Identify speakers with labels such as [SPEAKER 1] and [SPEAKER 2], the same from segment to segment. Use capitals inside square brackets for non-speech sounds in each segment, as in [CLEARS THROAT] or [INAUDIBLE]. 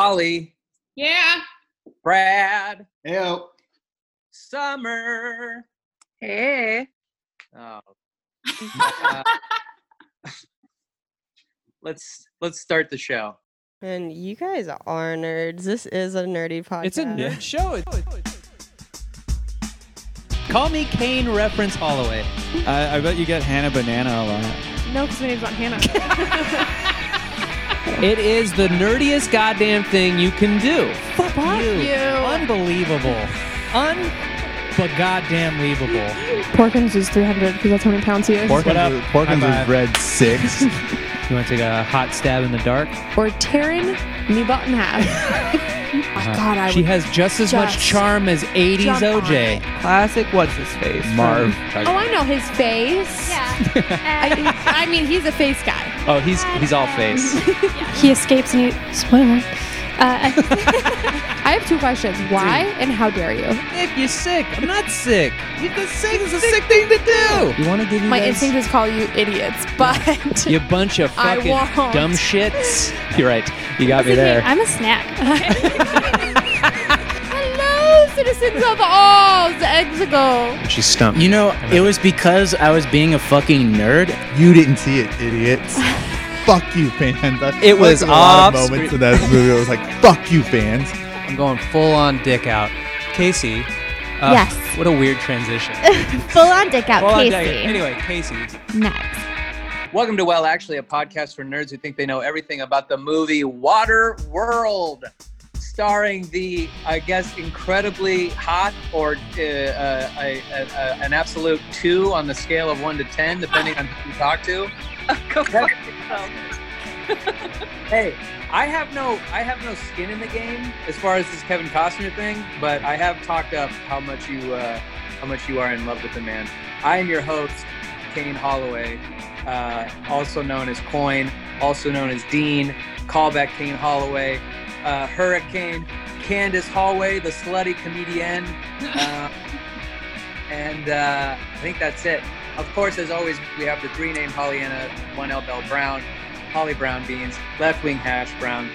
[SPEAKER 1] Holly,
[SPEAKER 2] Yeah.
[SPEAKER 1] Brad,
[SPEAKER 3] Ew.
[SPEAKER 1] Summer.
[SPEAKER 4] Hey.
[SPEAKER 1] Oh, Uh, [LAUGHS] let's let's start the show.
[SPEAKER 5] And you guys are nerds. This is a nerdy podcast.
[SPEAKER 6] It's a nerd show. Call me Kane reference Holloway.
[SPEAKER 7] I, I bet you get Hannah Banana a lot.
[SPEAKER 4] No, because my name's not Hannah.
[SPEAKER 6] [LAUGHS] It is the nerdiest goddamn thing you can do. Fuck you.
[SPEAKER 4] you.
[SPEAKER 6] Unbelievable. Un but goddamn believable.
[SPEAKER 4] Porkins is 300 because that's how many pounds he is.
[SPEAKER 6] Porkins up? is- Porkins High five. is
[SPEAKER 7] red six.
[SPEAKER 6] You want to take a hot stab in the dark?
[SPEAKER 4] or Taryn Kneebot in
[SPEAKER 8] [LAUGHS]
[SPEAKER 4] half.
[SPEAKER 6] Uh,
[SPEAKER 4] God, I
[SPEAKER 6] she
[SPEAKER 4] would
[SPEAKER 6] has just as much
[SPEAKER 4] just
[SPEAKER 6] charm as 80s
[SPEAKER 4] jump on
[SPEAKER 6] OJ.
[SPEAKER 4] it.
[SPEAKER 9] Classic, what's his face?
[SPEAKER 7] Marv.
[SPEAKER 4] Oh, I know his face.
[SPEAKER 2] Yeah.
[SPEAKER 4] I, I mean, he's a face guy.
[SPEAKER 6] Oh, he's he's all [LAUGHS] face.
[SPEAKER 8] He escapes and he. Spoiler. Uh, [LAUGHS]
[SPEAKER 4] I have two questions. Why and how dare you?
[SPEAKER 6] if you're sick, I'm not sick. You are sick is a sick thing to do. You want to give you
[SPEAKER 4] My
[SPEAKER 6] guys- [LAUGHS]
[SPEAKER 4] instinct is call you idiots, but
[SPEAKER 6] You bunch of
[SPEAKER 4] I
[SPEAKER 6] fucking
[SPEAKER 4] won't.
[SPEAKER 6] [LAUGHS] dumb shits. You're right. You got me there.
[SPEAKER 8] I'm a snack.
[SPEAKER 4] [LAUGHS]
[SPEAKER 8] [LAUGHS]
[SPEAKER 4] hello, citizens of all Exego.
[SPEAKER 7] She's stumped.
[SPEAKER 10] You know, it was because I was being a fucking nerd.
[SPEAKER 7] You didn't see it,
[SPEAKER 2] [LAUGHS]
[SPEAKER 7] idiots. fuck you, fans. I
[SPEAKER 6] It
[SPEAKER 7] feel
[SPEAKER 6] was
[SPEAKER 7] like a lot
[SPEAKER 6] off
[SPEAKER 7] of moments in that movie. I was like, fuck you, fans.
[SPEAKER 6] I'm going full on dick out. Casey. Uh,
[SPEAKER 8] Yes.
[SPEAKER 6] What a weird
[SPEAKER 8] [LAUGHS]
[SPEAKER 6] transition.
[SPEAKER 8] Full on dick out,
[SPEAKER 6] Full on dick out.
[SPEAKER 8] Casey.
[SPEAKER 6] Anyway, Casey.
[SPEAKER 8] Next.
[SPEAKER 1] Welcome to Well Actually, a podcast for nerds who think they know everything about the movie Water World, starring the, I guess, incredibly hot or uh, uh, a, a, a, an absolute two on the scale of one to 10, depending on who you talk to.
[SPEAKER 4] Go
[SPEAKER 1] fuck hey, I have no I have no skin in the game as far as this Kevin Costner thing, but I have talked up how much you uh, how much you are in love with the man. I am your host, Kane Holloway, uh, also known as Coin, also known as Dean, callback Kane Holloway, uh, Hurricane, Candace Hallway, the slutty comedian, uh, and uh, I think that's it. Of course, as always, we have the three-name Pollyanna, one L Bell Brown, Holly Brown Beans, Left Wing Hash Brown,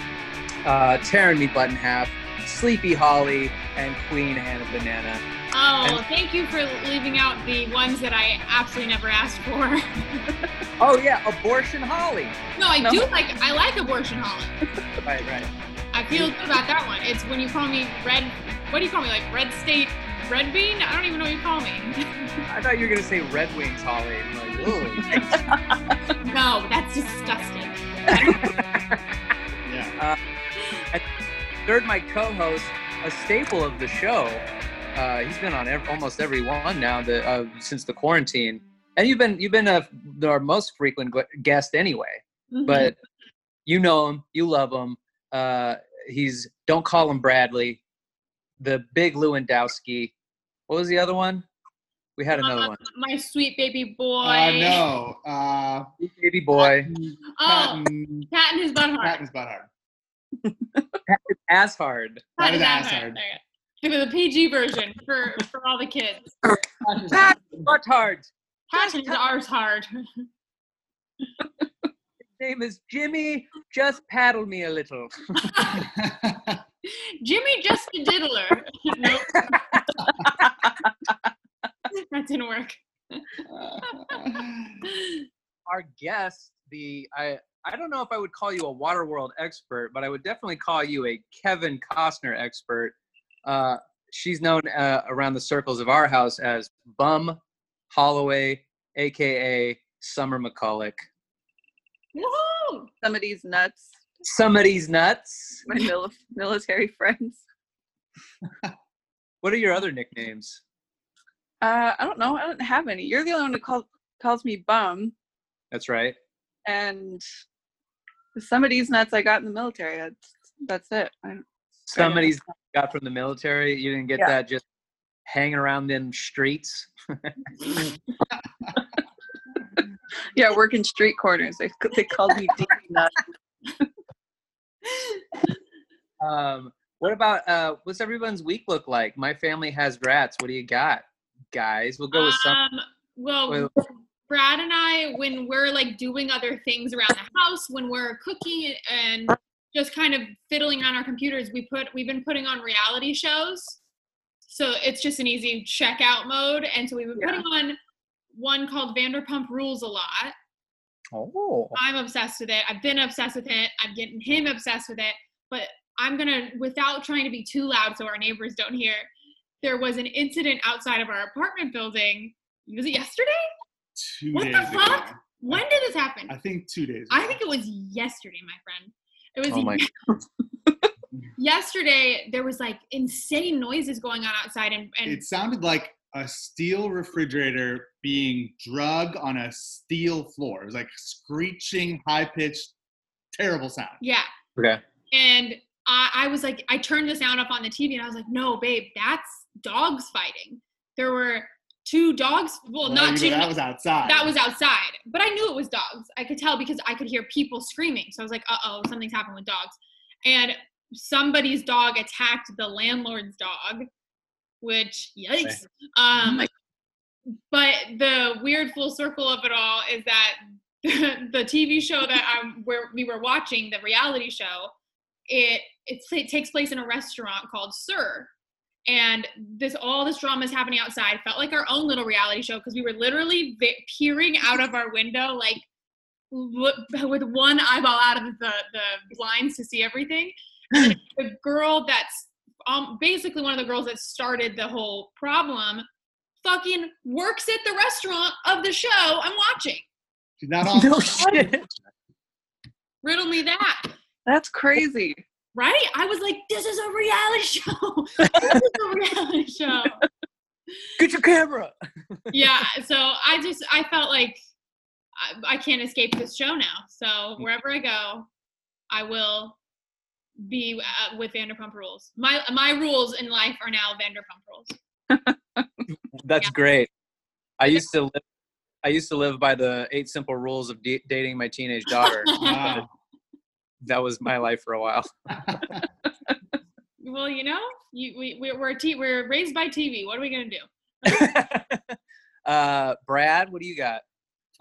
[SPEAKER 1] uh, Taryn Me Button Half, Sleepy Holly, and Queen Hannah Banana.
[SPEAKER 2] Oh, thank you for leaving out the ones that I absolutely never asked for. [LAUGHS]
[SPEAKER 1] Oh yeah, Abortion Holly.
[SPEAKER 2] No, I
[SPEAKER 4] No.
[SPEAKER 2] do like I like abortion holly.
[SPEAKER 1] Right, right.
[SPEAKER 2] I feel good about that one. It's when you call me red. What do you call me? Like red state red bean? I don't even know what you call me. [LAUGHS]
[SPEAKER 1] I thought you were gonna say Red Wings Holly. I'm like, ooh.
[SPEAKER 2] No, that's disgusting.
[SPEAKER 1] Third, my co-host, a staple of the show. Uh, he's been on ev- almost every one now the, uh, since the quarantine, and you've been you've been a, our most frequent gu- guest anyway.
[SPEAKER 4] Mm-hmm.
[SPEAKER 1] but you know him, you love him. Uh, he's don't call him Bradley, the big Lewandowski. What was the other one? We had another one.
[SPEAKER 2] my sweet baby boy.
[SPEAKER 3] Uh, no. Uh,
[SPEAKER 1] Baby boy,
[SPEAKER 2] Oh,
[SPEAKER 3] Patton.
[SPEAKER 2] cat in his butt heart.
[SPEAKER 3] Patton's butt hard.
[SPEAKER 1] ass hard.
[SPEAKER 3] That
[SPEAKER 2] Patton
[SPEAKER 3] is
[SPEAKER 2] Butthart.
[SPEAKER 3] Assard.
[SPEAKER 2] There you go. It was a PG version for, for all the kids.
[SPEAKER 1] Pat hard.
[SPEAKER 2] Patton is ours hard.
[SPEAKER 1] His name is Jimmy. Just paddle me a little.
[SPEAKER 2] Jimmy just a diddler. [LAUGHS] nope. that didn't work.
[SPEAKER 1] Our guest, the I. I don't know if I would call you a Waterworld expert, but I would definitely call you a Kevin Costner expert. Uh, she's known uh, around the circles of our house as Bum Holloway, aka Summer McCulloch.
[SPEAKER 2] Woohoo!
[SPEAKER 4] Somebody's nuts.
[SPEAKER 1] Somebody's nuts.
[SPEAKER 4] [LAUGHS] My mil- military friends.
[SPEAKER 1] What are your other nicknames?
[SPEAKER 4] Uh, I don't know. I don't have any. You're the only one who call- calls me bum.
[SPEAKER 1] That's right.
[SPEAKER 4] and somebody's nuts I got in the military. That's that's it. I don't-
[SPEAKER 1] Somebody's got from the military. You didn't get
[SPEAKER 4] Yeah.
[SPEAKER 1] that just hanging around them streets.
[SPEAKER 4] yeah, working street corners. They they called me D nuts.
[SPEAKER 1] Um, what about uh, what's everyone's week look like? My family has rats. What do you got, guys? We'll go with some.
[SPEAKER 2] Um, well,
[SPEAKER 1] Wait,
[SPEAKER 2] Brad and I, when we're like doing other things around the house, when we're cooking and just kind of fiddling on our computers, we put we've been putting on reality shows. So it's just an easy checkout mode. And so we've been
[SPEAKER 4] Yeah.
[SPEAKER 2] putting on one called Vanderpump Rules a lot.
[SPEAKER 1] Oh.
[SPEAKER 2] I'm obsessed with it. I've been obsessed with it. I'm getting him obsessed with it. But I'm gonna, without trying to be too loud so our neighbors don't hear, there was an incident outside of our apartment building. Was it yesterday?
[SPEAKER 3] [LAUGHS] Two
[SPEAKER 2] What the
[SPEAKER 3] days ago.
[SPEAKER 2] fuck? When did this happen?
[SPEAKER 3] I think two days.
[SPEAKER 2] I
[SPEAKER 3] ago.
[SPEAKER 2] think it was yesterday, my friend. It was
[SPEAKER 1] Oh my-
[SPEAKER 2] [LAUGHS] yesterday. There was like insane noises going on outside, and, and
[SPEAKER 3] it sounded like a steel refrigerator being drug on a steel floor. It was like screeching, high pitched, terrible sound.
[SPEAKER 2] yeah,
[SPEAKER 1] Okay.
[SPEAKER 2] and I, I was like, I turned the sound up on the TV, and I was like, no, babe, that's dogs fighting. There were two dogs. Well,
[SPEAKER 3] Well,
[SPEAKER 2] not two.
[SPEAKER 3] you know, that was outside.
[SPEAKER 2] that was outside, but I knew it was dogs. I could tell because I could hear people screaming. So I was like, uh oh, something's happened with dogs. And somebody's dog attacked the landlord's dog, which, yikes. Um, but the weird full circle of it all is that [LAUGHS] the TV show that I'm, where we were watching, the reality show, it, it, it takes place in a restaurant called Sir. And this all this drama is happening outside. Felt like our own little reality show because we were literally vi- peering out of our window, like w- [LAUGHS] with one eyeball out of the, the blinds to see everything. And the girl that's um, basically one of the girls that started the whole problem fucking works at the restaurant of the show I'm watching.
[SPEAKER 3] She's not on.
[SPEAKER 2] Riddle me that.
[SPEAKER 4] That's crazy.
[SPEAKER 2] Right? I was like, this is a reality [LAUGHS] show. this is a reality show.
[SPEAKER 1] Get your camera.
[SPEAKER 2] Yeah. So I just, I felt like I, I can't escape this show now. So wherever I go, I will be uh, with Vanderpump Rules. My my rules in life are now Vanderpump Rules.
[SPEAKER 1] That's
[SPEAKER 2] Yeah.
[SPEAKER 1] great. I used to live. I used to live by the eight simple rules of da- dating my teenage daughter.
[SPEAKER 2] [LAUGHS]
[SPEAKER 3] Wow.
[SPEAKER 1] that was my life for a while. [LAUGHS]
[SPEAKER 2] Well, you know, you, we we're we're, t- we're raised by TV. What are we gonna do?
[SPEAKER 1] uh, Brad, what do you got?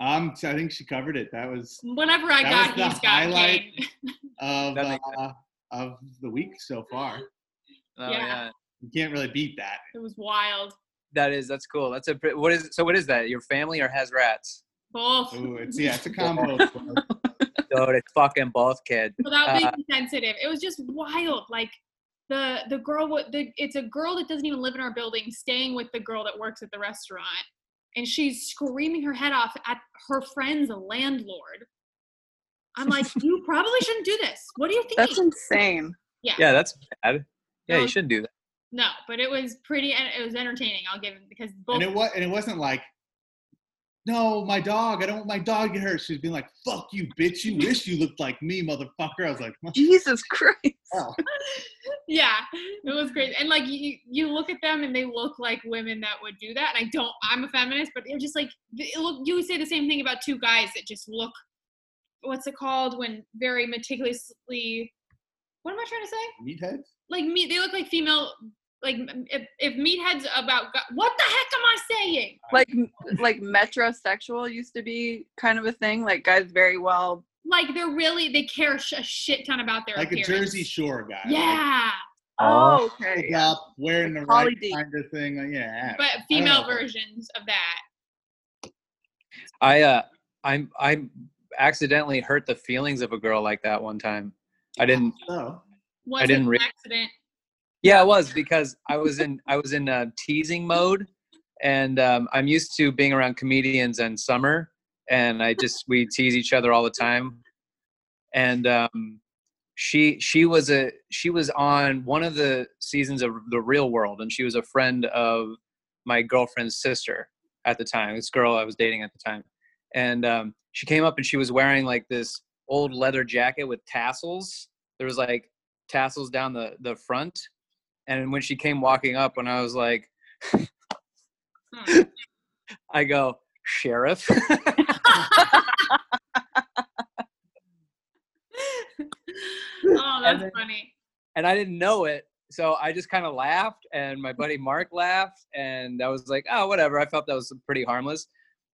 [SPEAKER 3] Um, so I think she covered it. That was
[SPEAKER 2] Whenever I
[SPEAKER 3] That
[SPEAKER 2] got,
[SPEAKER 3] was the
[SPEAKER 2] he's got
[SPEAKER 3] highlight.
[SPEAKER 2] Kane.
[SPEAKER 3] of
[SPEAKER 1] That makes
[SPEAKER 3] uh, of the week so far.
[SPEAKER 1] Oh,
[SPEAKER 2] Yeah.
[SPEAKER 3] You can't really beat
[SPEAKER 1] [LAUGHS]
[SPEAKER 3] that.
[SPEAKER 2] It was wild.
[SPEAKER 1] That is. That's cool. That's a. pre- What is? So what is that? Your family or has rats?
[SPEAKER 2] [LAUGHS] Both.
[SPEAKER 3] Ooh, it's yeah, it's a combo. of both.
[SPEAKER 1] Dude, it's fucking both, kid.
[SPEAKER 2] without being
[SPEAKER 1] Uh,
[SPEAKER 2] insensitive. It was just wild. Like the the girl wa- the it's a girl that doesn't even live in our building, staying with the girl that works at the restaurant, and she's screaming her head off at her friend's landlord.
[SPEAKER 1] [LAUGHS]
[SPEAKER 2] I'm like, you probably shouldn't do this. What do you think?
[SPEAKER 4] That's insane.
[SPEAKER 1] Yeah, that's bad. Yeah, you
[SPEAKER 2] Um,
[SPEAKER 1] shouldn't do that.
[SPEAKER 2] no, but it was pretty. and It was entertaining. I'll give it because both.
[SPEAKER 3] and it was and it wasn't like no my dog i don't want my dog to get hurt she's being like fuck you bitch you wish you looked like me motherfucker i was like "What the
[SPEAKER 4] Jesus Christ.
[SPEAKER 3] hell?"
[SPEAKER 2] yeah, it was great. And like you, you look at them and they look like women that would do that. And I don't. I'm a feminist, but they're just like they look. You would say the same thing about two guys that just look. What's it called when very meticulously? What am I trying to say?
[SPEAKER 3] meathead
[SPEAKER 2] Like meat. They look like female. Like m- if, if meatheads about gu- what the heck am I saying?
[SPEAKER 4] Like like metrosexual used to be kind of a thing. Like guys very well
[SPEAKER 2] Like they're really they care sh- a shit ton about their
[SPEAKER 3] like a
[SPEAKER 2] appearance.
[SPEAKER 3] jersey shore guy like,
[SPEAKER 2] Yeah,
[SPEAKER 1] Oh.
[SPEAKER 4] Oh, okay.
[SPEAKER 3] pick
[SPEAKER 4] Yeah.
[SPEAKER 3] up wearing the
[SPEAKER 4] Like
[SPEAKER 3] right
[SPEAKER 4] Pauly D.
[SPEAKER 3] kind of thing like, yeah
[SPEAKER 2] but
[SPEAKER 3] I don't
[SPEAKER 2] female
[SPEAKER 3] know.
[SPEAKER 2] versions of that.
[SPEAKER 1] I uh, I'm I'm accidentally hurt the feelings of a girl like that one time. I didn't.
[SPEAKER 3] so
[SPEAKER 2] Was
[SPEAKER 1] I didn't
[SPEAKER 2] it
[SPEAKER 1] re-
[SPEAKER 2] an accident?
[SPEAKER 1] Yeah, it was because I was in I was in uh, teasing mode, and um, I'm used to being around comedians and summer, and I just we tease each other all the time, and um, she she was a she was on one of the seasons of The Real World, and she was a friend of my girlfriend's sister at the time. This girl I was dating at the time, and um, she came up and she was wearing like this old leather jacket with tassels. There was like tassels down the the front and when she came walking up, when I was like,
[SPEAKER 2] Hmm.
[SPEAKER 3] [LAUGHS]
[SPEAKER 1] I go, Sheriff. [LAUGHS]
[SPEAKER 2] oh, that's
[SPEAKER 1] then-
[SPEAKER 2] funny.
[SPEAKER 1] and I didn't know it. So I just kind of laughed, and my buddy Mark laughed. And I was like, oh, whatever. I felt that was pretty harmless.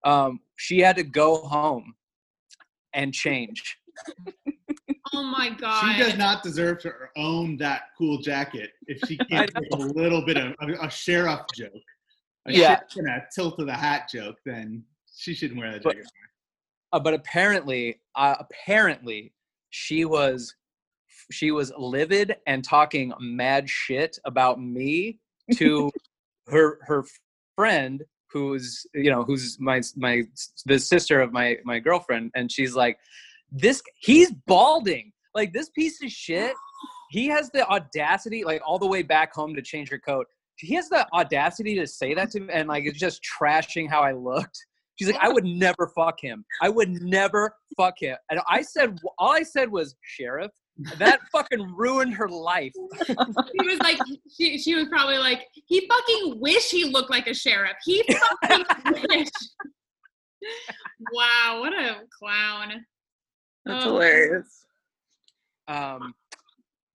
[SPEAKER 1] Um, she had to go home and change.
[SPEAKER 2] Oh my god.
[SPEAKER 3] She does not deserve to own that cool jacket if
[SPEAKER 4] [LAUGHS]
[SPEAKER 3] she can't take a little bit of a, a sheriff joke, a
[SPEAKER 1] Yeah.
[SPEAKER 3] sheriff and a tilt of the hat joke. Then she shouldn't wear that
[SPEAKER 1] But-
[SPEAKER 3] jacket.
[SPEAKER 1] Uh, but apparently, uh, apparently, she was she was livid and talking mad shit about me to her her friend who's you know who's my my the sister of my my girlfriend and she's like this he's balding like this piece of shit he has the audacity like all the way back home to change her coat he has the audacity to say that to me and like it's just trashing how i looked She's like, I would never fuck him. I would never fuck him. And I said, all I said was, Sheriff.
[SPEAKER 4] [LAUGHS]
[SPEAKER 1] That fucking ruined her life.
[SPEAKER 2] She was like, she, she was probably like, he fucking wish he looked like a sheriff. He fucking [LAUGHS] wish. Wow, what a clown.
[SPEAKER 4] That's
[SPEAKER 2] Oh.
[SPEAKER 4] hilarious.
[SPEAKER 1] Um,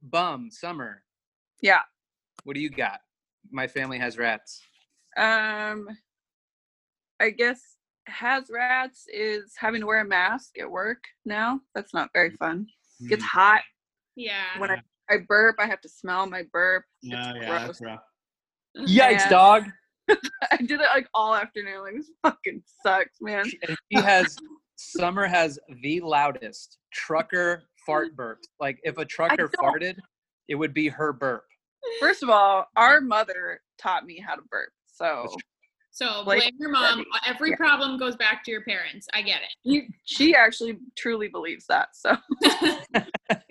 [SPEAKER 1] bum, Summer,
[SPEAKER 4] Yeah.
[SPEAKER 1] what do you got? My family has rats.
[SPEAKER 4] Um, I guess has rats is having to wear a mask at work now. That's not very fun. It gets
[SPEAKER 3] Mm.
[SPEAKER 4] hot
[SPEAKER 2] Yeah.
[SPEAKER 4] when I, I burp. I have to smell my burp.
[SPEAKER 3] No,
[SPEAKER 4] It's
[SPEAKER 3] Oh, yeah,
[SPEAKER 4] gross.
[SPEAKER 3] that's rough.
[SPEAKER 1] Yikes,
[SPEAKER 4] [LAUGHS] Yeah.
[SPEAKER 1] dog.
[SPEAKER 4] I did it like all afternoon. Like this fucking sucks, man.
[SPEAKER 1] And she has, Summer has the loudest trucker fart burp. Like, if a trucker
[SPEAKER 4] don't-
[SPEAKER 1] farted, it would be her burp. [LAUGHS]
[SPEAKER 4] First of all, our mother taught me how to burp. So
[SPEAKER 2] So
[SPEAKER 4] Like-
[SPEAKER 2] blame your mom. Every
[SPEAKER 4] Yeah.
[SPEAKER 2] problem goes back to your parents. I get it.
[SPEAKER 4] [LAUGHS] you, she actually truly believes that. So,
[SPEAKER 1] yes.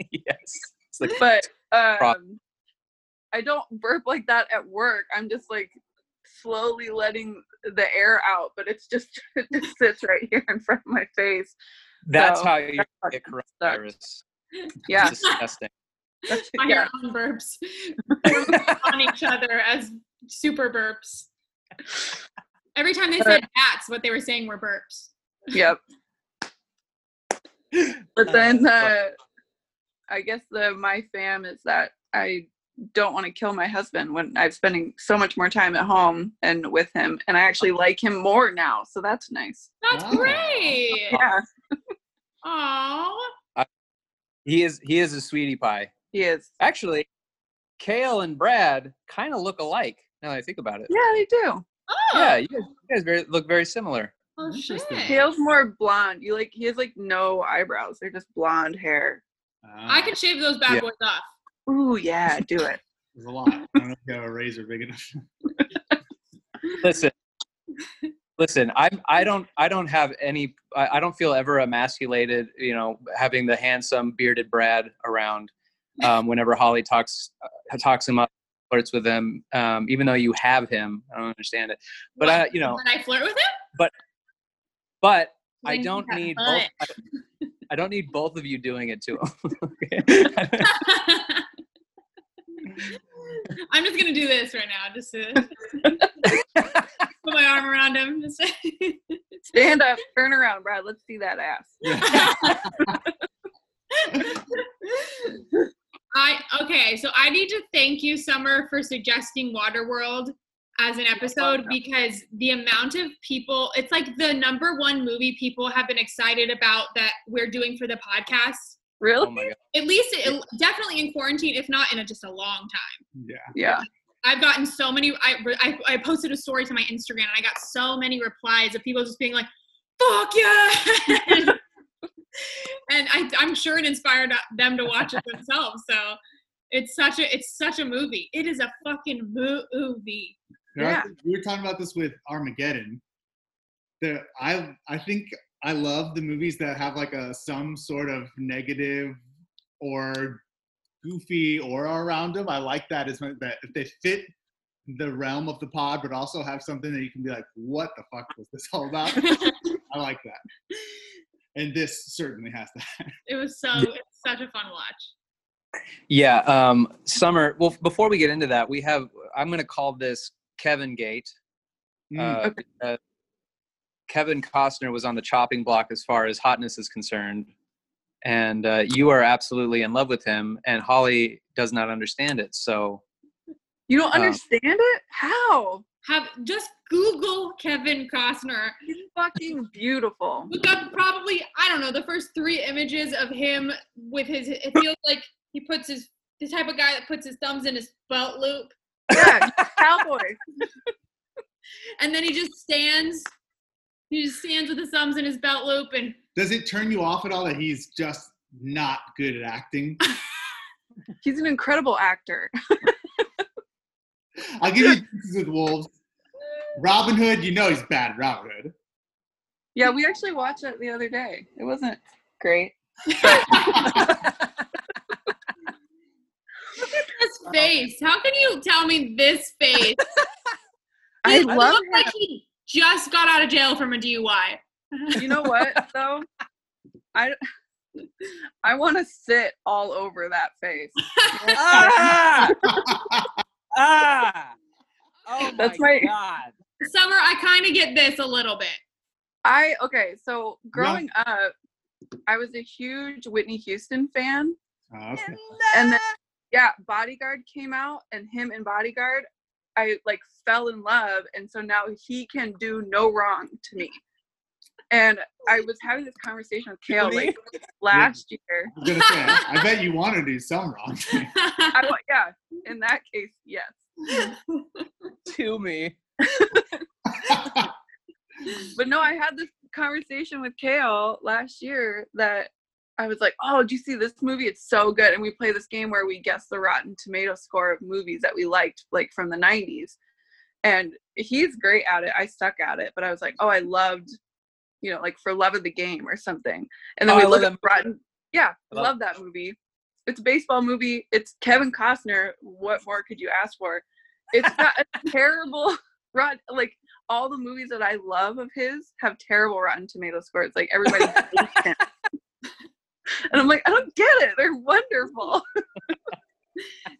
[SPEAKER 1] It's like,
[SPEAKER 4] but
[SPEAKER 1] [LAUGHS] Pro-
[SPEAKER 4] um, I don't burp like that at work. I'm just like slowly letting the air out, but it's just [LAUGHS] it just sits right here in front of my face.
[SPEAKER 1] that's
[SPEAKER 4] So,
[SPEAKER 1] how you
[SPEAKER 4] that fucking
[SPEAKER 1] get
[SPEAKER 4] sucks.
[SPEAKER 1] coronavirus.
[SPEAKER 4] Yeah,
[SPEAKER 1] It's disgusting.
[SPEAKER 4] that's- [LAUGHS]
[SPEAKER 2] On
[SPEAKER 4] yeah.
[SPEAKER 2] your own burps. on each other as super burps. Every time they said bats, what they were saying were burps.
[SPEAKER 4] [LAUGHS] Yep. But then the, I guess the my fam is that I don't want to kill my husband when I'm spending so much more time at home and with him, and I actually like him more now, so that's nice.
[SPEAKER 2] That's
[SPEAKER 3] Wow.
[SPEAKER 2] great.
[SPEAKER 4] Yeah,
[SPEAKER 2] Aww.
[SPEAKER 1] He is he is a sweetie pie.
[SPEAKER 4] he is.
[SPEAKER 1] Actually, Kale and Brad kind of look alike now that I think about it.
[SPEAKER 4] Yeah, they do.
[SPEAKER 2] Oh,
[SPEAKER 1] Yeah, you guys, you guys very, look very similar.
[SPEAKER 2] oh shit.
[SPEAKER 4] Kale's more blonde. You like he has like no eyebrows; they're just blonde hair.
[SPEAKER 3] Uh,
[SPEAKER 2] I could shave those bad
[SPEAKER 1] Yeah.
[SPEAKER 2] boys off.
[SPEAKER 1] [LAUGHS]
[SPEAKER 4] Ooh, yeah, do it.
[SPEAKER 3] There's a lot. I don't know if you have a razor big enough. [LAUGHS]
[SPEAKER 1] Listen, listen, I'm I don't I don't have any I, I don't feel ever emasculated. You know, having the handsome bearded Brad around. Um, whenever Holly talks uh, talks him up, flirts with him, um, even though you have him, I don't understand it. But I, you know,
[SPEAKER 2] When I flirt with him,
[SPEAKER 1] but I
[SPEAKER 2] When you
[SPEAKER 1] don't
[SPEAKER 2] have
[SPEAKER 1] need both.
[SPEAKER 2] butt.
[SPEAKER 1] I, I don't need both of you doing it to
[SPEAKER 2] [LAUGHS]
[SPEAKER 1] him. [LAUGHS] Okay?
[SPEAKER 2] I'm just gonna do this right now,
[SPEAKER 1] [LAUGHS]
[SPEAKER 2] just to put my arm around him. Just
[SPEAKER 4] Stand up, turn around, Brad. Let's see that ass.
[SPEAKER 2] [LAUGHS] I okay, so I need to thank you, Summer, for suggesting Waterworld as an episode
[SPEAKER 4] welcome.
[SPEAKER 2] because the amount of people it's like the number one movie people have been excited about that we're doing for the podcast.
[SPEAKER 4] Really?
[SPEAKER 1] oh my god.
[SPEAKER 2] At least it, definitely in quarantine, if not in a, just a long time.
[SPEAKER 3] Yeah.
[SPEAKER 4] yeah.
[SPEAKER 2] I've gotten so many. I, I I posted a story to my Instagram and I got so many replies of people just being like, "Fuck yeah!" and I, I'm sure it inspired them to watch it themselves. So it's such a it's such a movie. It is a fucking movie.
[SPEAKER 3] There are-
[SPEAKER 4] Yeah.
[SPEAKER 3] we were talking about this with Armageddon. The I I think I love the movies that have like a some sort of negative or goofy aura around them. I like that as much that if they fit the realm of the pod, but also have something that you can be like, what the fuck was this all about? I like that. And this certainly has that.
[SPEAKER 2] It was so it's such a fun watch.
[SPEAKER 1] Yeah, um, Summer. Well, f- before we get into that, we have. I'm going to call this Kevin Gate. Uh, uh, Kevin Costner was on the chopping block as far as hotness is concerned, and uh, you are absolutely in love with him. And Holly does not understand it. So
[SPEAKER 4] You don't
[SPEAKER 1] Um,
[SPEAKER 4] understand it? How?
[SPEAKER 2] Have just Google Kevin Costner.
[SPEAKER 4] He's
[SPEAKER 1] [LAUGHS]
[SPEAKER 4] fucking beautiful.
[SPEAKER 2] Look up probably I don't know the first three images of him with his. It feels like he puts his the type of guy that puts his thumbs in his belt loop,
[SPEAKER 4] Yeah, cowboy.
[SPEAKER 2] and then he just stands. He just stands with his thumbs in his belt loop, and
[SPEAKER 3] Does it turn you off at all that he's just not good at acting?
[SPEAKER 4] He's an incredible actor.
[SPEAKER 3] I'll give you pieces with wolves. Robin Hood, you know he's bad at Robin Hood.
[SPEAKER 4] Yeah, we actually watched it the other day. It wasn't great. [LAUGHS]
[SPEAKER 2] this face. How can you tell me this face?
[SPEAKER 4] I
[SPEAKER 2] He
[SPEAKER 4] love
[SPEAKER 2] looked like he just got out of jail from a DUI.
[SPEAKER 4] You know what though? I I want to sit all over that face.
[SPEAKER 6] ah! ah! Oh
[SPEAKER 4] That's
[SPEAKER 6] my
[SPEAKER 4] my-
[SPEAKER 6] god.
[SPEAKER 2] Summer, I kind of get this a little bit.
[SPEAKER 4] I okay, so growing up, I was a huge Whitney Houston fan.
[SPEAKER 3] Oh, okay.
[SPEAKER 4] and then
[SPEAKER 6] Ah!
[SPEAKER 4] yeah bodyguard came out and him in bodyguard i like fell in love and so now he can do no wrong to me and i was having this conversation with kale
[SPEAKER 6] Really?
[SPEAKER 4] like last year
[SPEAKER 3] I was gonna say, I bet you want to do some wrong.
[SPEAKER 4] I, wa- yeah in that case yes
[SPEAKER 6] To me.
[SPEAKER 4] but no i had this conversation with kale last year that i was like oh do you see this movie it's so good and we play this game where we guess the rotten tomato score of movies that we liked like from the 90s and he's great at it i suck at it but i was like oh i loved you know like for love of the game or something and then
[SPEAKER 6] Oh,
[SPEAKER 4] we
[SPEAKER 6] I love
[SPEAKER 4] look
[SPEAKER 6] that
[SPEAKER 4] at rotten yeah i
[SPEAKER 6] Love-
[SPEAKER 4] love that movie it's a baseball movie it's kevin costner what more could you ask for it's got a terrible [LAUGHS] rot like all the movies that I love of his have terrible Rotten Tomato scores. Like everybody hates him. And I'm like, I don't get it. They're wonderful.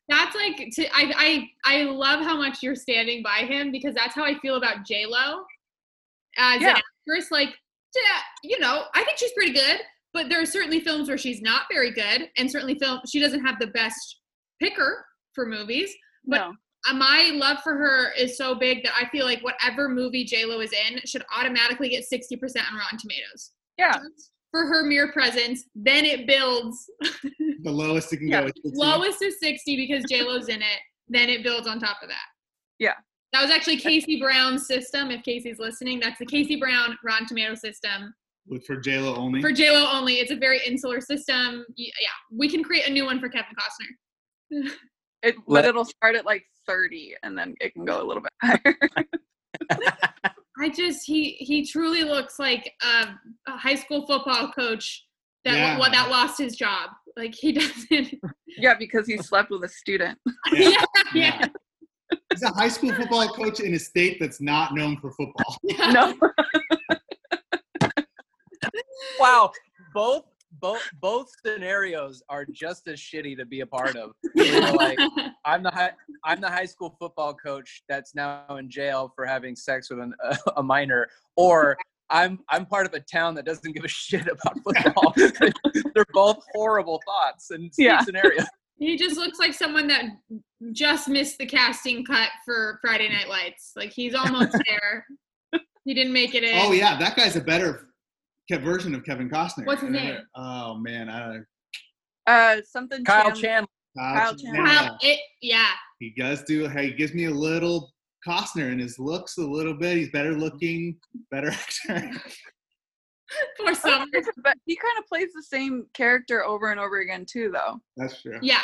[SPEAKER 2] That's like to, I I I love how much you're standing by him because that's how I feel about J Lo as
[SPEAKER 4] Yeah.
[SPEAKER 2] an actress. Like, yeah, you know, I think she's pretty good, but there are certainly films where she's not very good, and certainly film she doesn't have the best picker for movies. But-
[SPEAKER 4] No.
[SPEAKER 2] Uh, My love for her is so big that I feel like whatever movie J Lo is in should automatically get sixty percent on Rotten Tomatoes.
[SPEAKER 4] Yeah.
[SPEAKER 2] Just For her mere presence, then it builds
[SPEAKER 3] [LAUGHS] the lowest it can
[SPEAKER 4] Yeah,
[SPEAKER 3] go. Is 60.
[SPEAKER 2] lowest is 60 because JLo's in it, then it builds on top of that.
[SPEAKER 4] Yeah.
[SPEAKER 2] That was actually Casey Brown's system. If Casey's listening, that's the Casey Brown Rotten Tomato system
[SPEAKER 3] With- for J Lo only.
[SPEAKER 2] for JLo only. It's a very insular system. Y- Yeah, we can create a new one for Kevin Costner.
[SPEAKER 4] It but
[SPEAKER 10] Let-
[SPEAKER 4] it'll start at like 30 and then it can go a little bit higher. [LAUGHS]
[SPEAKER 2] I just he he truly looks like a, a high school football coach that
[SPEAKER 3] Yeah.
[SPEAKER 2] well, that lost his job. Like he [LAUGHS] doesn't.
[SPEAKER 4] yeah, because he slept with a student.
[SPEAKER 3] Yeah.
[SPEAKER 2] yeah, yeah.
[SPEAKER 3] Yeah. He's a high school football coach in a state that's not known for football.
[SPEAKER 4] No.
[SPEAKER 1] Wow, both both both scenarios are just as shitty to be a part of. You're like, I'm the high, I'm the high school football coach that's now in jail for having sex with an, [LAUGHS] a minor, or I'm I'm part of a town that doesn't give a shit about football. [LAUGHS] They're both horrible thoughts and
[SPEAKER 4] Yeah.
[SPEAKER 1] scenarios.
[SPEAKER 2] He just looks like someone that just missed the casting cut for Friday Night Lights. Like he's almost there. He didn't make it in.
[SPEAKER 3] Oh yeah, that guy's a better ke- version of Kevin Costner.
[SPEAKER 2] What's his name?
[SPEAKER 3] Oh man, I don't know.
[SPEAKER 4] [LAUGHS] Uh, something
[SPEAKER 1] Kyle
[SPEAKER 4] Chandler-
[SPEAKER 1] Chandler.
[SPEAKER 3] Kyle
[SPEAKER 4] Kyle
[SPEAKER 3] Chandler.
[SPEAKER 2] Wow, it, yeah.
[SPEAKER 3] He does do. He gives me a little Costner in his looks a little bit. He's better looking, better [LAUGHS] actor.
[SPEAKER 2] For some.
[SPEAKER 4] [LAUGHS] But he kind of plays the same character over and over again too, though.
[SPEAKER 3] That's true.
[SPEAKER 2] Yeah.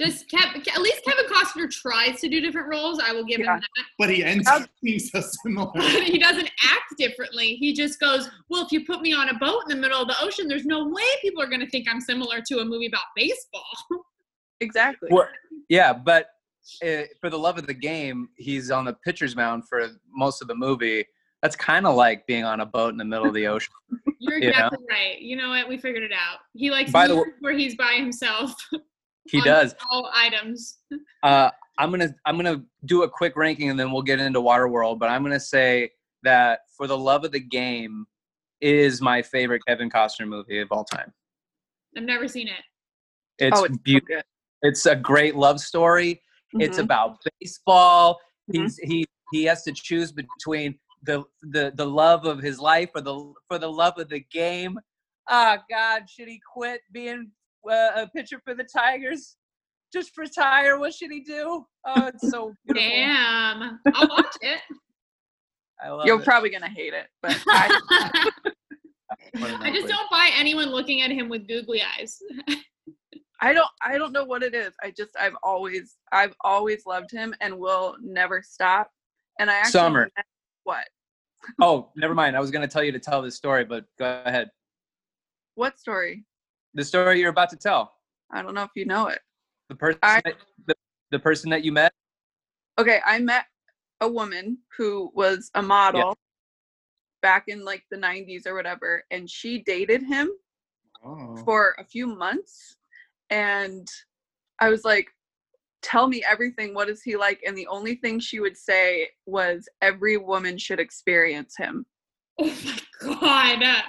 [SPEAKER 2] Just Kev, at least Kevin Costner tries to do different roles. I will give
[SPEAKER 4] Yeah.
[SPEAKER 2] him
[SPEAKER 3] But he ends up being so similar.
[SPEAKER 2] that. [LAUGHS] he doesn't act differently. He just goes, "Well, if you put me on a boat in the middle of the ocean, there's no way people are going to think I'm similar to a movie about baseball." [LAUGHS]
[SPEAKER 4] Exactly.
[SPEAKER 1] Well, yeah, but uh, for the love of the game, he's on the pitcher's mound for most of the movie. That's kind of like being on a boat in the middle of the ocean.
[SPEAKER 2] You're
[SPEAKER 1] Yeah.
[SPEAKER 2] exactly right. You know what? We figured it out. He likes
[SPEAKER 1] By the
[SPEAKER 2] movies where he's by himself.
[SPEAKER 1] He
[SPEAKER 2] on
[SPEAKER 1] does.
[SPEAKER 2] all items.
[SPEAKER 1] Uh, I'm gonna I'm gonna do a quick ranking and then we'll get into Waterworld. But I'm gonna say that for the love of the game is my favorite Kevin Costner movie of all time.
[SPEAKER 2] I've never seen it.
[SPEAKER 1] It's
[SPEAKER 4] oh, it's so
[SPEAKER 1] beautiful.
[SPEAKER 4] good.
[SPEAKER 1] It's a great love story. It's
[SPEAKER 4] Mhm.
[SPEAKER 1] about baseball.
[SPEAKER 4] Mhm.
[SPEAKER 1] He's he he has to choose between the the the love of his life or the for the love of the game. Ah, God, should he quit being uh, a pitcher for the Tigers? Just retire? What should he do? Oh, it's
[SPEAKER 4] [LAUGHS]
[SPEAKER 1] so beautiful.
[SPEAKER 2] Damn. I'll watch it.
[SPEAKER 1] I love
[SPEAKER 4] You're
[SPEAKER 1] it.
[SPEAKER 4] probably gonna hate it, but
[SPEAKER 1] [LAUGHS]
[SPEAKER 4] I,
[SPEAKER 2] I
[SPEAKER 1] What an
[SPEAKER 2] just
[SPEAKER 1] athlete.
[SPEAKER 2] don't buy anyone looking at him with googly eyes. [LAUGHS]
[SPEAKER 4] I don't I don't know what it is. I just I've always I've always loved him and will never stop. And I actually
[SPEAKER 1] Summer.
[SPEAKER 4] met- what
[SPEAKER 1] Oh, never mind. I was going to tell you to tell this story, but go ahead.
[SPEAKER 4] what story?
[SPEAKER 1] The story you're about to tell.
[SPEAKER 4] I don't know if you know it.
[SPEAKER 1] The person
[SPEAKER 4] I-
[SPEAKER 1] that, the, the person that you met.
[SPEAKER 4] Okay, I met a woman who was a model back in like the 90s or whatever and she dated him
[SPEAKER 3] [LAUGHS] Oh.
[SPEAKER 4] for a few months and i was like tell me everything what is he like and the only thing she would say was every woman should experience him
[SPEAKER 2] Oh my god.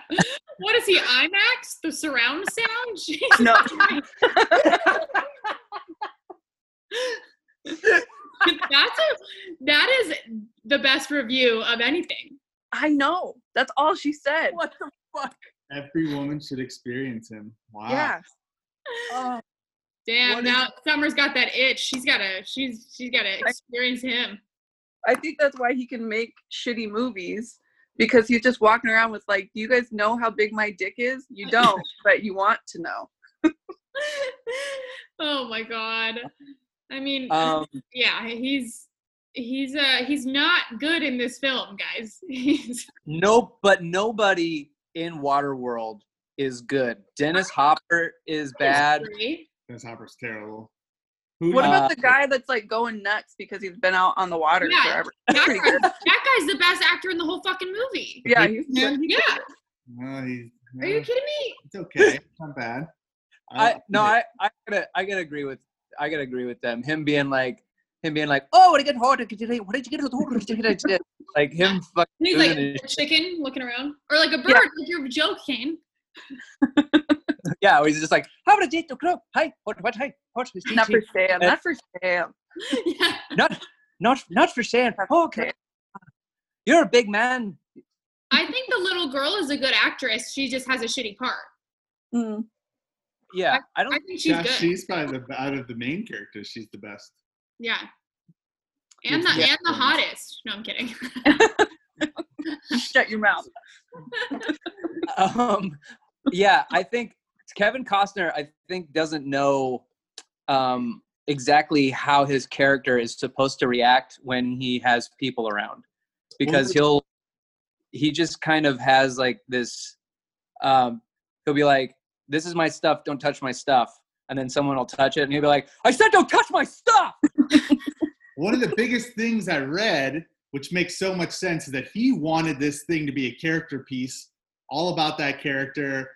[SPEAKER 2] What is he, IMAX? The surround sound? [LAUGHS] Jesus
[SPEAKER 4] No.
[SPEAKER 2] Christ. That's a, that is the best review of anything.
[SPEAKER 4] i know that's all she said
[SPEAKER 1] What the fuck?
[SPEAKER 3] Every woman should experience him. Wow.
[SPEAKER 4] yeah oh,
[SPEAKER 2] Damn,
[SPEAKER 4] What is-
[SPEAKER 2] now Summer's got that itch. She's gotta she's she's gotta experience him. [LAUGHS]
[SPEAKER 4] i think that's why he can make shitty movies because he's just walking around with like do you guys know how big my dick is you don't but you want to know
[SPEAKER 2] oh my god. I mean,
[SPEAKER 1] Um,
[SPEAKER 2] yeah, he's he's uh he's not good in this film, guys. [LAUGHS] He's
[SPEAKER 1] no, but nobody in Waterworld is good. Dennis Hopper is bad.
[SPEAKER 2] great.
[SPEAKER 3] Dennis Hopper's terrible. Who
[SPEAKER 4] what
[SPEAKER 1] Uh,
[SPEAKER 4] about the guy that's like going nuts because he's been out on the water
[SPEAKER 2] Yeah,
[SPEAKER 4] forever
[SPEAKER 2] That,
[SPEAKER 4] Pretty good.
[SPEAKER 2] guy- that guy's the best actor in the whole fucking movie.
[SPEAKER 4] yeah he's
[SPEAKER 2] Yeah.
[SPEAKER 3] No, he's,
[SPEAKER 2] Are
[SPEAKER 3] no,
[SPEAKER 2] you kidding me?
[SPEAKER 3] it's okay. It's not bad.
[SPEAKER 1] I
[SPEAKER 3] like
[SPEAKER 1] no,
[SPEAKER 3] it.
[SPEAKER 1] I I gotta I gotta agree with I gotta agree with them. Him being like him being like, oh, what did you get hard? What did you get [LAUGHS] hard? Like him fucking
[SPEAKER 2] And he's
[SPEAKER 1] doing
[SPEAKER 2] like
[SPEAKER 1] his
[SPEAKER 2] a chicken looking around, or like a bird.
[SPEAKER 4] Yeah.
[SPEAKER 2] Like you're joking. [LAUGHS]
[SPEAKER 1] Yeah, he's just like, how would I date the club? Hi, what, what, hi, what? is
[SPEAKER 4] not for
[SPEAKER 1] teaching?
[SPEAKER 4] sale not for sale
[SPEAKER 2] yeah.
[SPEAKER 1] not, not, not for sale.
[SPEAKER 4] Not for
[SPEAKER 1] Oh, can I- you're a big man.
[SPEAKER 2] I think the little girl is a good actress. She just has a shitty part.
[SPEAKER 4] Mm.
[SPEAKER 1] Yeah, I don't.
[SPEAKER 2] I think she's
[SPEAKER 3] Yeah,
[SPEAKER 2] good.
[SPEAKER 3] she's probably the out of the main characters, she's the best.
[SPEAKER 2] yeah. And the
[SPEAKER 3] Yeah.
[SPEAKER 2] and the hottest. No, I'm kidding.
[SPEAKER 4] [LAUGHS]
[SPEAKER 2] [LAUGHS]
[SPEAKER 4] Shut your mouth.
[SPEAKER 1] [LAUGHS] um, yeah, I think Kevin Costner, I think, doesn't know um, exactly how his character is supposed to react when he has people around, because he'll he just kind of has like this. Um, he'll be like, "This is my stuff. Don't touch my stuff." And then someone will touch it, and he'll be like, "I said, don't touch my stuff."
[SPEAKER 3] One of the biggest things I read, which makes so much sense, is that he wanted this thing to be a character piece, all about that character,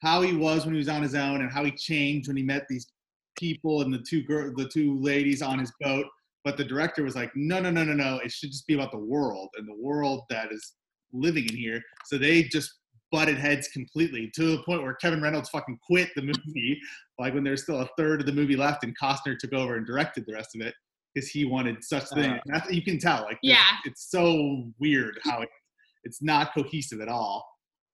[SPEAKER 3] how he was when he was on his own, and how he changed when he met these people and the two girl, the two ladies on his boat. But the director was like, no, no, no, no, no. It should just be about the world and the world that is living in here. So they just butted heads completely to the point where Kevin Reynolds fucking quit the movie, [LAUGHS] like when there's still a third of the movie left, and Costner took over and directed the rest of it because he wanted such thing.
[SPEAKER 1] Uh.
[SPEAKER 3] And that's- you can tell, like,
[SPEAKER 2] Yeah.
[SPEAKER 3] it's so weird how it, it's not cohesive at all.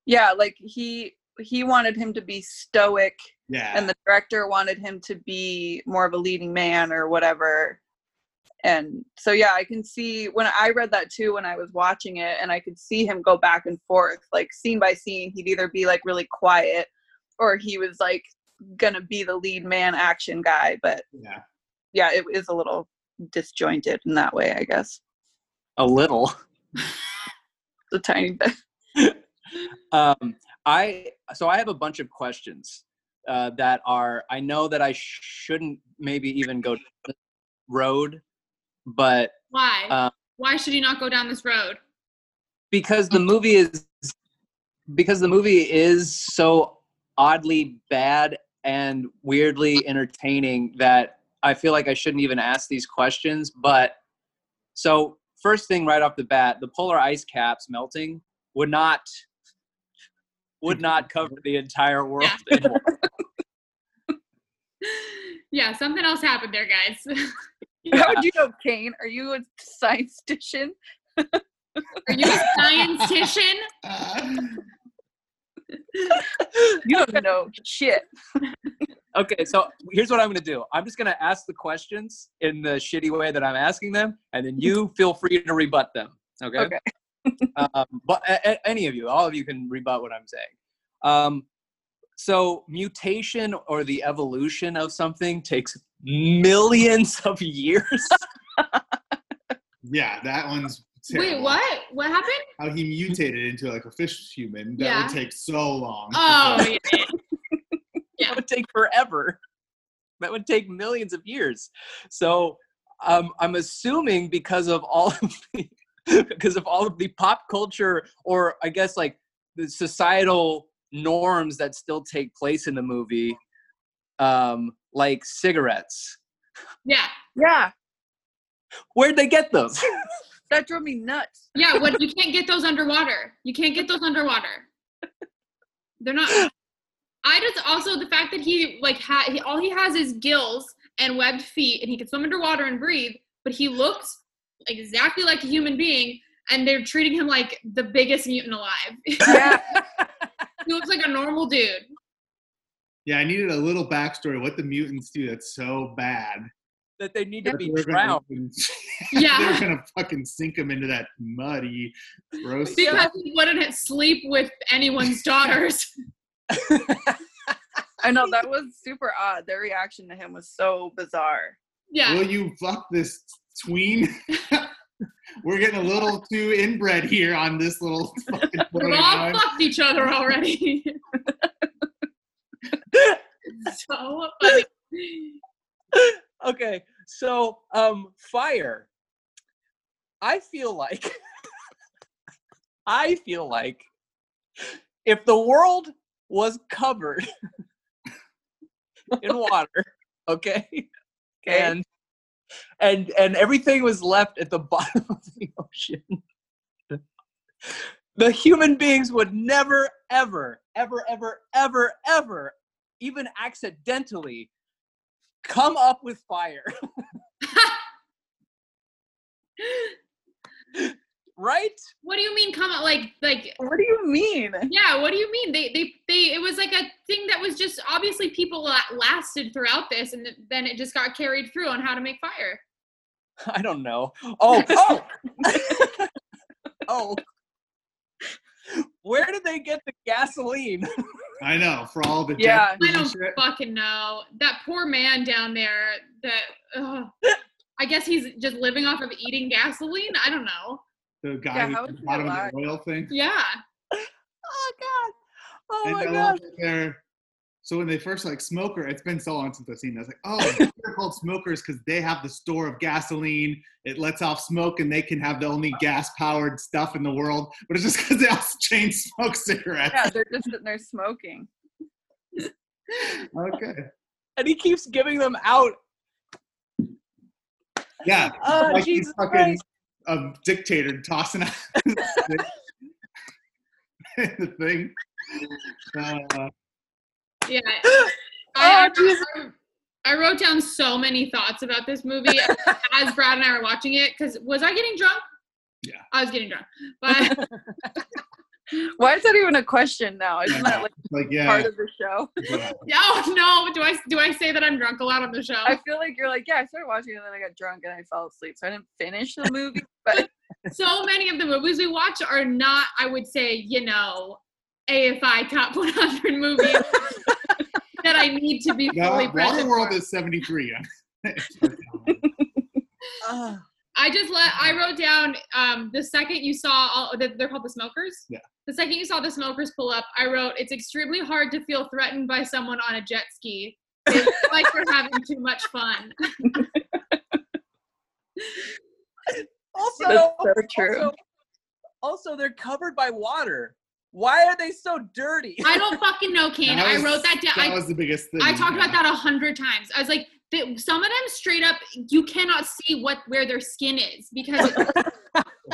[SPEAKER 4] Yeah, like he he wanted him to be stoic
[SPEAKER 3] Yeah,
[SPEAKER 4] and the director wanted him to be more of a leading man or whatever. And so yeah, I can see when I read that too when I was watching it and I could see him go back and forth like scene by scene he'd either be like really quiet or he was like going to be the lead man action guy, but
[SPEAKER 3] yeah.
[SPEAKER 4] yeah, it is a little disjointed in that way, I guess.
[SPEAKER 1] A little.
[SPEAKER 4] A tiny bit. [LAUGHS]
[SPEAKER 1] um, I so I have a bunch of questions uh, that are I know that I shouldn't maybe even go down this road, but
[SPEAKER 2] Why?
[SPEAKER 1] Uh,
[SPEAKER 2] Why should he not go down this road?
[SPEAKER 1] because the movie is because the movie is so oddly bad and weirdly entertaining that I feel like I shouldn't even ask these questions. But so first thing right off the bat, the polar ice caps melting would not would not cover the entire world. in water.
[SPEAKER 2] yeah, something else happened there, guys. [LAUGHS]
[SPEAKER 4] How do you know Kane? Are you a [LAUGHS] statistician?
[SPEAKER 2] Are you a
[SPEAKER 3] [LAUGHS]
[SPEAKER 2] scientician?
[SPEAKER 3] Uh,
[SPEAKER 4] You [LAUGHS] don't know shit.
[SPEAKER 1] Okay, so here's what I'm going to do. I'm just going to ask the questions in the shitty way that I'm asking them, and then you feel free to rebut them. Okay.
[SPEAKER 4] Okay.
[SPEAKER 1] um, but a- a- any of you, all of you can rebut what I'm saying. Um, so mutation or the evolution of something takes millions of years.
[SPEAKER 3] Yeah, that one's terrible.
[SPEAKER 2] Wait, what? What happened?
[SPEAKER 3] [LAUGHS] How he mutated into like a fish human. That would take so long. to
[SPEAKER 2] Oh,
[SPEAKER 3] find.
[SPEAKER 2] yeah.
[SPEAKER 1] [LAUGHS] that would take forever. That would take millions of years. So um, I'm assuming because of all of the, [LAUGHS] because of all of the pop culture or I guess like the societal norms that still take place in the movie, um, like cigarettes.
[SPEAKER 2] yeah.
[SPEAKER 4] Yeah,
[SPEAKER 1] Where'd they get those?
[SPEAKER 4] that drove me nuts.
[SPEAKER 2] Yeah, what you can't get those underwater. You can't get those underwater. They're not. I just also the fact that he like ha, he, all he has is gills and webbed feet, and he can swim underwater and breathe. But he looks exactly like a human being, and they're treating him like the biggest mutant alive. [LAUGHS]
[SPEAKER 4] [LAUGHS] Yeah,
[SPEAKER 2] he looks like a normal dude.
[SPEAKER 3] Yeah, I needed a little backstory. What the mutants do that's so bad.
[SPEAKER 1] [LAUGHS] that they need to
[SPEAKER 3] that
[SPEAKER 1] be
[SPEAKER 3] they're gonna
[SPEAKER 1] drowned.
[SPEAKER 3] fucking- [LAUGHS]
[SPEAKER 2] Yeah,
[SPEAKER 3] they're [LAUGHS] gonna fucking sink him into that muddy, gross.
[SPEAKER 2] because
[SPEAKER 3] stuff.
[SPEAKER 2] he wouldn't sleep with anyone's daughters. [LAUGHS]
[SPEAKER 4] I know that was super odd. Their reaction to him was so bizarre.
[SPEAKER 2] Yeah,
[SPEAKER 3] Will you fuck this
[SPEAKER 2] [LAUGHS]
[SPEAKER 3] tween? We're getting a little too inbred here on this
[SPEAKER 2] [LAUGHS]
[SPEAKER 3] little fucking
[SPEAKER 2] we've
[SPEAKER 3] floating
[SPEAKER 2] all
[SPEAKER 3] island.
[SPEAKER 2] fucked each other already. so funny. [LAUGHS]
[SPEAKER 1] Okay, so um, fire. I feel like [LAUGHS] I feel like if the world was covered in water, okay,
[SPEAKER 4] Okay,
[SPEAKER 1] and and and everything was left at the [LAUGHS] bottom of the ocean, the human beings would never, ever, ever, ever, ever, ever, even accidentally come up with fire. [LAUGHS] right?
[SPEAKER 2] what do you mean come out like like
[SPEAKER 4] what do you mean?
[SPEAKER 2] yeah what do you mean they they they it was like a thing that was just obviously people la- lasted throughout this and then it just got carried through on how to make fire
[SPEAKER 1] I don't know. Oh, oh, [LAUGHS] oh. Where did they get the gasoline? [LAUGHS]
[SPEAKER 3] I know for all the
[SPEAKER 4] Yeah.
[SPEAKER 3] Japanese
[SPEAKER 2] i don't
[SPEAKER 3] shit.
[SPEAKER 2] fucking know that poor man down there that ugh, i guess he's just living off of eating gasoline i don't know
[SPEAKER 3] The guy
[SPEAKER 4] Yeah,
[SPEAKER 3] with
[SPEAKER 4] how
[SPEAKER 3] the
[SPEAKER 4] is he
[SPEAKER 3] bottom
[SPEAKER 4] alive?
[SPEAKER 3] of the oil thing.
[SPEAKER 2] yeah
[SPEAKER 1] Oh God! Oh
[SPEAKER 3] and
[SPEAKER 1] my
[SPEAKER 3] I
[SPEAKER 1] God!
[SPEAKER 3] love that they're so when they first like smoker, it's been so long since I've seen. That. I was
[SPEAKER 4] [LAUGHS]
[SPEAKER 3] like, oh, they're called smokers because they have the store of gasoline. It lets off smoke, and they can have the only gas-powered stuff in the world. But it's just because they all [LAUGHS] chain smoke cigarettes.
[SPEAKER 4] Yeah, they're just sitting there smoking.
[SPEAKER 3] Okay.
[SPEAKER 1] And he keeps giving them out.
[SPEAKER 3] Yeah.
[SPEAKER 1] Oh
[SPEAKER 3] like he's
[SPEAKER 1] Jesus
[SPEAKER 3] fucking
[SPEAKER 1] Christ!
[SPEAKER 3] a dictator tossing out [LAUGHS] the thing. Uh,
[SPEAKER 1] [GASPS]
[SPEAKER 2] yeah
[SPEAKER 1] Oh,
[SPEAKER 2] I,
[SPEAKER 1] Jesus.
[SPEAKER 2] I, I wrote down so many thoughts about
[SPEAKER 1] [LAUGHS]
[SPEAKER 2] this movie as Brad and I were watching it. Because was I getting drunk?
[SPEAKER 3] Yeah.
[SPEAKER 2] I was getting drunk.
[SPEAKER 1] [LAUGHS]
[SPEAKER 2] But [LAUGHS]
[SPEAKER 4] Why is that even a question now? Isn't that like
[SPEAKER 3] like
[SPEAKER 4] part
[SPEAKER 3] yeah,
[SPEAKER 4] of the show?
[SPEAKER 3] yeah.
[SPEAKER 2] oh no, do I do I say that I'm drunk a lot on the
[SPEAKER 1] [LAUGHS]
[SPEAKER 2] show?
[SPEAKER 4] I feel like you're like, yeah, I started watching it and then I got drunk and I fell asleep. So I didn't finish the movie, but
[SPEAKER 2] so many of the movies we watch are not, I would say, you know, AFI top [LAUGHS]
[SPEAKER 1] [LAUGHS]
[SPEAKER 2] 100 movies that I need to [LAUGHS] be
[SPEAKER 3] No,
[SPEAKER 2] fully present.
[SPEAKER 3] Waterworld
[SPEAKER 2] for.
[SPEAKER 3] is seventy-three. [LAUGHS]
[SPEAKER 1] Ah.
[SPEAKER 2] I just let I wrote down um, the second you saw all they- they're called the smokers.
[SPEAKER 3] Yeah.
[SPEAKER 2] The second you saw the smokers pull up, I wrote it's extremely hard to feel threatened by someone on a jet ski. They
[SPEAKER 3] [LAUGHS]
[SPEAKER 2] look like they're having too much fun.
[SPEAKER 1] [SIGHS] Also,
[SPEAKER 4] That's so true.
[SPEAKER 1] also, also, they're covered by water. Why are they so dirty?
[SPEAKER 2] I don't fucking know, Kane.
[SPEAKER 3] That
[SPEAKER 2] I
[SPEAKER 3] was-
[SPEAKER 2] wrote that down.
[SPEAKER 3] That
[SPEAKER 2] I,
[SPEAKER 3] was the biggest thing.
[SPEAKER 2] I talked
[SPEAKER 3] yeah.
[SPEAKER 2] about that a hundred times. I was like, the, some of them straight up, you cannot see what where their skin is because it's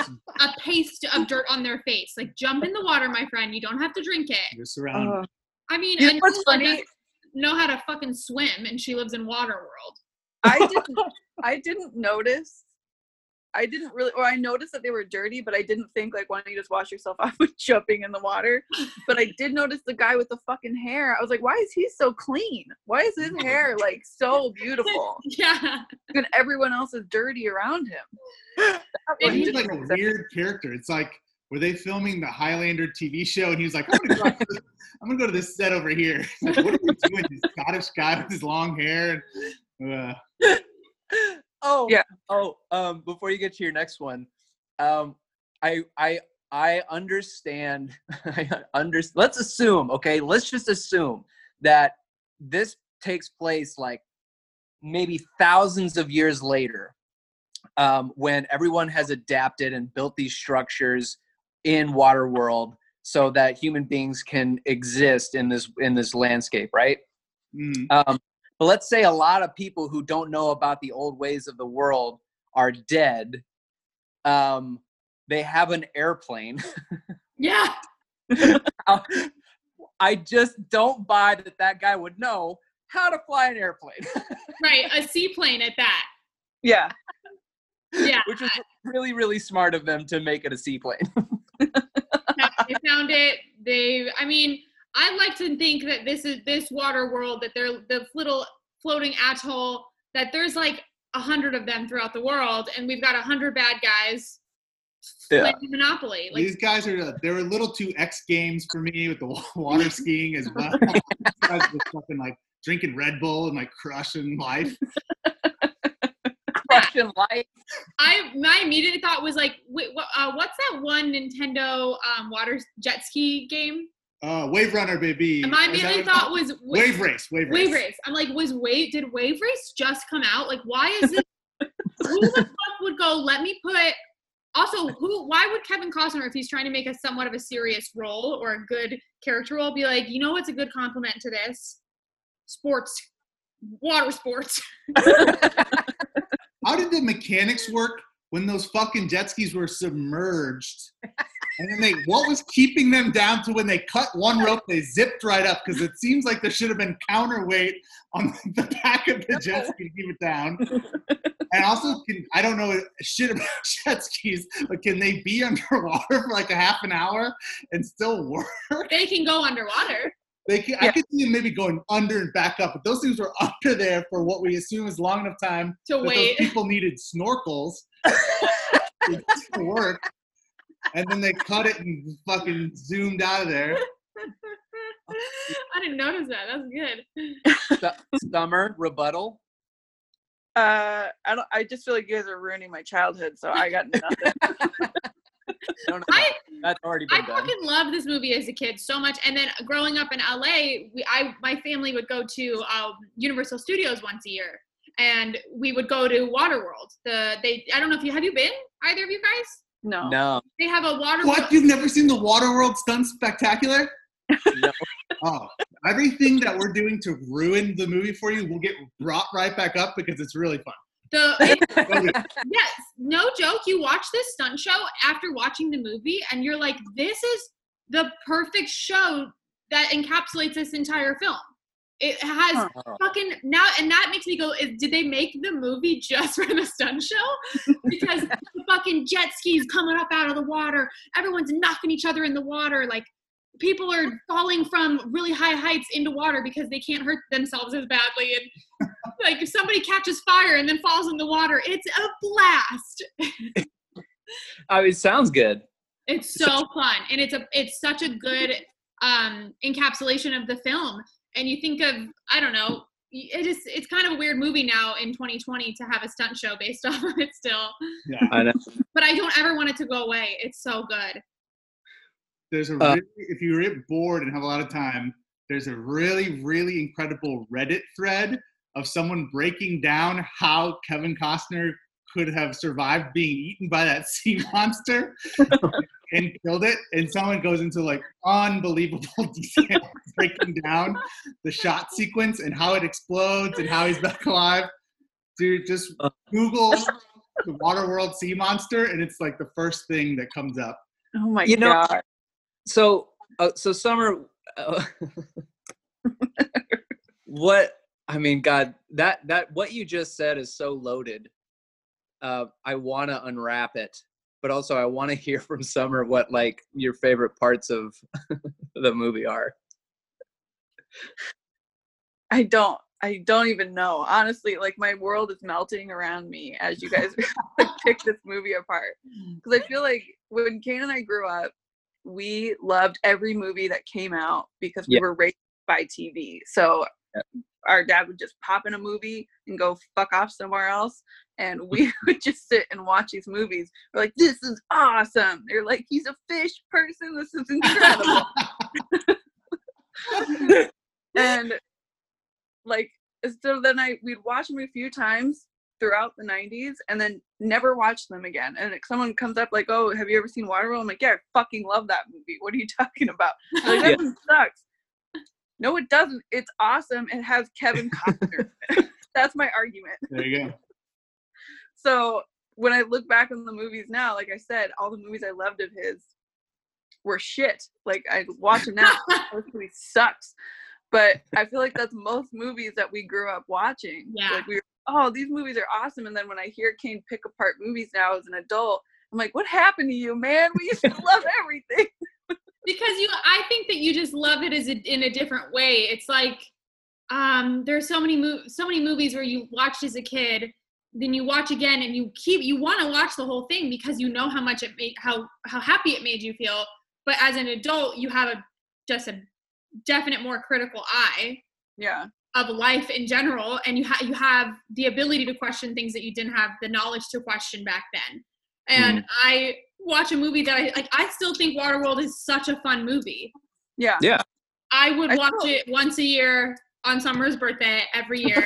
[SPEAKER 3] [LAUGHS]
[SPEAKER 2] a paste of dirt on their face. Like, jump in the water, my friend. You don't have to drink it.
[SPEAKER 3] You're
[SPEAKER 2] Oh,
[SPEAKER 3] surrounded.
[SPEAKER 4] uh,
[SPEAKER 2] I mean,
[SPEAKER 4] You know
[SPEAKER 2] and
[SPEAKER 4] what's
[SPEAKER 2] Lula [LAUGHS]
[SPEAKER 4] funny? [LAUGHS]
[SPEAKER 2] doesn't know how to fucking swim, and she lives in water world.
[SPEAKER 4] I didn't. I didn't notice. I didn't really, or I noticed that they were dirty, but I didn't think like, why don't you just wash yourself [LAUGHS] off with jumping in the water? But I did notice the guy with the fucking hair. I was like, why is he so clean? Why is his hair like so beautiful?
[SPEAKER 2] yeah.
[SPEAKER 4] And everyone else is dirty around him. That
[SPEAKER 3] But
[SPEAKER 4] one
[SPEAKER 3] he's
[SPEAKER 4] didn't
[SPEAKER 3] like a
[SPEAKER 4] make sense.
[SPEAKER 3] weird character. It's like, were they filming the Highlander TV show? And he was like, I'm gonna go, to this, I'm gonna go to this set over here. [LAUGHS] Like, what are we doing? This Scottish guy with his long hair. And, uh,
[SPEAKER 1] [LAUGHS] Oh
[SPEAKER 4] Yeah.
[SPEAKER 1] Oh, um, before you get to your next one, um, I I I understand. [LAUGHS] I under. Let's assume. Okay, let's just assume that this takes place like maybe thousands of years later, um, when everyone has adapted and built these structures in water world so that human beings can exist in this in this landscape, right?
[SPEAKER 3] mm,
[SPEAKER 1] Um, but let's say a lot of people who don't know about the old ways of the world are dead. Um, they have an airplane. [LAUGHS]
[SPEAKER 2] Yeah.
[SPEAKER 1] I just don't buy that that guy would know how to fly an airplane,
[SPEAKER 2] Right. A seaplane at that.
[SPEAKER 4] Yeah.
[SPEAKER 2] Yeah.
[SPEAKER 1] [LAUGHS] which is really, really smart of them to make it a seaplane. [LAUGHS]
[SPEAKER 2] they found it. They, I mean, I like to think that this is this water world that they're the little floating atoll that there's like a hundred of them throughout the world, and we've got a hundred bad guys
[SPEAKER 1] Yeah.
[SPEAKER 2] playing Monopoly. Like,
[SPEAKER 3] these guys are uh, they were a little too X Games for me with the wa-
[SPEAKER 2] [LAUGHS]
[SPEAKER 3] [LAUGHS] water skiing as well. These guys were fucking like drinking Red Bull and like crushing life.
[SPEAKER 4] Crushing life.
[SPEAKER 2] I my immediate thought was like, wait, what, uh, what's that one Nintendo um, water jet ski game?
[SPEAKER 3] Uh, Wave Runner, baby.
[SPEAKER 2] And my
[SPEAKER 3] Is that
[SPEAKER 2] immediate
[SPEAKER 3] what-
[SPEAKER 2] thought was
[SPEAKER 3] Wave Race. Wave Race.
[SPEAKER 2] Wave Race. I'm like, was Wave, did Wave Race just come out? Like, why is this? [LAUGHS] who the fuck would go, let me put, also, who, why would Kevin Costner, if he's trying to make a somewhat of a serious role or a good character role, be like, you know what's a good compliment to this? Sports, water sports. [LAUGHS]
[SPEAKER 3] How did the mechanics work when those fucking jet skis were submerged? And then they, what was keeping them down to when they cut one rope, they zipped right up? Because it seems like there should have been counterweight on [LAUGHS] the back of the jet ski to keep it down. And also, can, I don't know shit about [LAUGHS] jet skis, but can they be [LAUGHS] underwater for like a half an hour and still work?
[SPEAKER 2] They can go underwater.
[SPEAKER 3] They can, I
[SPEAKER 4] Yeah.
[SPEAKER 3] could see them maybe going under and back up, but those things were [LAUGHS] under there for what we assume is long enough time
[SPEAKER 2] So
[SPEAKER 3] that
[SPEAKER 2] wait,
[SPEAKER 3] those people needed snorkels to work, and then they cut it and fucking zoomed out of there.
[SPEAKER 2] [LAUGHS] I didn't notice that. That's good.
[SPEAKER 1] Su- Summer rebuttal.
[SPEAKER 4] Uh, I don't. I just feel like you guys are ruining my childhood, so I got nothing.
[SPEAKER 1] No, no, no,
[SPEAKER 2] I,
[SPEAKER 1] that's already
[SPEAKER 2] I
[SPEAKER 1] been done.
[SPEAKER 2] fucking loved this movie as a kid so much. And then growing up in LA, we, I my family would go to um, Universal Studios once a year, and we would go to Waterworld. The they I don't know if you have you been either of you guys.
[SPEAKER 4] [LAUGHS] no.
[SPEAKER 1] No,
[SPEAKER 2] They have a water.
[SPEAKER 3] What? You've never seen the Waterworld stunt spectacular?
[SPEAKER 1] No.
[SPEAKER 3] Oh, everything that we're doing to ruin the movie for you will get brought right back up because it's really fun.
[SPEAKER 2] The [LAUGHS]
[SPEAKER 3] Go do it.
[SPEAKER 2] yes, no joke. You watch this stunt show after watching the movie, and you're like, this is the perfect show that encapsulates this entire film. It has
[SPEAKER 1] Huh.
[SPEAKER 2] fucking now, and that makes me go, is, did they make the movie just [LAUGHS] for the stunt show? Because the fucking jet skis coming up out of the water, everyone's knocking each other in the water, like. People are falling from really high heights into water because they can't hurt themselves as badly, and like if somebody catches fire and then falls in the water, it's a blast.
[SPEAKER 1] I mean, it sounds good.
[SPEAKER 2] It's so fun, and it's a it's such a good um, encapsulation of the film. And you think of I don't know, y- it is it's kind of a weird movie now in 2020 to have a stunt show based [LAUGHS] off of it still.
[SPEAKER 3] Yeah,
[SPEAKER 1] I know.
[SPEAKER 2] But I don't ever want it to go away. It's so good.
[SPEAKER 3] there's a
[SPEAKER 1] Uh,
[SPEAKER 3] really, if you get bored and have a lot of time, there's a really really incredible Reddit thread of someone breaking down how Kevin Costner could have survived being eaten by that [LAUGHS] sea monster and killed it. And someone goes into like unbelievable [LAUGHS] detail breaking down the shot sequence and how it explodes and how he's back alive. Dude, just Google the Waterworld sea monster and it's like the first thing that comes up.
[SPEAKER 4] Oh my
[SPEAKER 1] You know-
[SPEAKER 4] god.
[SPEAKER 1] so uh, so summer uh, [LAUGHS] what i mean god that that what you just said is so loaded uh, I want to unwrap it, but also I want to [LAUGHS] hear from Summer what like your favorite parts of [LAUGHS] the movie are.
[SPEAKER 4] I don't. I don't even know. Honestly, like my world is melting around me as you guys [LAUGHS] pick this movie apart. Because I feel like when Kane and I grew up, we loved every movie that came out because we
[SPEAKER 1] Yeah.
[SPEAKER 4] were raised by TV. So our dad would just pop in a movie and go fuck off somewhere else. And we [LAUGHS] would just sit and watch these movies. We're like, this is awesome. They're like, he's a fish person. This is incredible. [LAUGHS] and like so then I we'd watch them a few times throughout the 90s and then never watch them again. And if someone comes up like, "Oh, have you ever seen Waterworld?" I'm like, "Yeah, I fucking love that movie. What are you [LAUGHS] talking about?" They're Like, that
[SPEAKER 1] Yeah.
[SPEAKER 4] one sucks. No, it doesn't. It's awesome. It has Kevin Costner. [LAUGHS] That's my argument.
[SPEAKER 3] There you go.
[SPEAKER 4] So when I look back on the movies now, like I said, all the movies I loved of his were shit. Like I watch them now, this movie sucks. But I feel like that's most movies that we grew up watching.
[SPEAKER 2] Yeah.
[SPEAKER 4] Like we were, oh, these movies are awesome. And then when I hear Kane pick apart movies now as an adult, I'm like, what happened to you, man? We used to love everything. [LAUGHS]
[SPEAKER 2] because you i think that you just love it as a, in a different way it's like um there's so many mo- so many movies where you watched as a kid then you watch again and you keep you want to watch the whole thing because you know how much it made how how happy it made you feel but as an adult you have a just a definite more critical eye
[SPEAKER 4] Yeah.
[SPEAKER 2] of life in general and you ha- you have the ability to question things that you didn't have the knowledge to question back then
[SPEAKER 4] Mm.
[SPEAKER 2] and i watch a movie that i like i still think waterworld is such a fun movie
[SPEAKER 4] Yeah.
[SPEAKER 2] I would
[SPEAKER 4] I
[SPEAKER 2] watch
[SPEAKER 4] know.
[SPEAKER 2] it once a year on Summer's birthday
[SPEAKER 4] [LAUGHS]
[SPEAKER 2] every year.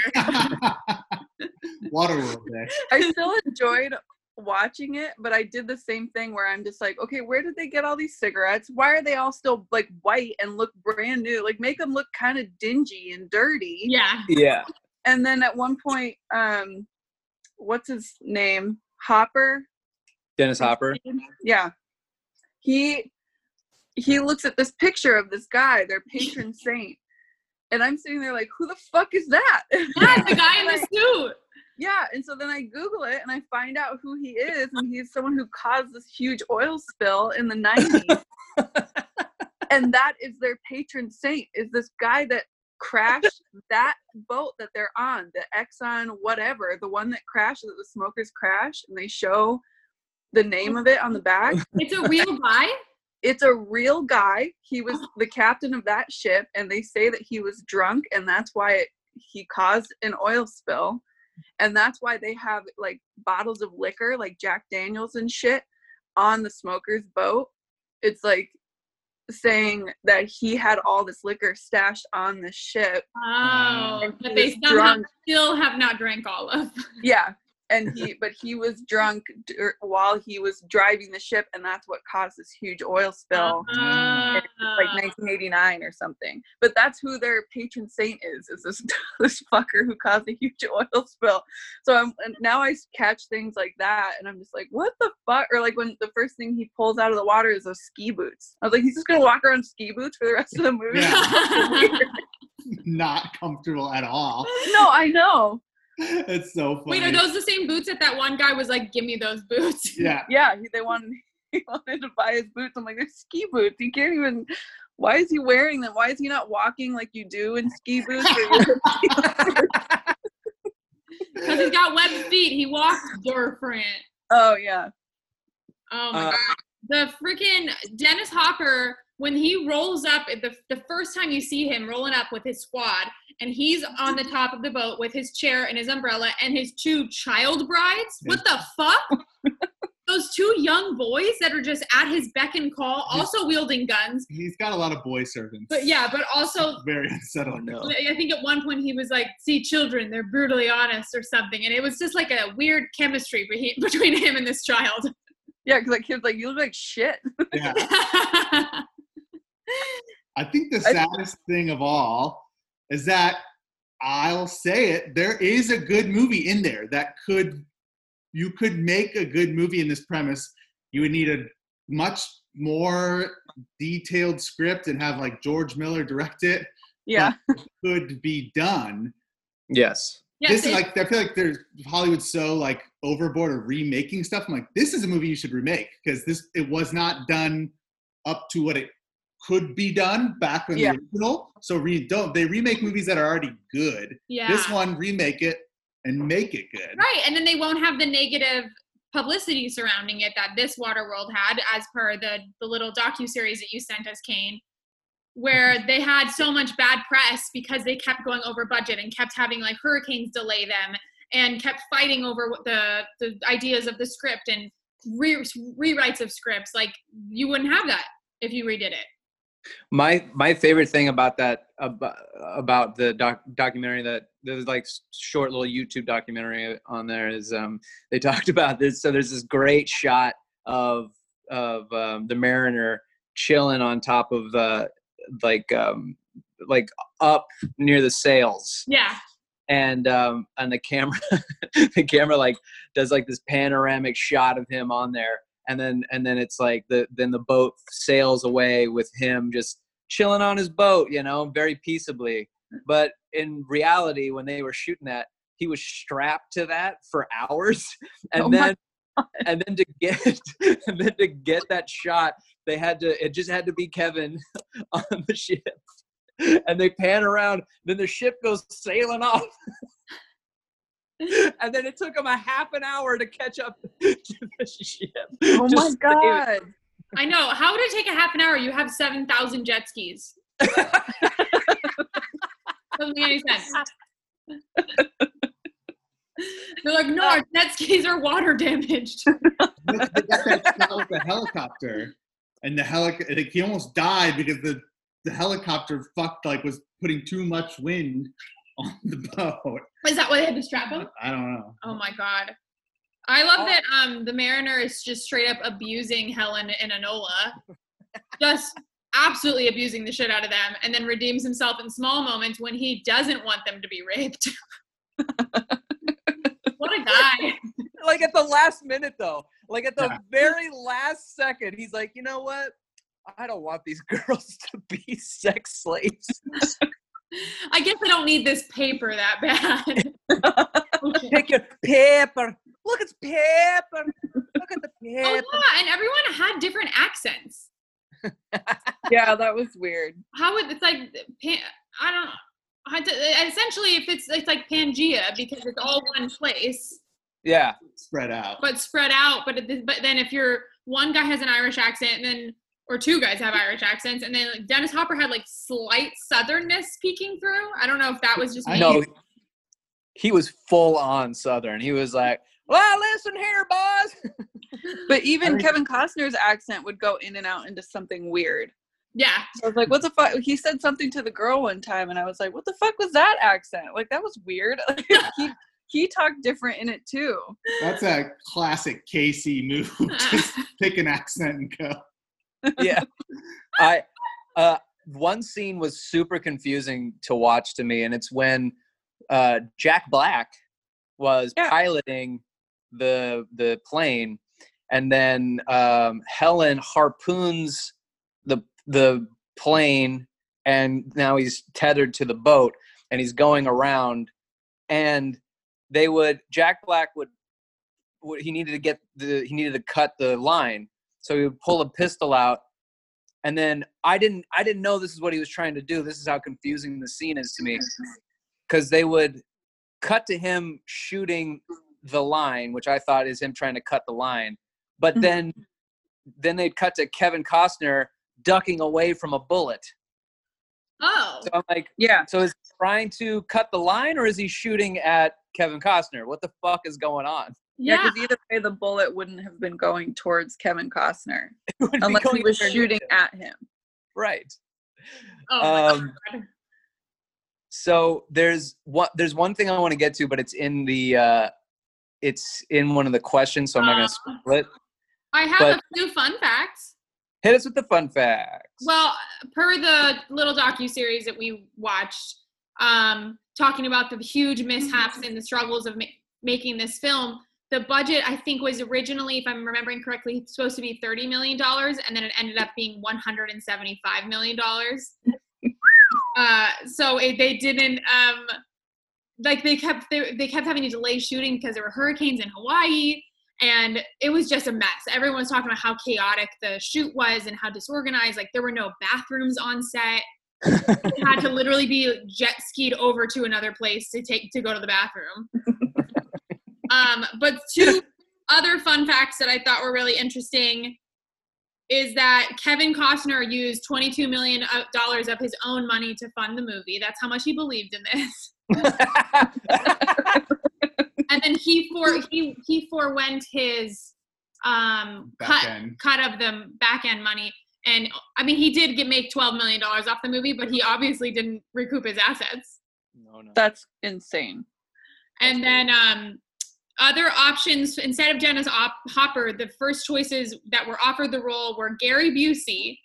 [SPEAKER 3] [LAUGHS] Waterworld Day.
[SPEAKER 4] I still enjoyed watching it, but I did the same thing where I'm just like, okay, where did they get all these cigarettes? Why are they all still like white and look brand new? Like make them look kind of dingy and dirty.
[SPEAKER 2] yeah.
[SPEAKER 1] Yeah.
[SPEAKER 4] And then at one point, um, what's his name? Hopper.
[SPEAKER 1] Dennis Hopper.
[SPEAKER 4] Yeah. He he looks at this picture of this guy, their patron saint. And I'm sitting there like, who the fuck is that? [LAUGHS]
[SPEAKER 2] Yeah, the guy in the suit.
[SPEAKER 4] Yeah, and so then I Google it and I find out who he is, and he's someone who caused this huge oil spill in the 90s. and that is their patron saint, is this guy that crashed that boat that they're on, the Exxon, whatever, the one that crashes, the smokers crash, and they show the name of it on the back.
[SPEAKER 2] It's a real guy.
[SPEAKER 4] It's a real guy.
[SPEAKER 2] Oh.
[SPEAKER 4] He was the captain of that ship, and they say that he was drunk, and that's why it, he caused an oil spill. And that's why they have like bottles of liquor, like Jack Daniels and shit, on the smoker's boat. It's like saying that he had all this liquor stashed on the ship.
[SPEAKER 2] Oh,
[SPEAKER 4] and
[SPEAKER 2] but
[SPEAKER 4] Mm. he
[SPEAKER 2] they
[SPEAKER 4] was
[SPEAKER 2] somehow still have not drank all of.
[SPEAKER 4] Yeah. And he, but he was drunk dur- while he was driving the ship, and that's what caused this huge oil spill.
[SPEAKER 2] Oh.
[SPEAKER 4] Mm. like
[SPEAKER 2] [LAUGHS]
[SPEAKER 4] 1989 or something. But that's who their patron saint is. Is this [LAUGHS] this fucker who caused a huge [LAUGHS] oil spill? So I'm and now I catch things like that, and I'm just like, what the fuck? Or like when the first thing he pulls out of the water is those ski boots. I was like, he's just gonna walk around ski boots for the rest of the movie.
[SPEAKER 3] Yeah. Not comfortable at all.
[SPEAKER 4] [LAUGHS] no, I know.
[SPEAKER 3] It's so funny.
[SPEAKER 2] Wait, are those the same boots that that one guy was like, give me those boots?
[SPEAKER 3] yeah.
[SPEAKER 4] Yeah, he, they wanted [LAUGHS] he wanted to buy his boots. I'm like, they're ski boots. He can't even. Why is he wearing them? Why is he not walking like you do in ski boots? Or you
[SPEAKER 2] Because he's got webbed feet. He walks different.
[SPEAKER 4] oh yeah,
[SPEAKER 2] Oh my
[SPEAKER 1] Uh,
[SPEAKER 2] god. The freaking Dennis Hopper when he rolls up the the first time you see him rolling up with his squad and he's on the top of the boat with his chair and his umbrella and his two child brides. What the fuck? [LAUGHS] Those two young boys that are just at his beck and call, also wielding guns.
[SPEAKER 3] He's got a lot of boy servants.
[SPEAKER 2] But yeah, but also
[SPEAKER 3] Very unsettling.
[SPEAKER 1] no.
[SPEAKER 2] I think at one point he was like, "See, children, they're brutally honest" or something, and it was just like a weird chemistry behe- between him and this child. [LAUGHS]
[SPEAKER 4] yeah. Because that kid's like, you look like shit.
[SPEAKER 3] [LAUGHS] Yeah. I think the
[SPEAKER 4] I-
[SPEAKER 3] saddest thing of all is that I'll say it, there is a good movie in there that could you could make a good movie in this premise. You would need a much more detailed script and have like George Miller direct it.
[SPEAKER 4] Yeah.
[SPEAKER 3] Could be done.
[SPEAKER 1] Yes.
[SPEAKER 2] yes,
[SPEAKER 3] this is
[SPEAKER 2] it-
[SPEAKER 3] like I feel like there's Hollywood's so like overboard or remaking stuff. I'm like, this is a movie you should remake because this it was not done up to what it could be done back in
[SPEAKER 4] Yeah.
[SPEAKER 3] the original. So re- don't they remake movies that are already good?
[SPEAKER 2] Yeah.
[SPEAKER 3] This one remake it and make it good.
[SPEAKER 2] Right, and then they won't have the negative publicity surrounding it that this Waterworld had, as per the the little docu series that you sent us, Kane, where they had so much bad press because they kept going over budget and kept having like hurricanes delay them and kept fighting over what the the ideas of the script and re- rewrites of scripts. Like you wouldn't have that if you redid it.
[SPEAKER 1] my my favorite thing about that about, about the doc, documentary that there's like s- short little YouTube documentary on there is um they [LAUGHS] talked about this so there's this great shot of of um, the mariner chilling on top of uh like um like up near the sails
[SPEAKER 2] Yeah,
[SPEAKER 1] and um and the camera [LAUGHS] the camera like does like this panoramic shot of him on there and then and then it's like the then the boat sails away with him just chilling on his boat you know very peaceably but in reality when they were shooting that he was strapped to that for hours [LAUGHS] and
[SPEAKER 4] Oh my
[SPEAKER 1] then and then to get [LAUGHS] and then to get that shot they had to it just had to be kevin [LAUGHS] on the ship [LAUGHS] and they pan around then the ship goes sailing off [LAUGHS] and then it took them a half an hour to catch up [LAUGHS] to the ship.
[SPEAKER 4] Oh my [LAUGHS]
[SPEAKER 1] Just sailing.
[SPEAKER 4] god.
[SPEAKER 2] I know. How would it take a half an hour? You have seven thousand jet skis. Doesn't make any sense. They're like, no, our jet skis are water damaged.
[SPEAKER 3] They got that shot with the helicopter, and the helicopter he almost died because the the helicopter fucked like was putting too much wind on the [LAUGHS] boat.
[SPEAKER 2] Is that why they had to strap them?
[SPEAKER 3] I don't know.
[SPEAKER 2] Oh my god. I love that um the Mariner is just straight up abusing Helen and Anola. Just absolutely abusing the shit out of them and then redeems himself in small moments when he doesn't want them to be raped. [LAUGHS] what a guy.
[SPEAKER 1] Like at the last minute, though. Like at the
[SPEAKER 3] Yeah.
[SPEAKER 1] very last second, he's like, you know what? I don't want these [LAUGHS] girls to be sex slaves.
[SPEAKER 2] I guess I don't need this paper that [LAUGHS] bad. Oh, Okay.
[SPEAKER 1] Pick your paper. Look, it's paper. Look at the
[SPEAKER 2] Oh
[SPEAKER 1] paper.
[SPEAKER 2] yeah, and everyone had different accents.
[SPEAKER 4] Yeah, that was weird.
[SPEAKER 2] how would it's like pan, I don't know. How to- essentially, if it's it's like Pangea because it's all one place
[SPEAKER 1] Yeah.
[SPEAKER 3] Spread out.
[SPEAKER 2] but spread out. But it, but then if you're one guy has an Irish accent, and then or two guys have Irish accents, and then like, Dennis Hopper had like slight southernness peeking through. I don't know if that was just
[SPEAKER 3] I
[SPEAKER 2] me.
[SPEAKER 1] No, he was full on Southern. He was like, well, listen here, boys.
[SPEAKER 4] But even
[SPEAKER 3] mean-
[SPEAKER 4] Kevin Costner's accent would go in and out into something weird.
[SPEAKER 2] Yeah, [LAUGHS]
[SPEAKER 4] I was like, what the fuck? He said something to the girl one time, and I was like, what the fuck was that accent? Like, that was weird. [LAUGHS] Like, he, he talked different in it too.
[SPEAKER 3] That's a classic KC move. [LAUGHS]
[SPEAKER 2] [LAUGHS]
[SPEAKER 3] Just pick an accent and go.
[SPEAKER 1] yeah. I uh one scene was super confusing to watch to me and it's when uh Jack Black was
[SPEAKER 4] Yeah.
[SPEAKER 1] piloting the the plane and then um Helen harpoons the the plane and now he's tethered to the boat and he's going around and they would Jack Black would would- he needed to get the he needed to cut the line so he would pull a pistol out and then i didn't i didn't know this is what he was trying to do this is how confusing the scene is to me because they would cut to him shooting the line which i thought is him trying to cut the line but
[SPEAKER 4] Mhm.
[SPEAKER 1] then then they'd cut to kevin costner ducking away from a bullet
[SPEAKER 2] Oh,
[SPEAKER 1] so i'm like
[SPEAKER 4] Yeah.
[SPEAKER 1] so is he trying to cut the line or is he shooting at kevin costner what the fuck is going on [LAUGHS]
[SPEAKER 4] Yeah,
[SPEAKER 2] yeah.
[SPEAKER 4] because either way, the bullet wouldn't have been going towards Kevin Costner
[SPEAKER 1] It would be
[SPEAKER 4] unless he
[SPEAKER 1] going
[SPEAKER 4] was
[SPEAKER 1] there-
[SPEAKER 4] shooting at him.
[SPEAKER 1] right
[SPEAKER 2] Oh, my
[SPEAKER 1] um,
[SPEAKER 2] God.
[SPEAKER 1] so there's one there's one thing I want to get to, but it's in the uh, it's in one of the questions, so I'm not
[SPEAKER 2] Uh,
[SPEAKER 1] gonna spoil it.
[SPEAKER 2] I have
[SPEAKER 1] but-
[SPEAKER 2] a few fun facts.
[SPEAKER 1] Hit us with the fun facts.
[SPEAKER 2] Well, per the little docu series that we watched, um, talking about the huge mishaps and the struggles of ma- making this film, the budget I think was originally, if I'm remembering correctly, supposed to be thirty million dollars, and then it ended up being one hundred and
[SPEAKER 1] [LAUGHS]
[SPEAKER 2] seventy-five million dollars. uh, so it, they didn't. Um, like they kept they, they kept having to delay shooting because there were hurricanes in Hawaii and it was just a mess. Everyone was talking about how chaotic the shoot was and how disorganized. Like there were no bathrooms on set. You had to literally be jet skied over to another place to take to go to the bathroom. um, but two other fun facts that I thought were really interesting is that Kevin Costner used 22 million uh, dollars of his own money to fund the movie. That's how much he believed in this. and then he for he he forewent his um
[SPEAKER 3] Back
[SPEAKER 2] cut
[SPEAKER 3] end.
[SPEAKER 2] cut of the back end money and i mean he did get make 12 million dollars off the movie but he obviously didn't recoup his assets
[SPEAKER 1] [LAUGHS] No, no.
[SPEAKER 4] That's insane.
[SPEAKER 2] and then um other options instead of Dennis Op- Hopper, the first choices that were offered the role were Gary Busey.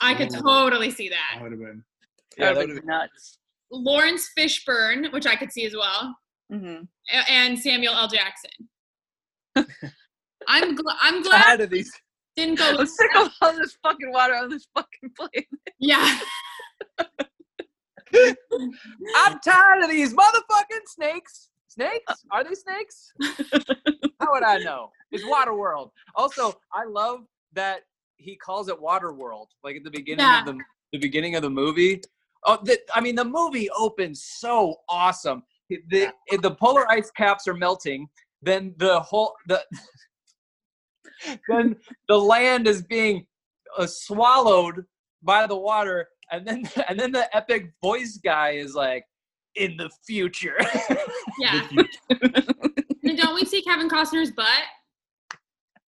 [SPEAKER 2] I could
[SPEAKER 3] Ooh.
[SPEAKER 2] totally see
[SPEAKER 3] I
[SPEAKER 2] that.
[SPEAKER 3] would have been.
[SPEAKER 1] Yeah,
[SPEAKER 4] that would
[SPEAKER 1] [LAUGHS]
[SPEAKER 4] be nuts.
[SPEAKER 2] Lawrence Fishburne, which I could see as well.
[SPEAKER 4] hmm
[SPEAKER 2] a- and Samuel L. Jackson. I'm gl- I'm glad
[SPEAKER 1] Out of these.
[SPEAKER 2] it didn't
[SPEAKER 4] [LAUGHS]
[SPEAKER 2] go.
[SPEAKER 4] I'm sick of all this fucking water on this fucking plane.
[SPEAKER 2] Yeah,
[SPEAKER 1] I'm tired of these motherfucking snakes. Snakes? Are they snakes? How would I know? It's Waterworld. Also, I love that he calls it Waterworld. Like at the beginning
[SPEAKER 2] Yeah.
[SPEAKER 1] of the the beginning of the movie. Oh, the, I mean, the movie opens so awesome. The the polar ice caps are melting. Then the whole the then the land is being uh, swallowed by the water and then and then the epic voice guy is like in the future [LAUGHS]
[SPEAKER 3] [LAUGHS]
[SPEAKER 2] yeah. and don't we see Kevin Costner's butt?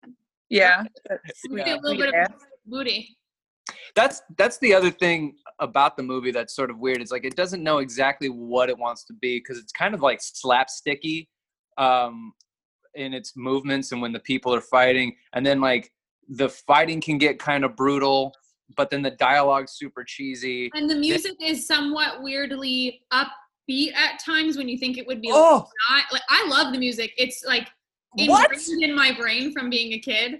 [SPEAKER 4] [LAUGHS] Yeah.
[SPEAKER 2] We see a little bit of booty.
[SPEAKER 1] that's that's the other thing about the movie that's sort of weird it's like it doesn't know exactly what it wants to be because it's kind of like slapsticky um in its movements and when the people are fighting and then like the fighting can get kind of brutal but then the dialogue's super cheesy
[SPEAKER 2] And the music is somewhat weirdly upbeat at times when you think it would be
[SPEAKER 1] oh
[SPEAKER 2] not. Like I love the music. It's like ingrained
[SPEAKER 1] what
[SPEAKER 2] in my brain from being a kid.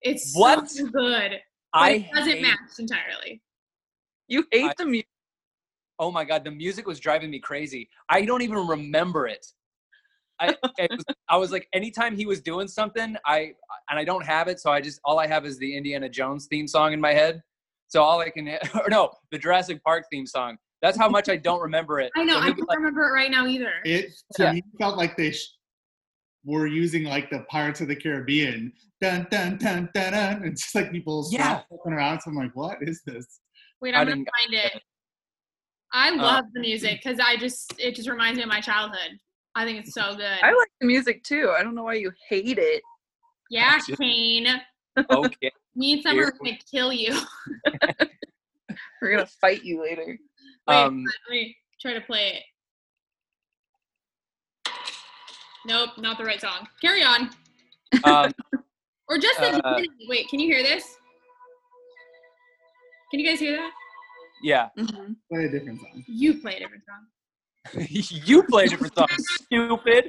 [SPEAKER 2] It's
[SPEAKER 1] What?
[SPEAKER 2] so good. but
[SPEAKER 1] i
[SPEAKER 2] it doesn't
[SPEAKER 1] hate-
[SPEAKER 2] match entirely.
[SPEAKER 4] You
[SPEAKER 1] I-
[SPEAKER 4] hate the music.
[SPEAKER 1] oh my god the music was driving me crazy i don't even remember it i [LAUGHS] it was, i was like anytime he was doing something i and i don't have it so i just all i have is the indiana jones theme song in my head so all i can [LAUGHS] or no the jurassic park theme song that's how much i don't remember it
[SPEAKER 2] I know.
[SPEAKER 1] So
[SPEAKER 2] I
[SPEAKER 1] he'll be
[SPEAKER 2] don't
[SPEAKER 1] like,
[SPEAKER 2] remember it right now either. [LAUGHS]
[SPEAKER 3] It to
[SPEAKER 1] Yeah.
[SPEAKER 3] me felt like they sh- were using like the Pirates of the Caribbean. Dun dun dun dun dun. It's just like people
[SPEAKER 1] Yeah.
[SPEAKER 3] walking around. So I'm like, what is this?
[SPEAKER 2] Wait,
[SPEAKER 1] I
[SPEAKER 2] I'm gonna
[SPEAKER 1] didn't
[SPEAKER 2] find it. I
[SPEAKER 1] Uh,
[SPEAKER 2] love the music because I just it just reminds me of my childhood. I think
[SPEAKER 1] [LAUGHS]
[SPEAKER 2] it's so good.
[SPEAKER 4] I like the music too. I don't know why you hate it.
[SPEAKER 2] yeah,
[SPEAKER 1] Gotcha.
[SPEAKER 2] Kane. [LAUGHS]
[SPEAKER 1] okay
[SPEAKER 2] Me and Summer are
[SPEAKER 1] Here.
[SPEAKER 2] gonna kill you. Wait,
[SPEAKER 4] We're gonna fight you later.
[SPEAKER 1] um
[SPEAKER 2] let me try to play it. Nope, not the right song. Carry on. [LAUGHS]
[SPEAKER 1] um
[SPEAKER 2] Or just the
[SPEAKER 1] Uh,
[SPEAKER 2] beginning. Wait, can you hear this? Can you guys hear that?
[SPEAKER 1] yeah [LAUGHS]
[SPEAKER 4] Mhm.
[SPEAKER 3] Play a different song.
[SPEAKER 2] You play a different song. [LAUGHS]
[SPEAKER 1] you played it for something stupid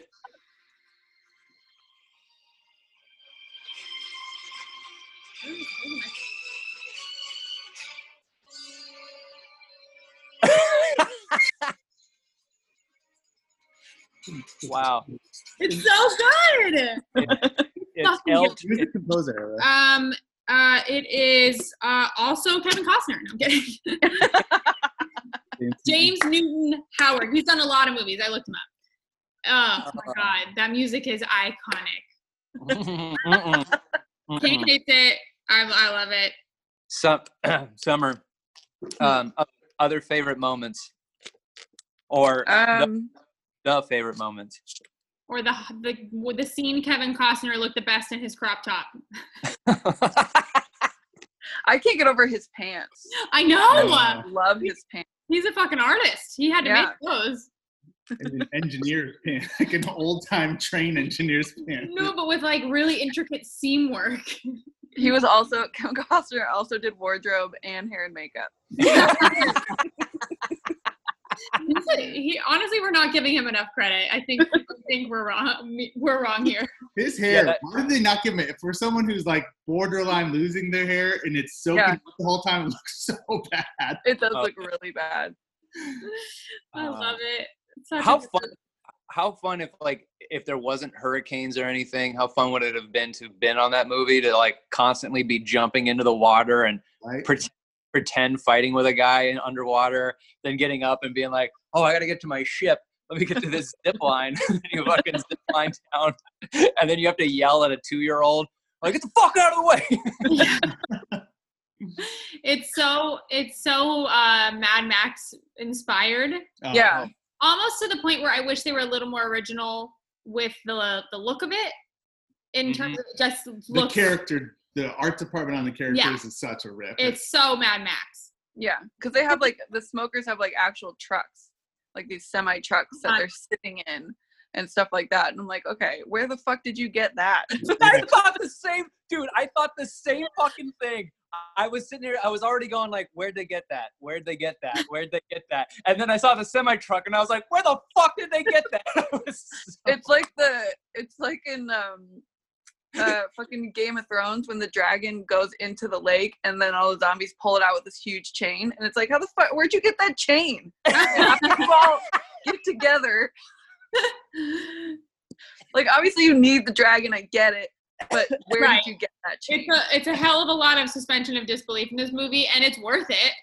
[SPEAKER 2] Ooh, ooh, my-
[SPEAKER 1] wow
[SPEAKER 2] It's so good. [LAUGHS]
[SPEAKER 1] it's
[SPEAKER 2] Fucking
[SPEAKER 1] El-
[SPEAKER 3] Who's the composer?
[SPEAKER 2] Um, uh, it is uh, also Kevin Costner. No, I'm kidding. [LAUGHS] James Newton Howard. He's done a lot of movies. I looked him up. Oh my god, that music is iconic.
[SPEAKER 1] [LAUGHS] Mm-mm.
[SPEAKER 2] Kane hates it. I, I love it.
[SPEAKER 1] Some, [CLEARS THROAT] summer. Um, o- other favorite moments, or
[SPEAKER 4] Um,
[SPEAKER 1] the favorite
[SPEAKER 2] [LAUGHS]
[SPEAKER 1] moments. [LAUGHS]
[SPEAKER 2] Or the the the scene Kevin Costner looked the best in his crop top.
[SPEAKER 4] I can't get over his pants.
[SPEAKER 2] I know. uh,
[SPEAKER 3] Yeah.
[SPEAKER 4] Love his pants.
[SPEAKER 2] He's a fucking artist. He had to
[SPEAKER 4] Yeah.
[SPEAKER 2] make those.
[SPEAKER 3] It's an engineer's pin, [LAUGHS] like an old time train engineer's pin.
[SPEAKER 2] No, but with like really intricate seam work. [LAUGHS]
[SPEAKER 4] He was also [LAUGHS] Kevin Costner also did wardrobe and hair and makeup.
[SPEAKER 2] He's a- he, honestly, we're not giving him enough credit. I think I think we're wrong. We're wrong here.
[SPEAKER 3] His hair.
[SPEAKER 1] that-
[SPEAKER 3] why did they not give him it? For someone who's like borderline losing their hair and it's soaking
[SPEAKER 4] Yeah.
[SPEAKER 3] up the whole time, [LAUGHS] it looks so bad.
[SPEAKER 4] It does
[SPEAKER 1] Oh.
[SPEAKER 4] look really bad.
[SPEAKER 2] I
[SPEAKER 1] Uh,
[SPEAKER 2] love it. Such a
[SPEAKER 1] how
[SPEAKER 2] dis-
[SPEAKER 1] fun how fun if like if there wasn't hurricanes or anything how fun would it have been to have been on that movie to like constantly be jumping into the water and
[SPEAKER 3] Right?
[SPEAKER 1] pretend, pretend fighting with a guy in underwater then getting up and being like oh i gotta get to my ship let me get to this zip line [LAUGHS] you fucking zip line down [LAUGHS] and then you have to yell at a two-year-old like get the fuck out of the way [LAUGHS]
[SPEAKER 2] It's so it's so uh, Mad Max inspired,
[SPEAKER 3] Oh,
[SPEAKER 4] Yeah.
[SPEAKER 3] oh,
[SPEAKER 2] almost to the point where I wish they were a little more original with the the look of it, in terms of it just
[SPEAKER 3] The
[SPEAKER 2] look.
[SPEAKER 3] character, the art department on the characters
[SPEAKER 2] Yeah.
[SPEAKER 3] is such a rip.
[SPEAKER 2] It's so Mad Max.
[SPEAKER 4] Yeah, because they have like the smokers have like actual trucks, like these semi trucks that they're sitting in and stuff like that. And I'm like, okay, where the fuck did you get that?
[SPEAKER 1] I thought the same, dude. I thought the same fucking thing. I was sitting here. I was already going like, "Where'd they get that? Where'd they get that? Where'd they get that?" And then I saw the semi truck, and I was like, "Where the fuck did they get that?" [LAUGHS] I was so-
[SPEAKER 4] it's like the it's like in um uh fucking Game of Thrones when the dragon goes into the lake and then all the zombies pull it out with this huge chain and it's like how the fuck where'd you get that chain? [LAUGHS] How did you all get together. [LAUGHS] like obviously you need the dragon, I get it, but where
[SPEAKER 2] Right.
[SPEAKER 4] did you get that chain?
[SPEAKER 2] It's a it's a hell of a lot of suspension of disbelief in this movie, and it's worth it.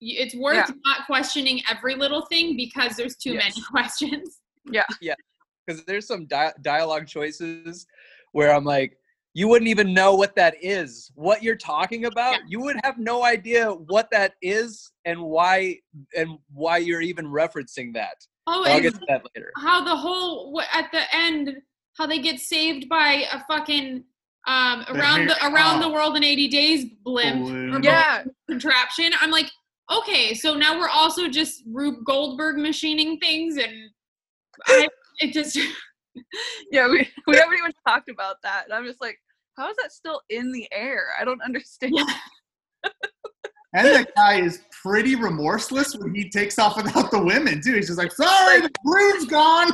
[SPEAKER 2] Y- It's worth
[SPEAKER 4] Yeah.
[SPEAKER 2] not questioning every little thing because there's too many [LAUGHS] questions.
[SPEAKER 1] because there's some dia- dialogue choices where I'm like, you wouldn't even know what that is. What you're talking about, you would have no idea what that is and why and why you're even referencing that.
[SPEAKER 2] Oh,
[SPEAKER 1] But I'll
[SPEAKER 2] and
[SPEAKER 1] get to that
[SPEAKER 2] [LAUGHS]
[SPEAKER 1] later.
[SPEAKER 2] how the whole wh- at the end how they get saved by a fucking um
[SPEAKER 3] The
[SPEAKER 2] around the,
[SPEAKER 3] hair-
[SPEAKER 2] around
[SPEAKER 3] oh.
[SPEAKER 2] the world in 80 days blimp
[SPEAKER 3] Balloon.
[SPEAKER 2] or blimp
[SPEAKER 4] Yeah,
[SPEAKER 2] contraption i'm like okay so now we're also just rube goldberg machining things and I, it just
[SPEAKER 4] yeah, we, we haven't even talked about that. And I'm just like, how is that still in the air? I don't [LAUGHS] understand.
[SPEAKER 3] And that guy is pretty remorseless when he takes off without the women too. He's just like, "Sorry, the broom's gone."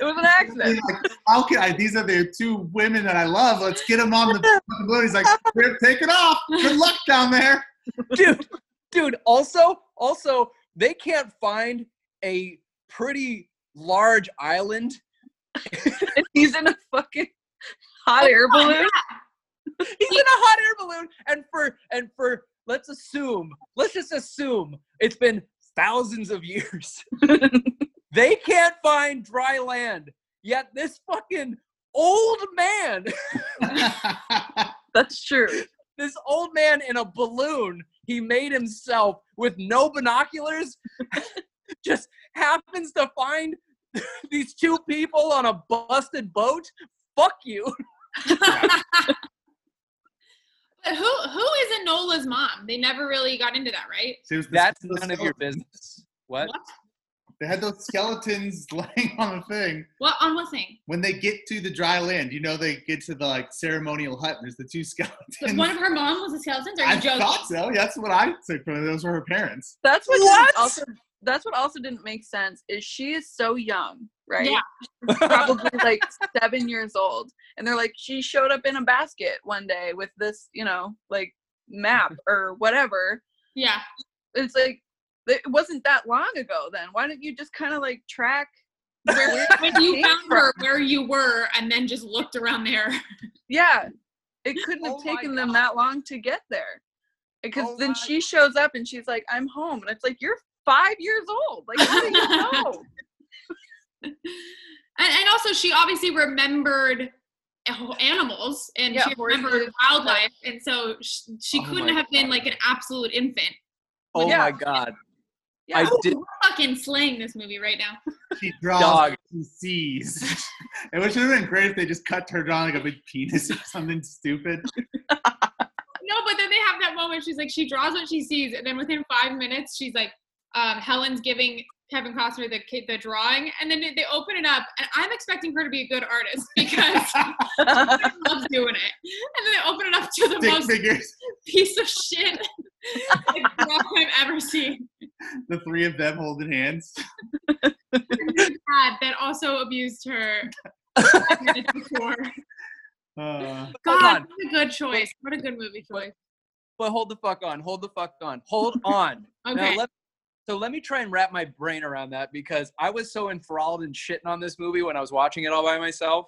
[SPEAKER 4] It was
[SPEAKER 3] He's
[SPEAKER 4] an accident.
[SPEAKER 3] like, "How can I? These are the two women that I love. Let's get them on the fucking balloon." He's like, "Rip, take it off. Good luck down there." [LAUGHS]
[SPEAKER 1] dude dude also also they can't find a pretty large island
[SPEAKER 4] And he's in a fucking hot air balloon.
[SPEAKER 1] he's in a hot air balloon and for and for let's assume let's just assume it's been thousands of years they can't find dry land yet this fucking old man [LAUGHS]
[SPEAKER 4] That's true.
[SPEAKER 1] this old man in a balloon he made himself with no binoculars [LAUGHS] just happens to find [LAUGHS] these two people on a busted boat fuck you
[SPEAKER 2] but who who is enola's mom they never really got into that right
[SPEAKER 3] So it was the-
[SPEAKER 1] that's
[SPEAKER 3] the
[SPEAKER 1] none of your
[SPEAKER 3] skeleton.
[SPEAKER 1] business what
[SPEAKER 2] what
[SPEAKER 3] They had those skeletons [LAUGHS] laying on the thing.
[SPEAKER 2] what on what thing
[SPEAKER 3] When they get to the dry land, you know they get to the like ceremonial hut. And there's the two [LAUGHS] skeletons.
[SPEAKER 2] But one of her mom was a skeleton are you
[SPEAKER 3] I
[SPEAKER 2] joking
[SPEAKER 3] thought so. Yeah, that's what I took from it. Those were her parents.
[SPEAKER 4] That's what,
[SPEAKER 1] What?
[SPEAKER 4] Didn't also that's what also didn't make sense is she is so young, right?
[SPEAKER 2] Yeah.
[SPEAKER 4] Probably like seven years old. And they're like, she showed up in a basket one day with this, you know, like map or whatever.
[SPEAKER 2] yeah
[SPEAKER 4] It's like it wasn't that long ago then. Why don't you just kinda like track
[SPEAKER 2] [LAUGHS]
[SPEAKER 4] where
[SPEAKER 2] when you
[SPEAKER 4] Came
[SPEAKER 2] found her where you were and then just looked around there [LAUGHS]
[SPEAKER 4] Yeah. It couldn't have
[SPEAKER 1] Oh my
[SPEAKER 4] taken them
[SPEAKER 1] God.
[SPEAKER 4] that long to get there. Because
[SPEAKER 1] Oh
[SPEAKER 4] then
[SPEAKER 1] my
[SPEAKER 4] she shows up and she's like, I'm home. And it's like, you're five years old. Like, how do you know?
[SPEAKER 1] [LAUGHS]
[SPEAKER 2] and, and also she obviously remembered a- animals and
[SPEAKER 4] Yeah,
[SPEAKER 2] she remembered
[SPEAKER 4] horses,
[SPEAKER 2] wildlife and so she, she
[SPEAKER 1] Oh
[SPEAKER 2] couldn't
[SPEAKER 1] my
[SPEAKER 2] have been
[SPEAKER 1] God.
[SPEAKER 2] like an absolute infant
[SPEAKER 1] oh
[SPEAKER 4] Yeah.
[SPEAKER 1] my god
[SPEAKER 4] Yeah.
[SPEAKER 1] i did
[SPEAKER 2] We're fucking slaying this movie right now [LAUGHS]
[SPEAKER 3] She draws
[SPEAKER 1] Dog.
[SPEAKER 3] what she sees. [LAUGHS] it would have been great if they just cut her drawing like a big penis or [LAUGHS] something stupid.
[SPEAKER 2] no but then they have that moment she's like she draws what she sees and then within five minutes she's like um, helen's giving kevin costner the ki- the drawing and then they open it up and i'm expecting her to be a good artist [LAUGHS] because
[SPEAKER 1] [LAUGHS]
[SPEAKER 2] she loves doing it and then they open it up to [LAUGHS] the
[SPEAKER 3] Stick
[SPEAKER 2] most
[SPEAKER 3] figures.
[SPEAKER 2] piece of shit [LAUGHS] drawing I've ever seen.
[SPEAKER 3] The three of them holding hands.
[SPEAKER 2] Dad that also abused her five minutes before.
[SPEAKER 3] Uh,
[SPEAKER 1] [LAUGHS] Hold
[SPEAKER 2] God,
[SPEAKER 1] on.
[SPEAKER 2] what a good choice. What a good movie choice.
[SPEAKER 1] but hold the fuck on hold the fuck on hold on
[SPEAKER 2] Okay.
[SPEAKER 1] now let, So let me try and wrap my brain around that because I was so enthralled and shitting on this movie when I was watching it all by myself.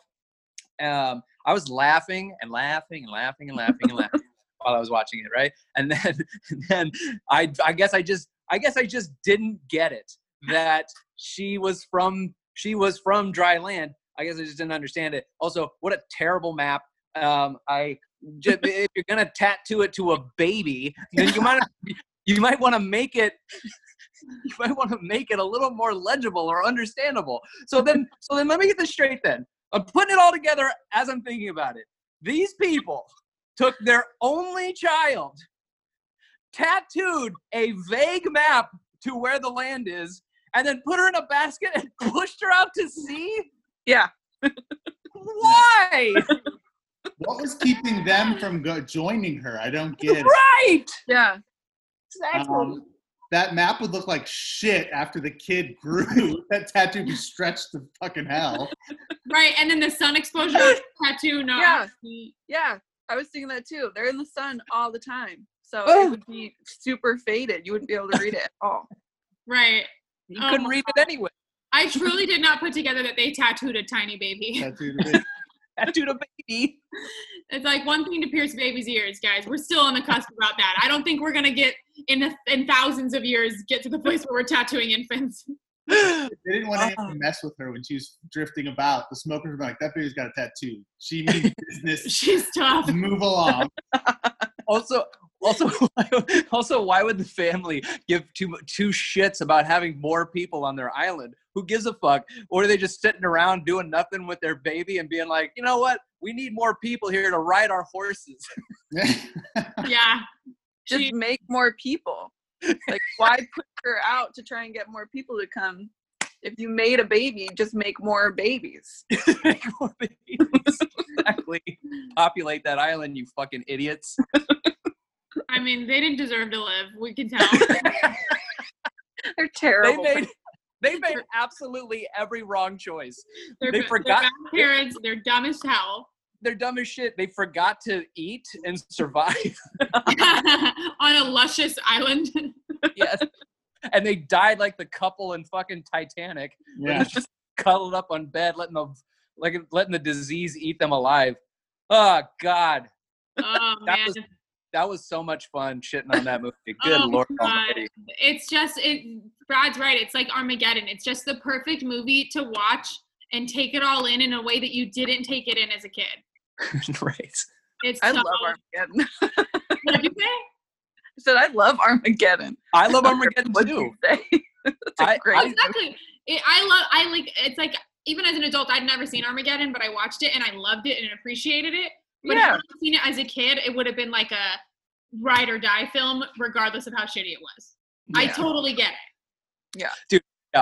[SPEAKER 1] Um, I was laughing and laughing and laughing and laughing and laughing while I was watching it, right? And then, [LAUGHS] and then I, I guess I just, I guess I just didn't get it that she was from, she was from dry land. I guess I just didn't understand it. Also, what a terrible map. Um, I, just, if you're gonna tattoo it to a baby, then you might, you might want to make it [LAUGHS] you might want to make it a little more legible or understandable. So [LAUGHS] then, so then, let me get this straight. Then I'm putting it all together as I'm thinking about it. These people took their only child, tattooed a vague map to where the land is, and then put her in a basket and [LAUGHS] pushed her out to sea.
[SPEAKER 4] Yeah.
[SPEAKER 1] [LAUGHS] Why?
[SPEAKER 3] What was keeping them from go- joining her?
[SPEAKER 2] [LAUGHS]
[SPEAKER 3] I don't get it.
[SPEAKER 1] right.
[SPEAKER 4] Yeah.
[SPEAKER 1] Exactly.
[SPEAKER 3] Um, that map would look like shit after the kid grew. [LAUGHS] that tattoo would be stretched to fucking hell.
[SPEAKER 2] Right, and then the sun
[SPEAKER 1] [LAUGHS]
[SPEAKER 2] exposure was tattoo, not
[SPEAKER 4] Yeah.
[SPEAKER 2] the-
[SPEAKER 4] Yeah. I was thinking that too. They're in the sun all the time. So
[SPEAKER 5] Oh.
[SPEAKER 4] it would be super faded. You wouldn't be able to read it at all.
[SPEAKER 2] right.
[SPEAKER 1] you
[SPEAKER 2] oh
[SPEAKER 1] couldn't
[SPEAKER 2] my
[SPEAKER 1] read it anyway.
[SPEAKER 2] I truly did not put together that they tattooed a tiny baby.
[SPEAKER 3] Tattooed a bit.
[SPEAKER 1] Tattooed a baby.
[SPEAKER 2] [LAUGHS] It's like one thing to pierce babies' ears, guys. We're still on the cusp about that. I don't think we're gonna get in the, in thousands of years get to the place where we're tattooing infants. [LAUGHS]
[SPEAKER 3] They didn't want anyone to mess with her when she was drifting about. The smokers were like, that baby's got a tattoo. She means business.
[SPEAKER 2] She's tough.
[SPEAKER 3] Move along. [LAUGHS]
[SPEAKER 1] also also [LAUGHS] also why would the family give two two shits about having more people on their island who gives a fuck or are they just sitting around doing nothing with their baby and being like you know what we need more people here to ride our horses [LAUGHS]
[SPEAKER 2] Yeah.
[SPEAKER 4] Just
[SPEAKER 2] She-
[SPEAKER 4] make more people. Like why put her out to try and get more people to come? If you made a baby, just make more babies. [LAUGHS]
[SPEAKER 1] Make more babies. [LAUGHS] exactly populate that island you fucking idiots
[SPEAKER 2] I mean, they didn't deserve to live. We
[SPEAKER 1] [LAUGHS]
[SPEAKER 2] can tell.
[SPEAKER 4] They're
[SPEAKER 1] they
[SPEAKER 4] terrible.
[SPEAKER 1] made [LAUGHS] they made absolutely every wrong choice
[SPEAKER 2] They're,
[SPEAKER 1] They forgot-
[SPEAKER 2] Their bad parents. They're dumb as hell. [LAUGHS]
[SPEAKER 1] they're dumb as shit they forgot to eat and [LAUGHS] survive
[SPEAKER 2] on a luscious island. [LAUGHS]
[SPEAKER 1] yes. And they died like the couple in fucking Titanic. [LAUGHS] They're
[SPEAKER 3] Yeah.
[SPEAKER 1] just cuddled up on bed, letting the like letting the disease eat them alive. Oh God,
[SPEAKER 2] Oh
[SPEAKER 1] That
[SPEAKER 2] man.
[SPEAKER 1] was- that was so much fun shitting on that movie. Good
[SPEAKER 2] Oh,
[SPEAKER 1] lord
[SPEAKER 2] God.
[SPEAKER 4] [LAUGHS]
[SPEAKER 1] almighty.
[SPEAKER 2] it's just it Brad's right. It's like Armageddon. It's just the perfect movie to watch and take it all in in a way that you didn't take it in as a kid.
[SPEAKER 1] right.
[SPEAKER 2] It's
[SPEAKER 4] I
[SPEAKER 2] so,
[SPEAKER 4] love
[SPEAKER 2] [LAUGHS]
[SPEAKER 4] Armageddon. [LAUGHS]
[SPEAKER 2] What did you say?
[SPEAKER 4] I said I love Armageddon.
[SPEAKER 1] I love Armageddon
[SPEAKER 4] What'd
[SPEAKER 1] too.
[SPEAKER 4] you say? [LAUGHS] It's a
[SPEAKER 1] I-
[SPEAKER 4] great
[SPEAKER 1] I-
[SPEAKER 2] exactly. It, I love. I like. It's like even as an adult, I'd never seen Armageddon, but I watched it and I loved it and appreciated it. But if
[SPEAKER 4] Yeah.
[SPEAKER 2] I'd seen it as a kid, it would have been like a ride or die film, regardless of how shitty it was. I
[SPEAKER 1] Yeah.
[SPEAKER 2] totally get it.
[SPEAKER 1] Yeah,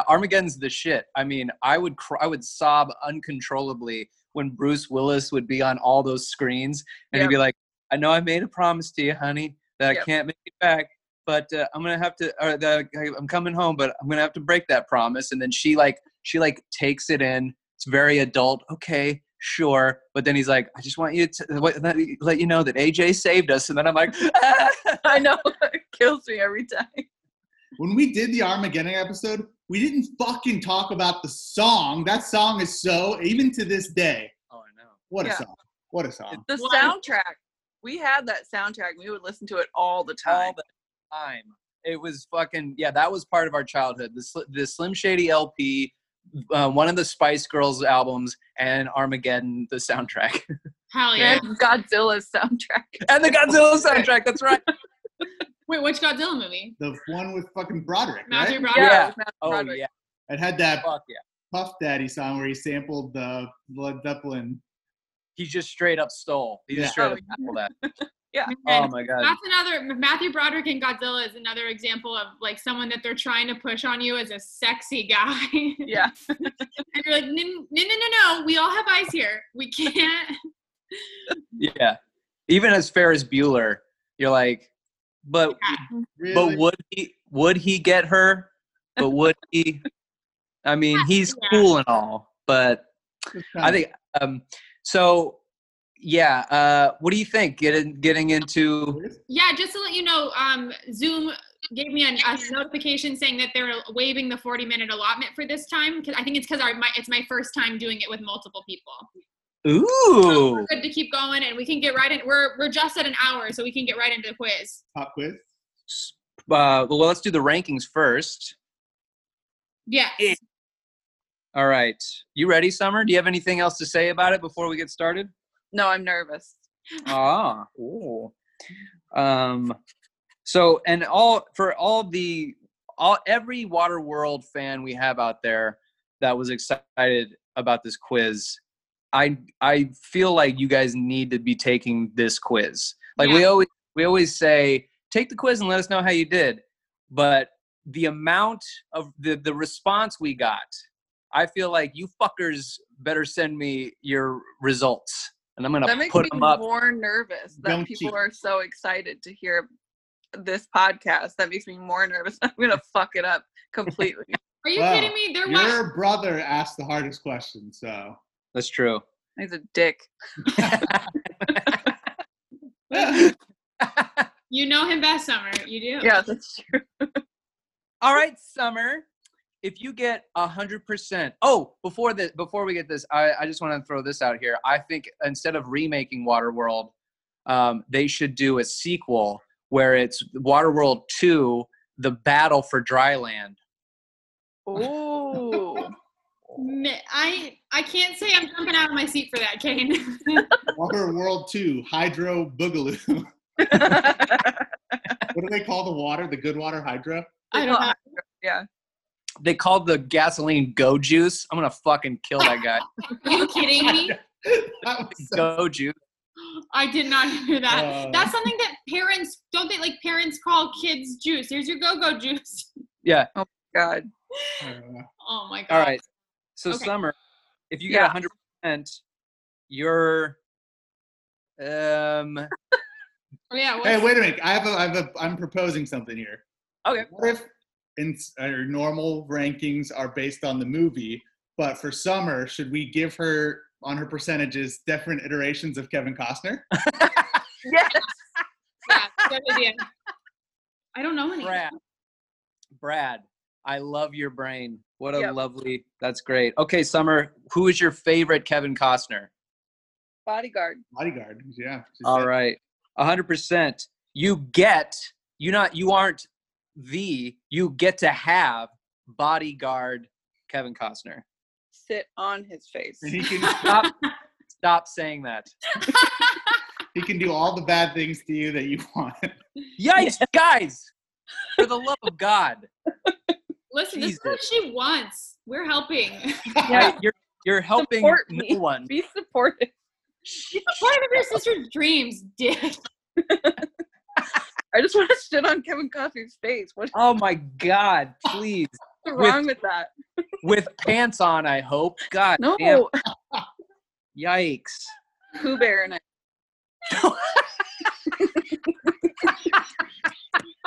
[SPEAKER 1] Armageddon's the shit. I mean, I would cry, I would sob uncontrollably when Bruce Willis would be on all those screens, and
[SPEAKER 4] Yep.
[SPEAKER 1] he'd be like, "I know I made a promise to you, honey, that I
[SPEAKER 4] Yep.
[SPEAKER 1] can't make it back, but uh, I'm gonna have to. Or that I- I'm coming home, but I'm gonna have to break that promise." And then she like she like takes it in. It's very adult. Okay. Sure, but then he's like, "I just want you to what- let let you know that AJ saved us," and then I'm like, [LAUGHS] "Ah."
[SPEAKER 4] I know it kills me every time.
[SPEAKER 3] When we did the Armageddon episode, we didn't fucking talk about the song. That song is so, even to this day,
[SPEAKER 1] "Oh, I know."
[SPEAKER 3] what
[SPEAKER 4] Yeah.
[SPEAKER 3] a song. What a song.
[SPEAKER 4] The
[SPEAKER 2] Well, I-
[SPEAKER 4] soundtrack. We had that soundtrack. We would listen to it all the
[SPEAKER 1] all
[SPEAKER 4] time.
[SPEAKER 1] the time. It was fucking yeah. That was part of our childhood. The Sl- the Slim Shady LP, uh, one of the Spice Girls albums, and Armageddon the soundtrack, [LAUGHS]
[SPEAKER 2] Hell yeah.
[SPEAKER 4] And Godzilla's soundtrack.
[SPEAKER 1] and the Godzilla soundtrack. That's right.
[SPEAKER 2] Wait, which Godzilla movie?
[SPEAKER 3] The one with fucking Broderick,
[SPEAKER 2] Matthew
[SPEAKER 3] right?
[SPEAKER 2] Broderick.
[SPEAKER 1] Yeah.
[SPEAKER 4] with Matthew
[SPEAKER 1] Oh
[SPEAKER 4] Broderick.
[SPEAKER 1] yeah.
[SPEAKER 3] It had that
[SPEAKER 1] Fuck yeah.
[SPEAKER 3] Puff Daddy song where he sampled the Led Zeppelin.
[SPEAKER 1] He just straight up stole. He
[SPEAKER 3] Yeah.
[SPEAKER 1] just straight
[SPEAKER 4] Oh,
[SPEAKER 1] up stole that.
[SPEAKER 2] And
[SPEAKER 1] Oh my god.
[SPEAKER 2] That's another Matthew Broderick and Godzilla is another example of like someone that they're trying to push on you as a sexy guy. [LAUGHS] and
[SPEAKER 4] Yeah.
[SPEAKER 2] you're like, no, no, no, no, no. We all have eyes here. We can't. [LAUGHS]
[SPEAKER 1] Yeah. Even as Ferris Bueller, you're like, but
[SPEAKER 3] Really?
[SPEAKER 1] but would he would he get her? But would he? I mean, he's
[SPEAKER 2] Yeah.
[SPEAKER 1] cool and all, but I think um so yeah, uh what do you think getting getting into
[SPEAKER 3] think
[SPEAKER 2] Yeah, just to let you know, um, Zoom gave me an, a notification saying that they're waiving the 40 minute allotment for this time because I think it's because my, it's my first time doing it with multiple people. So
[SPEAKER 1] Ooh. uh,
[SPEAKER 2] we're good to keep going, and we can get right in. We're we're just at an hour, so we can get right into the quiz.
[SPEAKER 3] Pop quiz.
[SPEAKER 1] Uh, well, let's do the rankings first.
[SPEAKER 2] Yes.
[SPEAKER 1] Yeah. All right. You ready, Summer? Do you have anything else to say about it before we get started?
[SPEAKER 4] [LAUGHS] No, I'm nervous.
[SPEAKER 1] Ah, ooh. Um, so and all for all the all every Water World fan we have out there that was excited about this quiz, I I feel like you guys need to be taking this quiz. Like we
[SPEAKER 2] Yeah.
[SPEAKER 1] always we always say, take the quiz and let us know how you did. But the amount of the the response we got, I feel like you fuckers better send me your results, and I'm gonna
[SPEAKER 4] That makes
[SPEAKER 1] put
[SPEAKER 4] me
[SPEAKER 1] them up.
[SPEAKER 4] more nervous that
[SPEAKER 3] Don't
[SPEAKER 4] people
[SPEAKER 3] cheat.
[SPEAKER 4] are so excited to hear this podcast. That makes me more nervous. [LAUGHS] I'm gonna fuck it up
[SPEAKER 1] [LAUGHS]
[SPEAKER 4] completely.
[SPEAKER 2] Are you
[SPEAKER 3] Wow.
[SPEAKER 2] kidding me? There was
[SPEAKER 3] Your brother asked the hardest question, so
[SPEAKER 1] That's
[SPEAKER 4] [LAUGHS]
[SPEAKER 1] true.
[SPEAKER 4] He's a dick.
[SPEAKER 1] [LAUGHS]
[SPEAKER 4] [LAUGHS]
[SPEAKER 2] you know him best, Summer. You do.
[SPEAKER 4] Yeah, that's true.
[SPEAKER 1] All right, Summer. If you get a hundred percent, oh, before the before we get this, I, I just want to throw this out here. I think instead of remaking Waterworld, um, they should do a sequel where it's Waterworld Two: The Battle for Dryland. [LAUGHS]
[SPEAKER 4] Ooh.
[SPEAKER 2] Mi- I I can't say I'm jumping out of my seat for that, Kane.
[SPEAKER 3] Water World Two, Hydro Boogaloo. [LAUGHS] what do they call the water? The good water, Hydro.
[SPEAKER 2] [LAUGHS]
[SPEAKER 3] [LAUGHS]
[SPEAKER 2] I don't know.
[SPEAKER 4] [LAUGHS]
[SPEAKER 1] They called the gasoline Go Juice. I'm gonna fucking kill that guy.
[SPEAKER 2] Are you kidding me?
[SPEAKER 3] that was so-
[SPEAKER 1] Go Juice.
[SPEAKER 2] I did not hear that.
[SPEAKER 3] [LAUGHS] Uh.
[SPEAKER 2] That's something that parents don't they like parents call kids juice. Here's your go-go juice. [LAUGHS]
[SPEAKER 1] Yeah.
[SPEAKER 4] God.
[SPEAKER 3] uh,
[SPEAKER 2] Oh my god.
[SPEAKER 1] All right. So
[SPEAKER 2] Okay.
[SPEAKER 1] Summer, if you
[SPEAKER 4] Yeah.
[SPEAKER 1] get hundred percent, you're um
[SPEAKER 2] Oh, yeah, what's-
[SPEAKER 3] hey, wait a minute. I have a, I have a, I'm proposing something here.
[SPEAKER 1] Okay.
[SPEAKER 3] What if in, our normal rankings are based on the movie, but for Summer, should we give her on her percentages different iterations of Kevin Costner?
[SPEAKER 4] Yes.
[SPEAKER 2] yeah, good idea. I don't know any.
[SPEAKER 4] [LAUGHS]
[SPEAKER 1] Brad. Brad, I love your brain. What a
[SPEAKER 4] Yep.
[SPEAKER 1] lovely. That's great. Okay, Summer, who is your favorite Kevin Costner?
[SPEAKER 4] Bodyguard.
[SPEAKER 3] Bodyguard. Yeah. she
[SPEAKER 1] All
[SPEAKER 3] said-
[SPEAKER 1] right. 100%. You get you not you aren't the you get to have bodyguard Kevin Costner.
[SPEAKER 4] Sit on his face.
[SPEAKER 3] And he can
[SPEAKER 1] Stop stop saying that.
[SPEAKER 3] he can do all the bad things to you that you want. [LAUGHS]
[SPEAKER 1] Yikes, guys. For the love of God.
[SPEAKER 2] Listen, this is what she wants. We're helping.
[SPEAKER 4] Yeah.
[SPEAKER 1] Right, You're you're helping
[SPEAKER 4] Support me.
[SPEAKER 1] no one.
[SPEAKER 4] [LAUGHS] Be supportive.
[SPEAKER 2] Part of your sister's dreams, dick.
[SPEAKER 4] I just want to shit on Kevin Costner's face. What's
[SPEAKER 1] Oh my god, please.
[SPEAKER 4] wrong with that?
[SPEAKER 1] With pants on, I hope. God
[SPEAKER 4] No.
[SPEAKER 1] damn Yikes.
[SPEAKER 4] Pooh Bear and I.
[SPEAKER 2] [LAUGHS]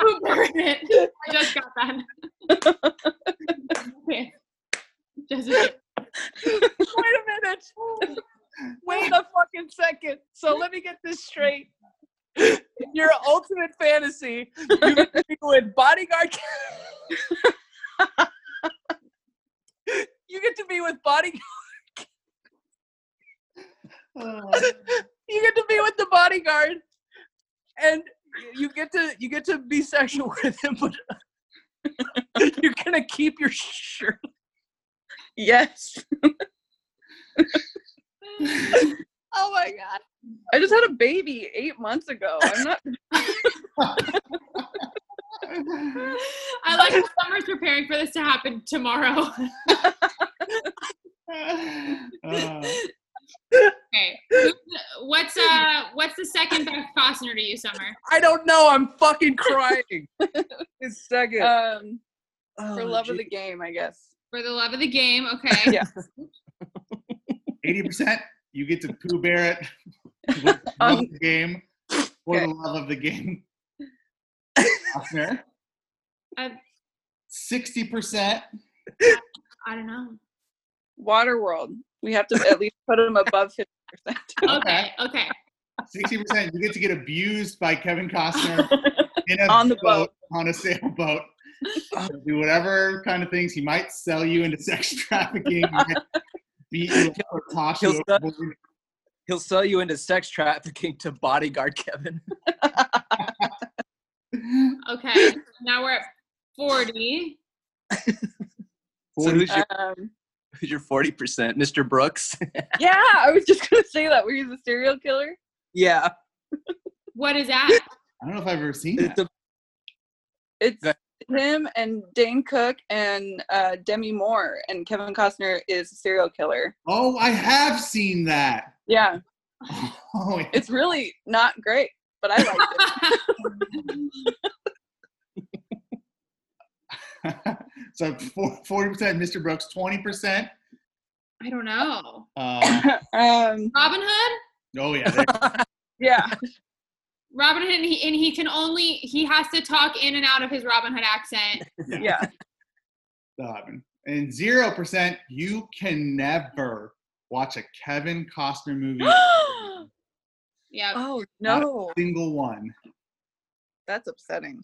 [SPEAKER 2] Who burned it? I just got that. [LAUGHS] Okay. Just a-
[SPEAKER 4] Wait a minute. Wait a fucking second. So let me get this straight.
[SPEAKER 1] Your ultimate fantasy. You with bodyguard. [LAUGHS] you get to be with bodyguard. You get to be with the bodyguard, and you get to you get to be sexual with him. But [LAUGHS] you're gonna keep your shirt.
[SPEAKER 4] Yes.
[SPEAKER 1] Oh my god!
[SPEAKER 4] I just had a baby eight months ago. I'm not.
[SPEAKER 2] [LAUGHS] I like that Summer's preparing for this to happen tomorrow. [LAUGHS]
[SPEAKER 3] Uh,
[SPEAKER 2] Okay. Who's- What's uh what's the second best Costner to you, Summer?
[SPEAKER 1] I don't know. I'm fucking crying.
[SPEAKER 4] [LAUGHS]
[SPEAKER 1] it's second.
[SPEAKER 4] Um, for
[SPEAKER 1] Oh,
[SPEAKER 4] love of
[SPEAKER 1] gee.
[SPEAKER 4] the game, I guess.
[SPEAKER 2] For the love of the game, okay.
[SPEAKER 4] Yeah.
[SPEAKER 3] 80%, you get to Pooh Bear it. [LAUGHS] Love
[SPEAKER 4] Um,
[SPEAKER 3] the game. For
[SPEAKER 4] okay.
[SPEAKER 3] the love of the game. Costner.
[SPEAKER 2] Um,
[SPEAKER 3] 60%.
[SPEAKER 2] I don't know.
[SPEAKER 4] Waterworld. We have to at least put him above fifty percent.
[SPEAKER 2] Okay, okay.
[SPEAKER 3] 60%, you get to get abused by Kevin Costner in a
[SPEAKER 4] On the boat.
[SPEAKER 3] on a
[SPEAKER 4] [LAUGHS]
[SPEAKER 3] sailboat. He'll do whatever kind of things. He might sell you into sex [LAUGHS] trafficking, He might beat you up or toss you
[SPEAKER 1] He'll sell-
[SPEAKER 3] overboard.
[SPEAKER 1] He'll sell you into sex trafficking to bodyguard Kevin. [LAUGHS]
[SPEAKER 2] Okay, now we're at 40.
[SPEAKER 1] so who's your
[SPEAKER 4] Um,
[SPEAKER 1] who's your forty percent, Mr. Brooks? [LAUGHS]
[SPEAKER 4] yeah, I was just gonna say that. Where he's a serial killer.
[SPEAKER 1] yeah,
[SPEAKER 2] What is that? [LAUGHS]
[SPEAKER 3] I don't know if I've ever seen
[SPEAKER 1] it's
[SPEAKER 3] that.
[SPEAKER 1] a,
[SPEAKER 4] It's
[SPEAKER 1] Go
[SPEAKER 4] him and Dane Cook and uh, Demi Moore, and Kevin Costner is a serial killer.
[SPEAKER 3] Oh, I have seen
[SPEAKER 4] [SIGHS]
[SPEAKER 3] that.
[SPEAKER 4] Yeah,
[SPEAKER 3] Oh, yeah.
[SPEAKER 4] it's really not great, but I liked it.
[SPEAKER 3] [LAUGHS] so forty percent Mr. Brooks, twenty percent.
[SPEAKER 2] I don't know.
[SPEAKER 4] [LAUGHS]
[SPEAKER 3] Uh,
[SPEAKER 4] um,
[SPEAKER 2] Robin Hood?
[SPEAKER 3] oh yeah, there-
[SPEAKER 4] yeah,
[SPEAKER 2] Robin Hood, and he, and he can only, he has to talk in and out of his Robin Hood accent.
[SPEAKER 4] [GASPS] yeah.
[SPEAKER 3] Dobbin. and zero percent. You can never watch a Kevin Costner movie,
[SPEAKER 4] [GASPS]
[SPEAKER 2] Yeah.
[SPEAKER 4] [LAUGHS] [LAUGHS] oh no,
[SPEAKER 3] single one.
[SPEAKER 4] that's upsetting.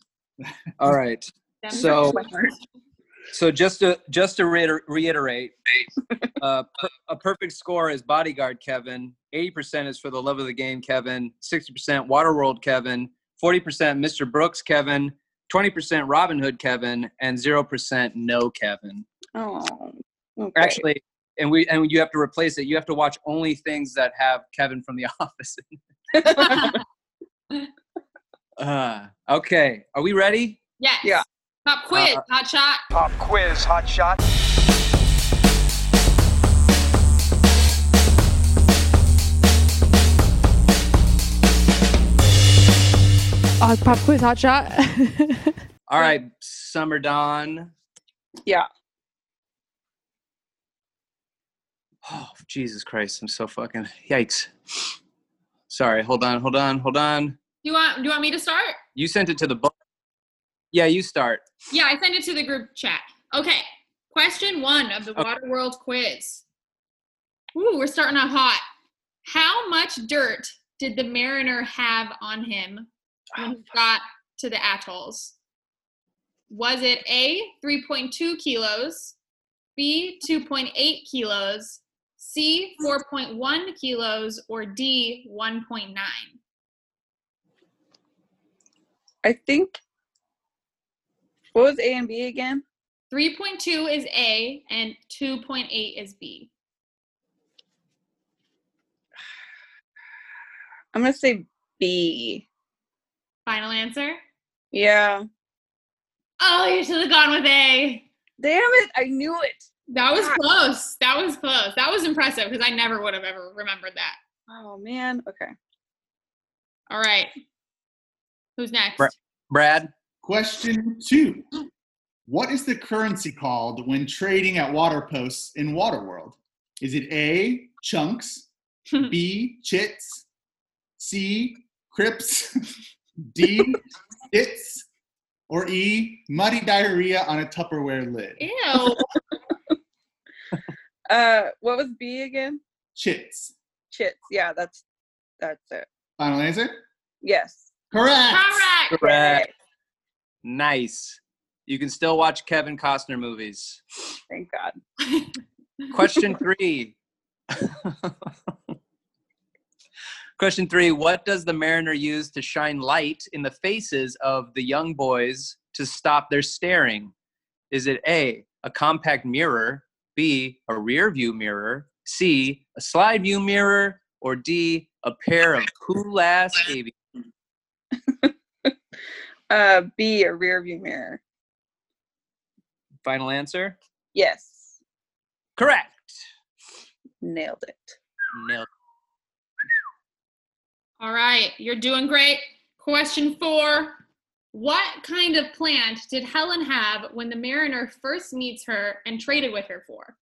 [SPEAKER 1] all right. So-
[SPEAKER 4] My heart.
[SPEAKER 1] So just to just to reiter- reiterate, uh, per- a perfect score is Bodyguard Kevin. Eighty percent is for the love of the game Kevin. Sixty percent Waterworld Kevin. Forty percent Mr. Brooks Kevin. Twenty percent Robin Hood Kevin, and zero percent No Kevin.
[SPEAKER 4] Oh, okay.
[SPEAKER 1] Actually, and we and you have to replace it. You have to watch only things that have Kevin from The [LAUGHS] Office. uh, okay, are we ready?
[SPEAKER 2] [LAUGHS] yes.
[SPEAKER 4] Yeah.
[SPEAKER 2] Pop quiz, hot shot.
[SPEAKER 9] Pop quiz, hot shot.
[SPEAKER 8] Oh, pop quiz, hot shot.
[SPEAKER 4] [LAUGHS]
[SPEAKER 1] All right, Summer Dawn.
[SPEAKER 4] Yeah.
[SPEAKER 1] Oh, Jesus Christ. I'm so fucking yikes. Sorry, hold on, hold on, hold on.
[SPEAKER 2] Do you want, do you want me to start?
[SPEAKER 1] You sent it to the book. Yeah, you start.
[SPEAKER 2] Yeah, I sent it to the group chat. Okay. Question one of the
[SPEAKER 1] Okay.
[SPEAKER 2] Water World quiz. Ooh, we're starting off hot. How much dirt did the mariner have on him when he got to the atolls? Was it A, 3.2 kilos, B, 2.8 kilos, C, 4.1 kilos, or D, 1.9?
[SPEAKER 4] [LAUGHS] I think. What was A and B again?
[SPEAKER 2] 3.2 is A and 2.8 is B.
[SPEAKER 4] I'm gonna say B.
[SPEAKER 2] Final answer?
[SPEAKER 4] Yeah.
[SPEAKER 2] Oh, you should have gone with A.
[SPEAKER 4] Damn it! I knew it.
[SPEAKER 2] That was close. That was close. That was impressive because I never would have ever remembered that.
[SPEAKER 4] Oh man. Okay.
[SPEAKER 2] All right. Who's next?
[SPEAKER 1] Brett. Brad?
[SPEAKER 3] Question two: What is the currency called when trading at water posts in Waterworld? Is it A chunks, B chits, C crips, [LAUGHS] D its, or E muddy diarrhea on a Tupperware lid?
[SPEAKER 2] Ew.
[SPEAKER 4] Uh, what was B again?
[SPEAKER 3] Chits.
[SPEAKER 4] Chits. Yeah, that's that's it.
[SPEAKER 3] Final answer.
[SPEAKER 4] Yes.
[SPEAKER 3] Correct.
[SPEAKER 1] [LAUGHS]
[SPEAKER 2] Correct.
[SPEAKER 1] Brad. Nice. You can still watch Kevin Costner movies.
[SPEAKER 4] Thank God.
[SPEAKER 1] Question three. Question three What does the mariner use to shine light in the faces of the young boys to stop their staring? Is it A, a compact mirror, B, a rear view mirror, C, a slide view mirror, or D, a pair of cool ass babies?
[SPEAKER 4] Uh, B a rear view mirror.
[SPEAKER 1] Final answer?
[SPEAKER 4] Yes.
[SPEAKER 1] Correct.
[SPEAKER 4] Nailed it.
[SPEAKER 1] Nailed.
[SPEAKER 2] All right. You're doing great. Question four What kind of plant did Helen have when the mariner first meets her and traded with her for?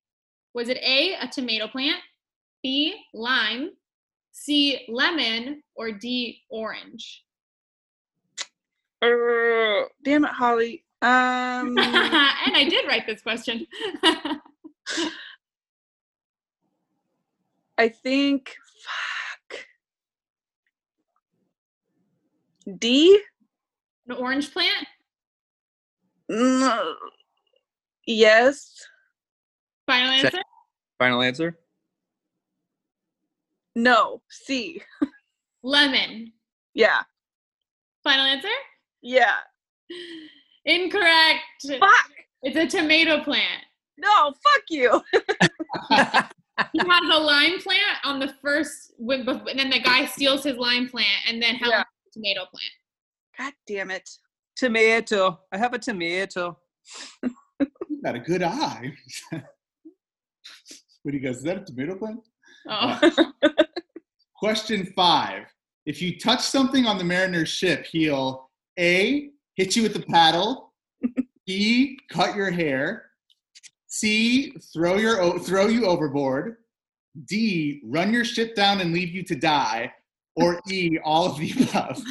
[SPEAKER 2] Was it A, a tomato plant, B, lime, C, lemon, or D, orange?
[SPEAKER 4] Err, damn it, Holly.
[SPEAKER 2] [LAUGHS]
[SPEAKER 4] Um,
[SPEAKER 2] and I did write this question. [LAUGHS]
[SPEAKER 4] I think. Fuck. D.
[SPEAKER 2] An orange plant?
[SPEAKER 4] Mm, yes.
[SPEAKER 2] Final
[SPEAKER 1] Sec-
[SPEAKER 2] answer?
[SPEAKER 1] Final answer?
[SPEAKER 4] No. C.
[SPEAKER 2] Lemon.
[SPEAKER 4] Yeah.
[SPEAKER 2] Final answer?
[SPEAKER 4] Yeah.
[SPEAKER 2] Incorrect.
[SPEAKER 4] Fuck.
[SPEAKER 2] It's a tomato plant.
[SPEAKER 4] No. Fuck you.
[SPEAKER 1] [LAUGHS]
[SPEAKER 2] He has a lime plant on the first, when- bef- and then the guy steals his lime plant, and then Helen
[SPEAKER 4] Yeah.
[SPEAKER 2] has a tomato plant.
[SPEAKER 4] God damn it.
[SPEAKER 10] Tomato. I have a tomato.
[SPEAKER 3] You got a good eye. [LAUGHS] what do you guys? Is that a tomato plant?
[SPEAKER 2] [LAUGHS] Oh,
[SPEAKER 3] Question five. If you touch something on the mariner's ship, he'll A, hit you with the paddle, B, cut your hair, C, throw, your, o- throw you overboard, D, run your ship down and leave you to die, or E, all of the above.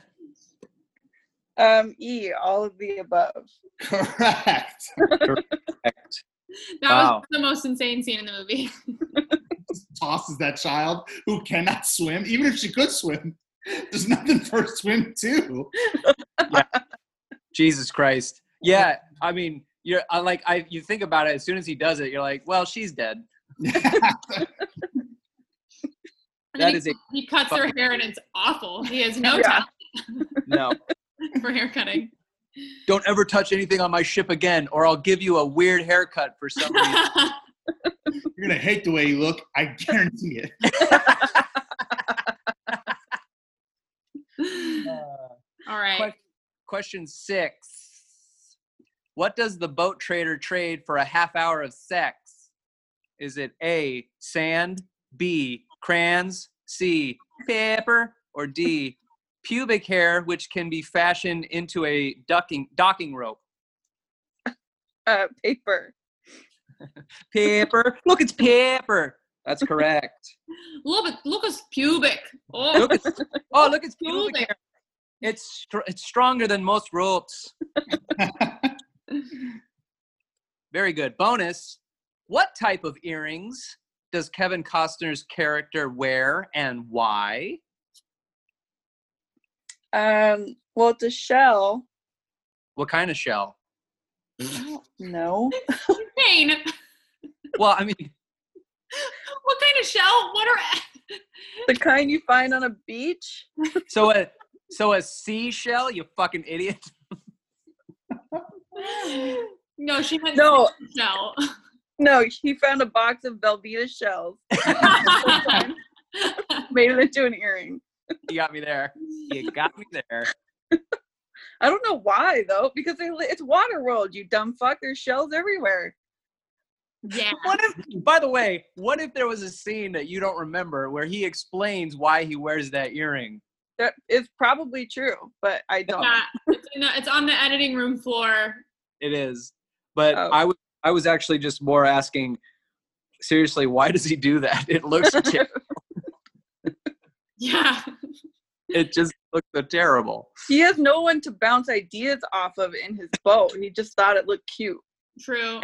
[SPEAKER 3] [LAUGHS]
[SPEAKER 4] Um. E. All of the above.
[SPEAKER 3] Correct.
[SPEAKER 2] that
[SPEAKER 1] Wow.
[SPEAKER 2] was the most insane scene in the movie. [LAUGHS]
[SPEAKER 3] Tosses that child who cannot swim, even if she could swim. There's nothing for her to swim to. [LAUGHS]
[SPEAKER 1] Jesus Christ. Yeah, I mean, you're I like I you think about it as soon as he does it, you're like, well, she's dead.
[SPEAKER 2] And then
[SPEAKER 1] That is
[SPEAKER 2] he,
[SPEAKER 1] a
[SPEAKER 2] he cuts her hair, and it's awful. He has no
[SPEAKER 4] [LAUGHS] Yeah.
[SPEAKER 1] no.
[SPEAKER 2] talent for hair
[SPEAKER 1] [LAUGHS]
[SPEAKER 2] cutting. [LAUGHS]
[SPEAKER 1] Don't ever touch anything on my ship again, or I'll give you a weird haircut for some reason.
[SPEAKER 3] You're gonna hate the way you look. [LAUGHS] I guarantee it.
[SPEAKER 2] All [LAUGHS] right.
[SPEAKER 1] Question- Question six. What does the boat trader trade for a half hour of sex? Is it A, sand, B, crayons, C, paper, or D, pubic hair, which can be fashioned into a ducking, docking rope?
[SPEAKER 4] Uh. Paper.
[SPEAKER 1] Paper. Look, it's paper. That's correct.
[SPEAKER 2] Look at look at pubic. Oh,
[SPEAKER 1] Look, it's, oh, look, it's pubic
[SPEAKER 2] pubic.
[SPEAKER 1] hair. It's, str- it's stronger than most ropes. Very good. Bonus What type of earrings does Kevin Costner's character wear and why?
[SPEAKER 4] Um. Well, it's a shell.
[SPEAKER 1] What kind of shell?
[SPEAKER 4] No.
[SPEAKER 2] Pain.
[SPEAKER 1] Well, I mean,
[SPEAKER 2] [LAUGHS]
[SPEAKER 1] [LAUGHS]
[SPEAKER 2] What kind of shell? What are?
[SPEAKER 4] The kind you find on a beach.
[SPEAKER 1] so a so a seashell, you fucking idiot.
[SPEAKER 2] [LAUGHS] No, she meant
[SPEAKER 4] No.
[SPEAKER 1] [LAUGHS]
[SPEAKER 2] shell.
[SPEAKER 4] No. He found a box of Velveeta shells. [LAUGHS] Made it into an earring.
[SPEAKER 1] You got me there. You got me there.
[SPEAKER 4] I don't know why though, because they, li- it's water world. You dumb fuck. There's shells everywhere.
[SPEAKER 1] [LAUGHS]
[SPEAKER 2] yeah.
[SPEAKER 1] What if by the way, what if there was a scene that you don't remember where he explains why he wears that earring?
[SPEAKER 4] That is probably true, but I don't.
[SPEAKER 2] Yeah, it's, in the- it's on the editing room floor.
[SPEAKER 1] It is. But
[SPEAKER 4] Oh.
[SPEAKER 1] I was I was actually just more asking seriously, why does he do that? [LAUGHS] It
[SPEAKER 4] [LAUGHS]
[SPEAKER 1] looks ter-
[SPEAKER 2] Yeah.
[SPEAKER 1] it just looks so terrible.
[SPEAKER 4] he has no one to bounce ideas off of in his boat. He just thought it looked cute.
[SPEAKER 1] [LAUGHS]
[SPEAKER 2] True.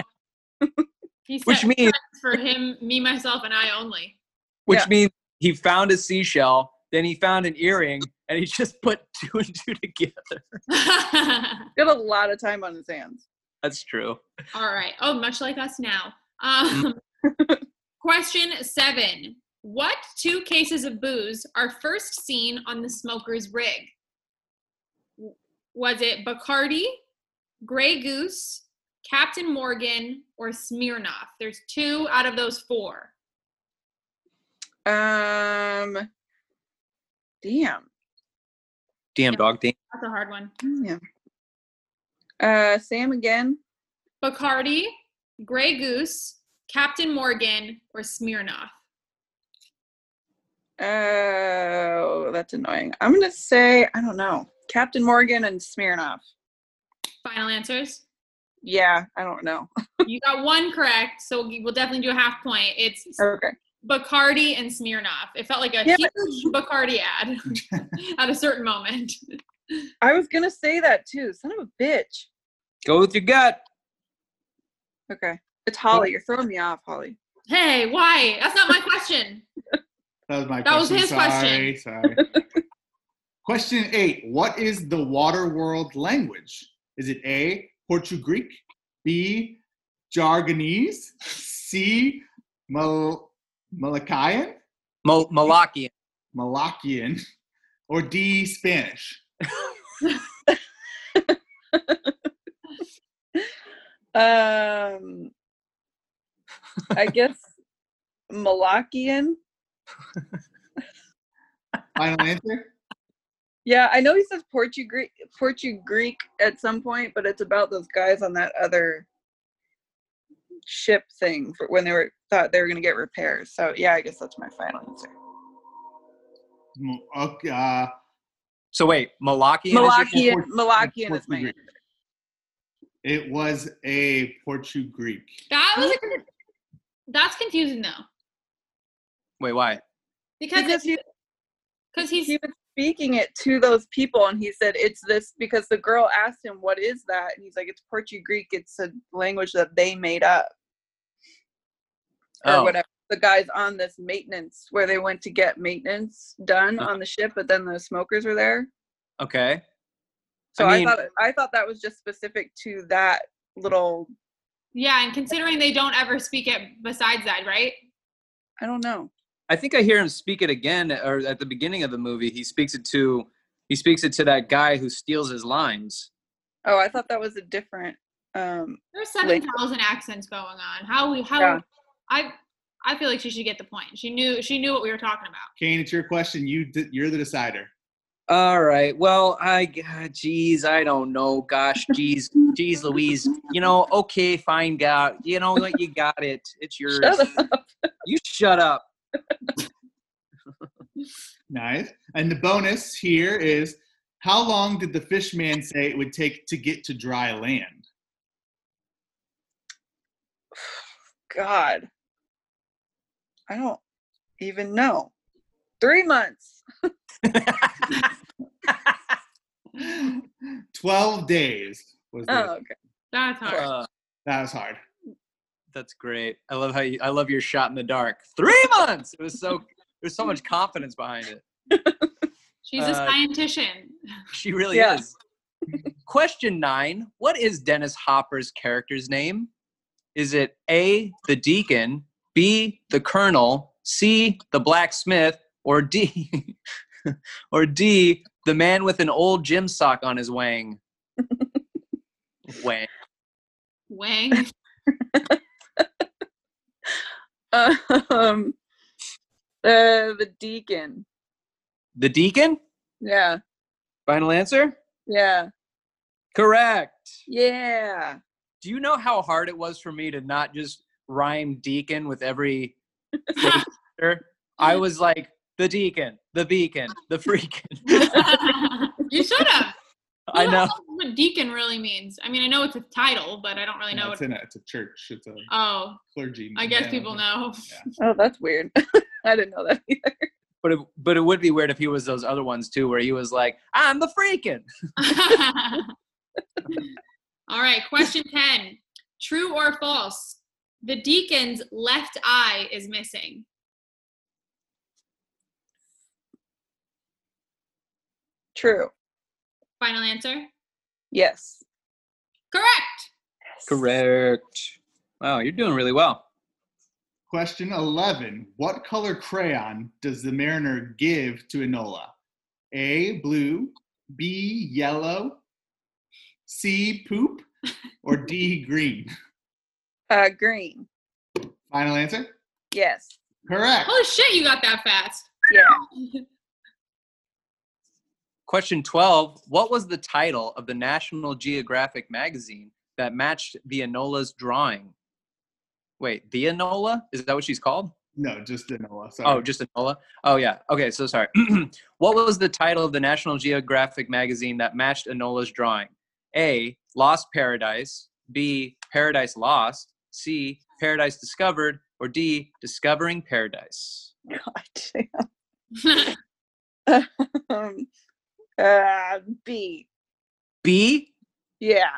[SPEAKER 2] He
[SPEAKER 1] Which
[SPEAKER 2] set
[SPEAKER 1] means-
[SPEAKER 2] trends for him, me, myself, and I only. [LAUGHS]
[SPEAKER 1] Which
[SPEAKER 4] Yeah.
[SPEAKER 1] means he found a seashell, then he found an earring, and he just put [LAUGHS] two and two together.
[SPEAKER 4] Got a lot of time on his hands.
[SPEAKER 1] That's true.
[SPEAKER 2] All right. Oh, much like us now. Um, [LAUGHS] question seven. What two cases of booze are first seen on the smoker's rig? W- Was it Bacardi, Grey Goose, Captain Morgan, or Smirnoff? There's two out of those four.
[SPEAKER 4] Um, damn,
[SPEAKER 1] Damn dog damn.
[SPEAKER 2] That's a hard one.
[SPEAKER 4] damn. Uh, Sam again.
[SPEAKER 2] Bacardi, Grey Goose, Captain Morgan, or Smirnoff?
[SPEAKER 4] Oh, that's annoying. I'm gonna say I don't know. Captain Morgan and Smirnoff.
[SPEAKER 2] Final answers.
[SPEAKER 4] Yeah, I don't know. [LAUGHS]
[SPEAKER 2] You got one correct, so we'll definitely do a half point. It's
[SPEAKER 4] Okay.
[SPEAKER 2] Bacardi and Smirnoff. It felt like a
[SPEAKER 4] Yeah, but-
[SPEAKER 2] huge Bacardi ad [LAUGHS] at a certain moment.
[SPEAKER 4] I was gonna say that too. Son of a bitch.
[SPEAKER 1] Go with your gut.
[SPEAKER 4] Okay. It's Holly. You're throwing me off, Holly.
[SPEAKER 2] Hey, why? That's not my question.
[SPEAKER 3] That was my
[SPEAKER 2] That was
[SPEAKER 3] question. [LAUGHS]
[SPEAKER 2] his
[SPEAKER 3] sorry, sorry. Question eight What is the water world language? Is it A, Portugreek, B, Jargonese, C, Mal- Malacayan,
[SPEAKER 11] Mal- Malakian.
[SPEAKER 3] Malakian, or D, Spanish?
[SPEAKER 4] Um, I guess Malakian.
[SPEAKER 3] Final answer?
[SPEAKER 4] Yeah, I know he says Portugreek, Portugreek at some point, but it's about those guys on that other ship thing for when they were thought they were going to get repairs. So yeah, I guess that's my final answer.
[SPEAKER 3] M- Okay, uh,
[SPEAKER 11] So wait, Malakian. is your-
[SPEAKER 4] Malakian, Malakian is my
[SPEAKER 3] Portugreek.
[SPEAKER 4] answer.
[SPEAKER 3] it was a Portugreek.
[SPEAKER 2] That was a, con- that's confusing though,
[SPEAKER 11] Wait, why?
[SPEAKER 2] because
[SPEAKER 4] Because
[SPEAKER 2] because he's
[SPEAKER 4] he was speaking it to those people and he said it's this because the girl asked him what is that and he's like it's portugreek it's a language that they made up or
[SPEAKER 11] Oh.
[SPEAKER 4] whatever the guys on this maintenance where they went to get maintenance done
[SPEAKER 11] Uh-huh.
[SPEAKER 4] on the ship but then the smokers were there
[SPEAKER 11] Okay.
[SPEAKER 4] so
[SPEAKER 11] I
[SPEAKER 4] i,
[SPEAKER 11] mean-
[SPEAKER 4] thought i thought that was just specific to that little
[SPEAKER 2] yeah, and considering they don't ever speak it besides that, right?
[SPEAKER 4] i don't know
[SPEAKER 1] I think I hear him speak it again, or at the beginning of the movie, he speaks it to he speaks it to that guy who steals his lines.
[SPEAKER 4] oh i thought that was a different um
[SPEAKER 2] There's
[SPEAKER 4] Like-
[SPEAKER 2] seven thousand accents going on. How we how
[SPEAKER 4] Yeah.
[SPEAKER 2] I I feel like she should get the point. She knew she knew what we were talking about.
[SPEAKER 3] Kane, it's your question. You d- you're the decider.
[SPEAKER 1] All right. Well, I God, geez, I don't know. Gosh, geez, geez, Louise. You know, okay, fine, God. You know what? You got it. It's yours.
[SPEAKER 4] [LAUGHS] shut up.
[SPEAKER 1] You shut up.
[SPEAKER 3] Nice. And the bonus here is how long did the fishman say it would take to get to dry
[SPEAKER 2] [LAUGHS]
[SPEAKER 3] land?
[SPEAKER 4] God. I don't even know. Three months.
[SPEAKER 3] 12 days was the,
[SPEAKER 4] Oh, okay.
[SPEAKER 2] That's hard.
[SPEAKER 1] Uh,
[SPEAKER 3] that was hard.
[SPEAKER 1] that's great. I love how you. I love your shot in the dark. Three months. It was so. There's so much confidence behind it.
[SPEAKER 2] She's a
[SPEAKER 1] uh,
[SPEAKER 2] scientician.
[SPEAKER 1] [LAUGHS] She really
[SPEAKER 4] Yeah.
[SPEAKER 1] is. Question nine What is Dennis Hopper's character's name? Is it A, the deacon, B, the colonel, C, the blacksmith, or D, [LAUGHS] or D, the man with an old gym sock on his wang? wang.
[SPEAKER 2] Wang. [LAUGHS]
[SPEAKER 4] Um, [LAUGHS] uh, the deacon.
[SPEAKER 1] The deacon?
[SPEAKER 4] Yeah.
[SPEAKER 1] Final answer?
[SPEAKER 4] Yeah.
[SPEAKER 1] Correct.
[SPEAKER 4] Yeah.
[SPEAKER 1] Do you know how hard it was for me to not just rhyme deacon with every [LAUGHS] Sure. I was like the deacon, the beacon, the freakin. [LAUGHS]
[SPEAKER 2] you should have.
[SPEAKER 1] I
[SPEAKER 2] You
[SPEAKER 1] know.
[SPEAKER 2] don't what deacon really means. I mean, I know it's a title, but I don't really know
[SPEAKER 3] No,
[SPEAKER 2] what.
[SPEAKER 3] it's, in a, it's a church. It's a
[SPEAKER 2] oh,
[SPEAKER 3] clergy.
[SPEAKER 2] I guess
[SPEAKER 3] man.
[SPEAKER 2] people know. [LAUGHS]
[SPEAKER 4] Oh, that's weird. [LAUGHS] I didn't know that either.
[SPEAKER 1] But it, but it would be weird if he was those other ones too, where he was like, "I'm the freakin."
[SPEAKER 2] All right, question 10. True or false? The deacon's left eye is missing.
[SPEAKER 4] True.
[SPEAKER 2] Final answer?
[SPEAKER 4] Yes.
[SPEAKER 2] Correct.
[SPEAKER 1] Correct. Wow, you're doing really well.
[SPEAKER 3] Question 11 What color crayon does the mariner give to Enola? A, blue, B, yellow, C, poop, or D,
[SPEAKER 2] [LAUGHS]
[SPEAKER 3] green?
[SPEAKER 4] Uh, green.
[SPEAKER 3] Final answer?
[SPEAKER 4] Yes. [LAUGHS]
[SPEAKER 3] Correct.
[SPEAKER 2] Holy shit, you got that fast. [LAUGHS]
[SPEAKER 4] Yeah.
[SPEAKER 1] Question 12, what was the title of the National Geographic magazine that matched the Enola's drawing? Wait, the Enola? Is that what she's called?
[SPEAKER 3] No, just Enola. Sorry.
[SPEAKER 1] Oh, just Enola? Oh, yeah. Okay, so sorry. [CLEARS THROAT] what was the title of the National Geographic magazine that matched Enola's drawing? A. Lost Paradise. B. Paradise Lost. C. Paradise Discovered. Or D. Discovering Paradise.
[SPEAKER 4] God damn. Um, uh, B.
[SPEAKER 1] B.
[SPEAKER 4] Yeah.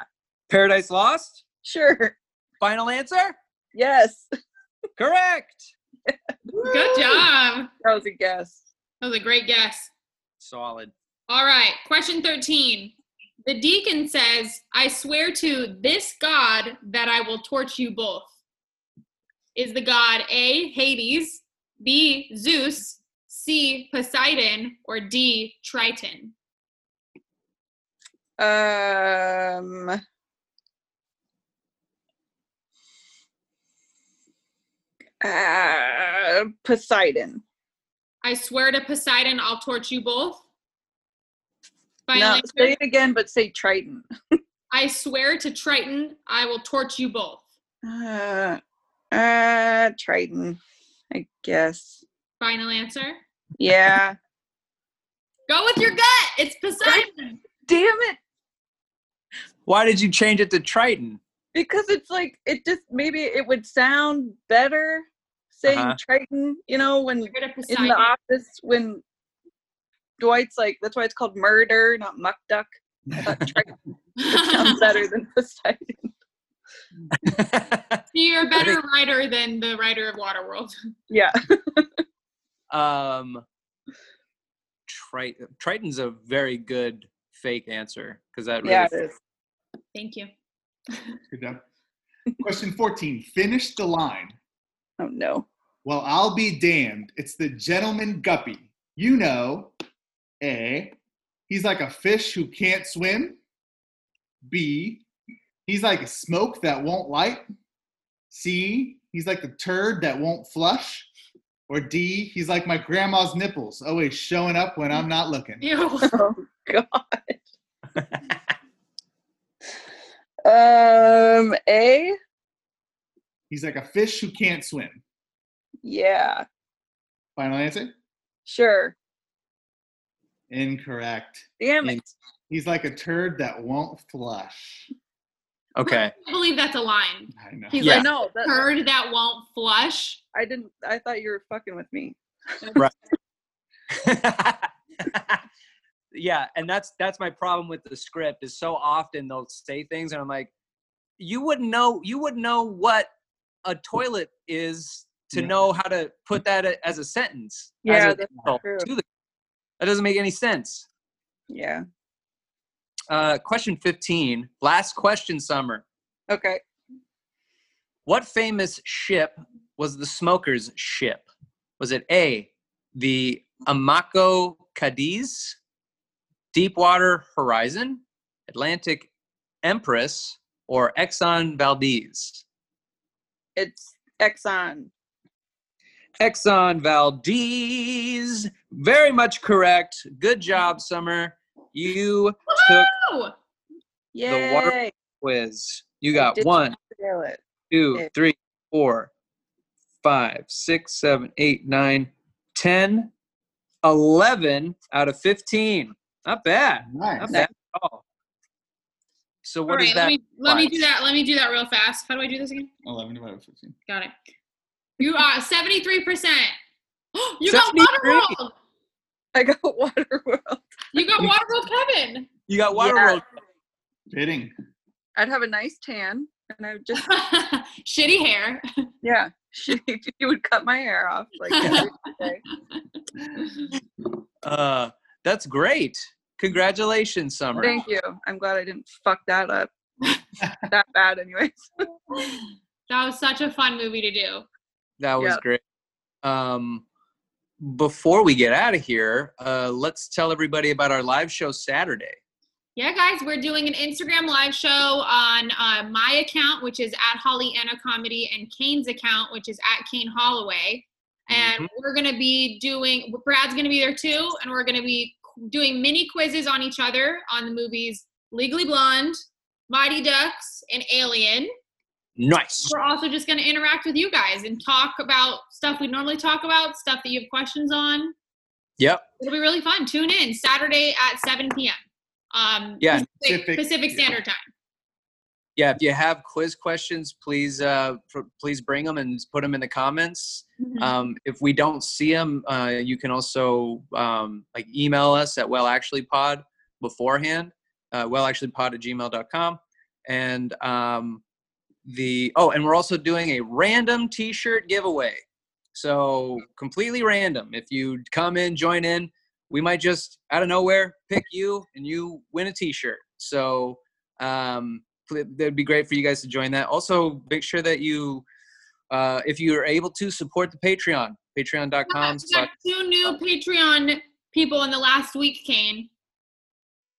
[SPEAKER 1] Paradise Lost.
[SPEAKER 4] Sure.
[SPEAKER 1] Final answer?
[SPEAKER 4] Yes. [LAUGHS]
[SPEAKER 1] Correct.
[SPEAKER 2] Good job.
[SPEAKER 4] That was a guess.
[SPEAKER 2] That was a great guess.
[SPEAKER 1] Solid.
[SPEAKER 2] All right, question 13. The deacon says, I swear to this God that I will torch you both. Is the God A, Hades, B, Zeus, C, Poseidon, or D, Triton?
[SPEAKER 4] Um, uh, Poseidon.
[SPEAKER 2] I swear to Poseidon, I'll torch you both. Final
[SPEAKER 4] No,
[SPEAKER 2] answer,
[SPEAKER 4] say it again, but say Triton.
[SPEAKER 2] I swear to Triton, I will torch you both.
[SPEAKER 4] Uh, uh, Triton, I guess.
[SPEAKER 2] Final answer.
[SPEAKER 4] Yeah.
[SPEAKER 2] Go with your gut. It's Poseidon.
[SPEAKER 4] Damn it!
[SPEAKER 1] Why did you change it to Triton? [LAUGHS]
[SPEAKER 4] Because it's like it just maybe it would sound better saying
[SPEAKER 1] Uh-huh.
[SPEAKER 4] Triton. You know, when
[SPEAKER 2] Swear to
[SPEAKER 4] in
[SPEAKER 2] Poseidon.
[SPEAKER 4] the office when Dwight's like, that's why it's called murder, not muck duck.
[SPEAKER 1] [LAUGHS]
[SPEAKER 4] I thought Triton
[SPEAKER 2] [LAUGHS]
[SPEAKER 4] sounds better than [LAUGHS] Poseidon.
[SPEAKER 2] You're a better writer than the writer of Waterworld. [LAUGHS]
[SPEAKER 4] Yeah.
[SPEAKER 1] um, Trit- Triton's a very good fake answer because that really
[SPEAKER 4] Yeah, it is.
[SPEAKER 2] Thank you.
[SPEAKER 3] Good job. Question 14. Finish the line.
[SPEAKER 4] Oh no.
[SPEAKER 3] Well, I'll be damned. It's the gentleman guppy. You know, A, he's like a fish who can't swim. B, he's like a smoke that won't light. C, he's like the turd that won't flush. Or D, he's like my grandma's nipples, always showing up when I'm not looking.
[SPEAKER 1] [LAUGHS]
[SPEAKER 2] Ew.
[SPEAKER 4] Oh god. [LAUGHS] um A?
[SPEAKER 3] He's like a fish who can't swim.
[SPEAKER 4] Yeah.
[SPEAKER 3] Final answer?
[SPEAKER 4] Sure.
[SPEAKER 3] Incorrect.
[SPEAKER 4] Damn it.
[SPEAKER 3] He's like a turd that won't flush.
[SPEAKER 1] [LAUGHS] okay.
[SPEAKER 2] I believe that's a line.
[SPEAKER 3] I know.
[SPEAKER 4] He's
[SPEAKER 1] Yeah.
[SPEAKER 4] like, no, that,
[SPEAKER 2] Turd that won't flush.
[SPEAKER 4] I didn't I thought you were fucking with me.
[SPEAKER 1] yeah, and that's that's my problem with the script is so often they'll say things and I'm like, you wouldn't know you wouldn't know what a toilet is to
[SPEAKER 3] Yeah.
[SPEAKER 1] know how to put that a- as a sentence. as
[SPEAKER 4] Yeah,
[SPEAKER 1] a
[SPEAKER 4] that's
[SPEAKER 1] insult
[SPEAKER 4] true.
[SPEAKER 1] to the- that doesn't make any sense.
[SPEAKER 4] Yeah.
[SPEAKER 1] Uh, question 15, last question, Summer.
[SPEAKER 4] Okay.
[SPEAKER 1] What famous ship was the smoker's ship? Was it A, the Amaco Cadiz, Deepwater Horizon, Atlantic Empress, or Exxon Valdez?
[SPEAKER 4] It's Exxon.
[SPEAKER 1] Exxon Valdez. Very much correct. Good job, Summer. You took
[SPEAKER 2] Woo!
[SPEAKER 4] Yay.
[SPEAKER 1] water- quiz. You got
[SPEAKER 4] did
[SPEAKER 1] one,
[SPEAKER 4] Nail it.
[SPEAKER 1] two,
[SPEAKER 4] Yeah.
[SPEAKER 1] three, four, five, six, seven, eight, nine, ten, eleven out of 15. Not bad. Not
[SPEAKER 3] Nice.
[SPEAKER 1] bad at all. So
[SPEAKER 2] All
[SPEAKER 1] what
[SPEAKER 2] right,
[SPEAKER 1] is
[SPEAKER 2] let
[SPEAKER 1] that?
[SPEAKER 2] me let me
[SPEAKER 1] like?
[SPEAKER 2] do that. Let me do that real fast. How do I do this again?
[SPEAKER 3] 11 divided by 15.
[SPEAKER 2] Got it. You are seventy three percent. [GASPS] You got
[SPEAKER 1] 73.
[SPEAKER 2] Waterworld.
[SPEAKER 4] I got [LAUGHS] Waterworld.
[SPEAKER 2] You got
[SPEAKER 1] You-
[SPEAKER 2] Waterworld, Kevin. [LAUGHS]
[SPEAKER 1] You got water
[SPEAKER 4] Yeah.
[SPEAKER 1] roll.
[SPEAKER 3] Fitting.
[SPEAKER 4] I'd have a nice tan and I
[SPEAKER 2] [LAUGHS]
[SPEAKER 4] would just
[SPEAKER 2] Shitty hair.
[SPEAKER 4] yeah. [LAUGHS] She, she would cut my hair off like every day.
[SPEAKER 1] Uh, that's great. Congratulations, Summer.
[SPEAKER 4] Thank you. I'm glad I didn't fuck
[SPEAKER 1] [LAUGHS]
[SPEAKER 4] that up that bad anyways.
[SPEAKER 2] That was such a fun movie to do.
[SPEAKER 1] That was
[SPEAKER 4] Yeah.
[SPEAKER 1] great. Um, before we get out of here, uh, let's tell everybody about our live show Saturday.
[SPEAKER 2] Yeah, guys, we're doing an Instagram live show on uh, my account, which is at Holly Anna Comedy, and Kane's account, which is at Kane Holloway. And we're going to be doing, Brad's going to be there too, and we're going to be doing mini quizzes on each other on the movies Legally Blonde, Mighty Ducks, and Alien.
[SPEAKER 1] Nice.
[SPEAKER 2] We're also just going to interact with you guys and talk about stuff we normally talk about, stuff that you have questions on.
[SPEAKER 1] Yep.
[SPEAKER 2] It'll be really fun. Tune in Saturday at 7 p.m. Um,
[SPEAKER 1] Yeah.
[SPEAKER 2] Pacific,
[SPEAKER 3] Pacific-
[SPEAKER 2] Pacific Standard Time.
[SPEAKER 1] Yeah. If you have quiz questions, please uh, pr- please bring them and put them in the comments.
[SPEAKER 2] Mm-hmm.
[SPEAKER 1] Um, if we don't see them, uh, you can also um, like email us at well actually pod beforehand, uh, wellactuallypod at gmail.com. And um, the oh, and we're also doing a random t shirt giveaway. So completely random. If you come in, join in, we might just out of nowhere pick you and you win a t-shirt. So um, pl- that'd be great for you guys to join that. Also, make sure that you, uh, if you are able to, support the Patreon.
[SPEAKER 2] [LAUGHS]
[SPEAKER 1] Patreon.com.
[SPEAKER 2] We got
[SPEAKER 1] slash-
[SPEAKER 2] two new Patreon people in the last week, Kane.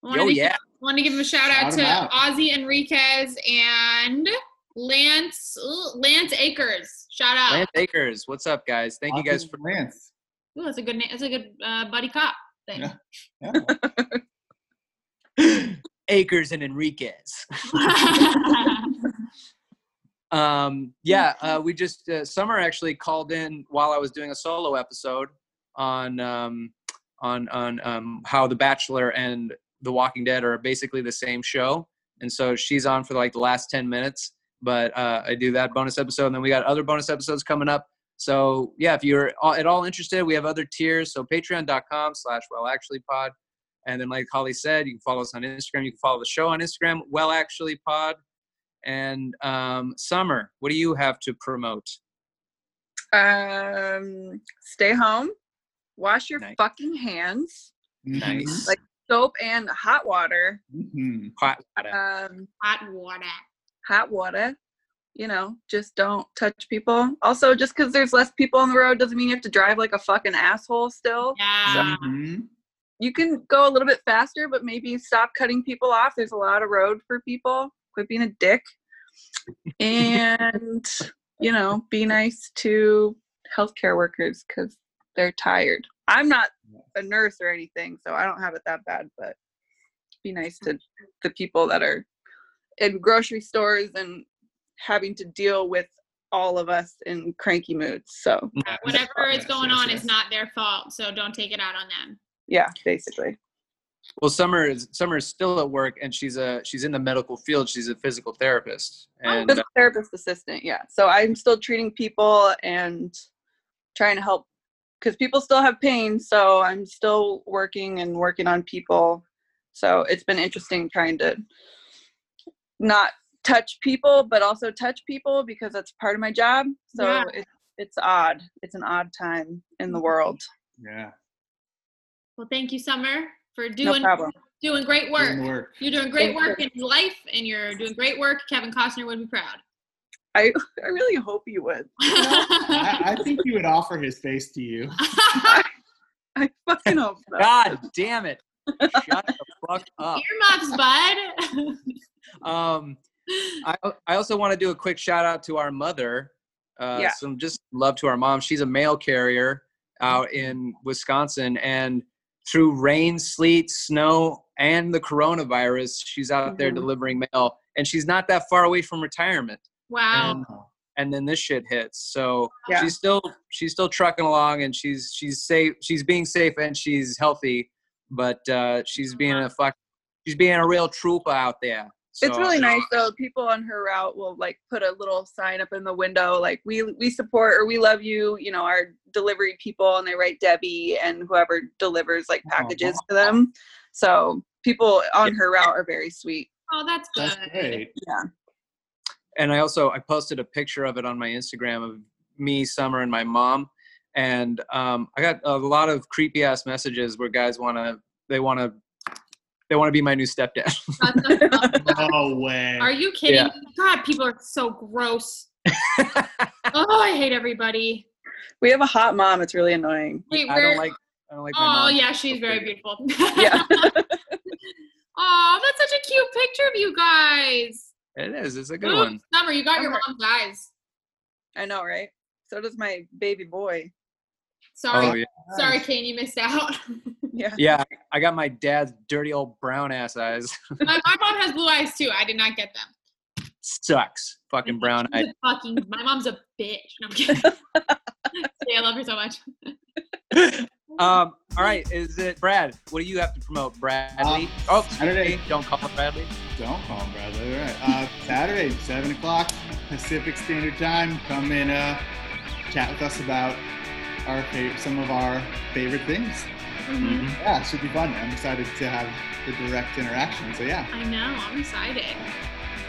[SPEAKER 2] I wanted
[SPEAKER 1] Yo,
[SPEAKER 2] to-
[SPEAKER 1] Oh, yeah.
[SPEAKER 2] wanted to give him a shout out
[SPEAKER 3] Shout 'em
[SPEAKER 2] to
[SPEAKER 3] out.
[SPEAKER 2] Ozzy Enriquez and Lance ooh, Lance Akers. Shout out.
[SPEAKER 1] Lance Akers, what's up, guys? Thank you guys
[SPEAKER 3] Austin
[SPEAKER 1] for
[SPEAKER 3] Lance.
[SPEAKER 2] Ooh, that's a good name. That's a good uh, buddy cop thing.
[SPEAKER 3] Yeah.
[SPEAKER 1] [LAUGHS]
[SPEAKER 3] Yeah. Mm-hmm.
[SPEAKER 1] Akers and Enriquez.
[SPEAKER 2] [LAUGHS]
[SPEAKER 1] Um, yeah, uh, we just uh, Summer actually called in while I was doing a solo episode on um, on on um, how The Bachelor and The Walking Dead are basically the same show, and so she's on for like the last ten minutes. But uh, I do that bonus episode, and then we got other bonus episodes coming up. So yeah, if you're a- at all interested, we have other tiers. So Patreon.com/slash Well Actually Pod, and then like Holly said, you can follow us on Instagram. You can follow the show on Instagram, Well Actually Pod. And um, Summer, what do you have to promote?
[SPEAKER 4] Um, stay home, wash your
[SPEAKER 1] Nice.
[SPEAKER 4] fucking hands,
[SPEAKER 3] Mhm.
[SPEAKER 1] Nice.
[SPEAKER 4] Like- soap and hot water.
[SPEAKER 3] Mhm.
[SPEAKER 1] Hot water.
[SPEAKER 4] Um,
[SPEAKER 2] Hot water.
[SPEAKER 4] hot water. You know, just don't touch people. Also, just because there's less people on the road doesn't mean you have to drive like a fucking asshole still.
[SPEAKER 2] Yeah.
[SPEAKER 1] Ah.
[SPEAKER 3] Mhm.
[SPEAKER 4] you can go a little bit faster, but maybe stop cutting people off. There's a lot of road for people. Quit being a dick. And, you know, be nice to healthcare workers because they're tired. I'm not a nurse or anything, so I don't have it that bad, but be nice to the people that are in grocery stores and having to deal with all of us in cranky moods. So,
[SPEAKER 2] Uh, Whatever is
[SPEAKER 3] Yes,
[SPEAKER 2] going
[SPEAKER 3] yes,
[SPEAKER 2] on
[SPEAKER 3] yes.
[SPEAKER 2] is not their fault, so don't take it out on them.
[SPEAKER 4] yeah, basically.
[SPEAKER 1] Well, Summer is Summer is still at work, and she's a she's in the medical field. She's a physical therapist, and
[SPEAKER 4] physical
[SPEAKER 1] uh,
[SPEAKER 4] therapist assistant yeah so i'm still treating people and trying to help because people still have pain so i'm still working and working on people so it's been interesting trying to not touch people but also touch people because that's part of my job so
[SPEAKER 2] Yeah. Mm-hmm.
[SPEAKER 4] it's, it's odd it's an odd time in the world
[SPEAKER 3] Yeah.
[SPEAKER 2] Well, thank you, Summer, for
[SPEAKER 4] no
[SPEAKER 2] doing
[SPEAKER 4] problem
[SPEAKER 2] doing great work.
[SPEAKER 3] Doing the work.
[SPEAKER 2] You're doing great work
[SPEAKER 4] Thank
[SPEAKER 2] in life, and you're doing great work. Kevin Costner would be proud.
[SPEAKER 4] i [LAUGHS] really hope you would
[SPEAKER 3] I, I think he would offer his face to you.
[SPEAKER 4] i fucking hope so
[SPEAKER 1] uh, God damn it, shut the fuck
[SPEAKER 2] [LAUGHS]
[SPEAKER 1] up.
[SPEAKER 2] [LAUGHS] Earmuffs, bud. [LAUGHS]
[SPEAKER 1] Um, I I also want to do a quick shout out to our mother. Uh,
[SPEAKER 4] Yeah.
[SPEAKER 1] Some just love to our mom. She's a mail carrier out in Wisconsin, and through rain, sleet, snow, and the coronavirus, she's out there
[SPEAKER 4] Mhm.
[SPEAKER 1] delivering mail, and she's not that far away from retirement.
[SPEAKER 2] wow.
[SPEAKER 1] And, and then this shit hits. So
[SPEAKER 4] Yeah.
[SPEAKER 1] she's still she's still trucking along, and she's she's safe. She's being safe and she's healthy, but uh, she's
[SPEAKER 4] Mm-hmm.
[SPEAKER 1] being a fuck. She's being a real trooper out there.
[SPEAKER 4] It's
[SPEAKER 1] So-
[SPEAKER 4] really nice though. People on her route will like put a little sign up in the window, like we we support or we love you. You know our delivery people, and they write Debbie and whoever delivers like
[SPEAKER 3] Oh,
[SPEAKER 4] packages to them. So people on her route are very sweet.
[SPEAKER 2] Oh, that's good.
[SPEAKER 3] That's
[SPEAKER 1] [LAUGHS]
[SPEAKER 3] great.
[SPEAKER 1] and I also I posted a picture of it on my Instagram of me, Summer, and my mom, and um, I got a lot of creepy ass messages where guys want to they want to they want to be my new stepdad. [LAUGHS]
[SPEAKER 2] That's so fun.
[SPEAKER 3] No way.
[SPEAKER 2] Are you kidding?
[SPEAKER 1] Yeah.
[SPEAKER 2] me? God, people are so gross. oh, I hate everybody.
[SPEAKER 4] We have a hot mom. It's really annoying.
[SPEAKER 2] Wait,
[SPEAKER 1] I
[SPEAKER 2] where?
[SPEAKER 1] don't like I don't like my
[SPEAKER 2] oh,
[SPEAKER 1] mom.
[SPEAKER 2] yeah, she's very
[SPEAKER 1] pretty.
[SPEAKER 2] beautiful.
[SPEAKER 4] Yeah. [LAUGHS]
[SPEAKER 2] oh, that's such a cute picture of you guys.
[SPEAKER 1] It is. It's a good
[SPEAKER 2] Ooh,
[SPEAKER 1] one.
[SPEAKER 2] Summer, you got your
[SPEAKER 4] Summer.
[SPEAKER 2] mom's eyes.
[SPEAKER 4] I know, right? So does my baby boy. [LAUGHS]
[SPEAKER 2] Sorry,
[SPEAKER 1] Oh yeah,
[SPEAKER 2] sorry, Kane, you missed out. [LAUGHS]
[SPEAKER 4] Yeah.
[SPEAKER 1] yeah. I got my dad's dirty old brown ass eyes. [LAUGHS]
[SPEAKER 2] my, my mom has blue eyes too. I did not get them.
[SPEAKER 1] Sucks. Fucking brown
[SPEAKER 2] She's
[SPEAKER 1] eyes.
[SPEAKER 2] a fucking. My mom's a bitch. No, I'm kidding.
[SPEAKER 1] [LAUGHS]
[SPEAKER 2] yeah, I love her so much.
[SPEAKER 1] Um. All right. Is it Brad? What do you have to promote, Bradley?
[SPEAKER 3] Um,
[SPEAKER 1] oh,
[SPEAKER 3] Saturday.
[SPEAKER 1] excuse me, Don't call him Bradley.
[SPEAKER 3] Don't call him Bradley. All right. Uh, Saturday, 7 o'clock Pacific Standard Time. Come and uh, chat with us about our fav- some of our favorite things.
[SPEAKER 1] Mm-hmm.
[SPEAKER 2] Mhm.
[SPEAKER 3] Yeah, it should be fun. I'm excited to have the direct interaction. So, yeah. [LAUGHS]
[SPEAKER 2] I know. I'm excited.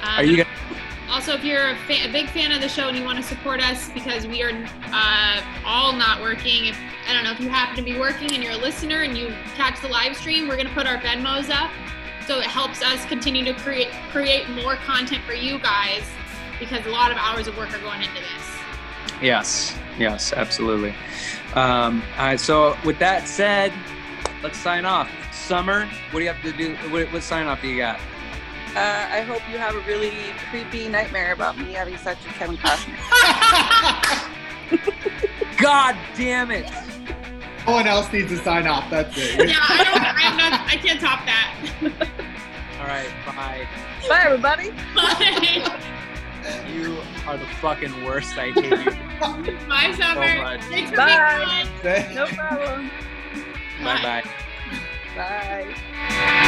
[SPEAKER 2] Um,
[SPEAKER 1] Are you gonna?
[SPEAKER 2] Also, if you're a, fa- a big fan of the show and you want to support us because we are uh, all not working, if I don't know if you happen to be working and you're a listener and you catch the live stream, we're gonna put our Venmos up, so it helps us continue to create create more content for you guys because a lot of hours of work are going into this.
[SPEAKER 1] Yes, yes, absolutely. Um, all right, so with that said, let's sign off. Summer, what do you have to do? What, what sign off do you got?
[SPEAKER 4] Uh, I hope you have a really creepy nightmare about me having sex with Kevin Costner.
[SPEAKER 1] God damn it!
[SPEAKER 3] No one else needs to sign off. That's it.
[SPEAKER 2] yeah, [LAUGHS] I don't, I'm not, I can't top that. [LAUGHS]
[SPEAKER 1] All right, bye.
[SPEAKER 4] Bye, everybody.
[SPEAKER 1] [LAUGHS]
[SPEAKER 2] Bye,
[SPEAKER 1] You are the fucking worst. I hate you. Oh
[SPEAKER 2] Bye, summer.
[SPEAKER 1] much.
[SPEAKER 2] Thanks for
[SPEAKER 4] Bye.
[SPEAKER 2] being on.
[SPEAKER 4] No problem.
[SPEAKER 1] Bye bye.
[SPEAKER 4] Bye.
[SPEAKER 2] Bye.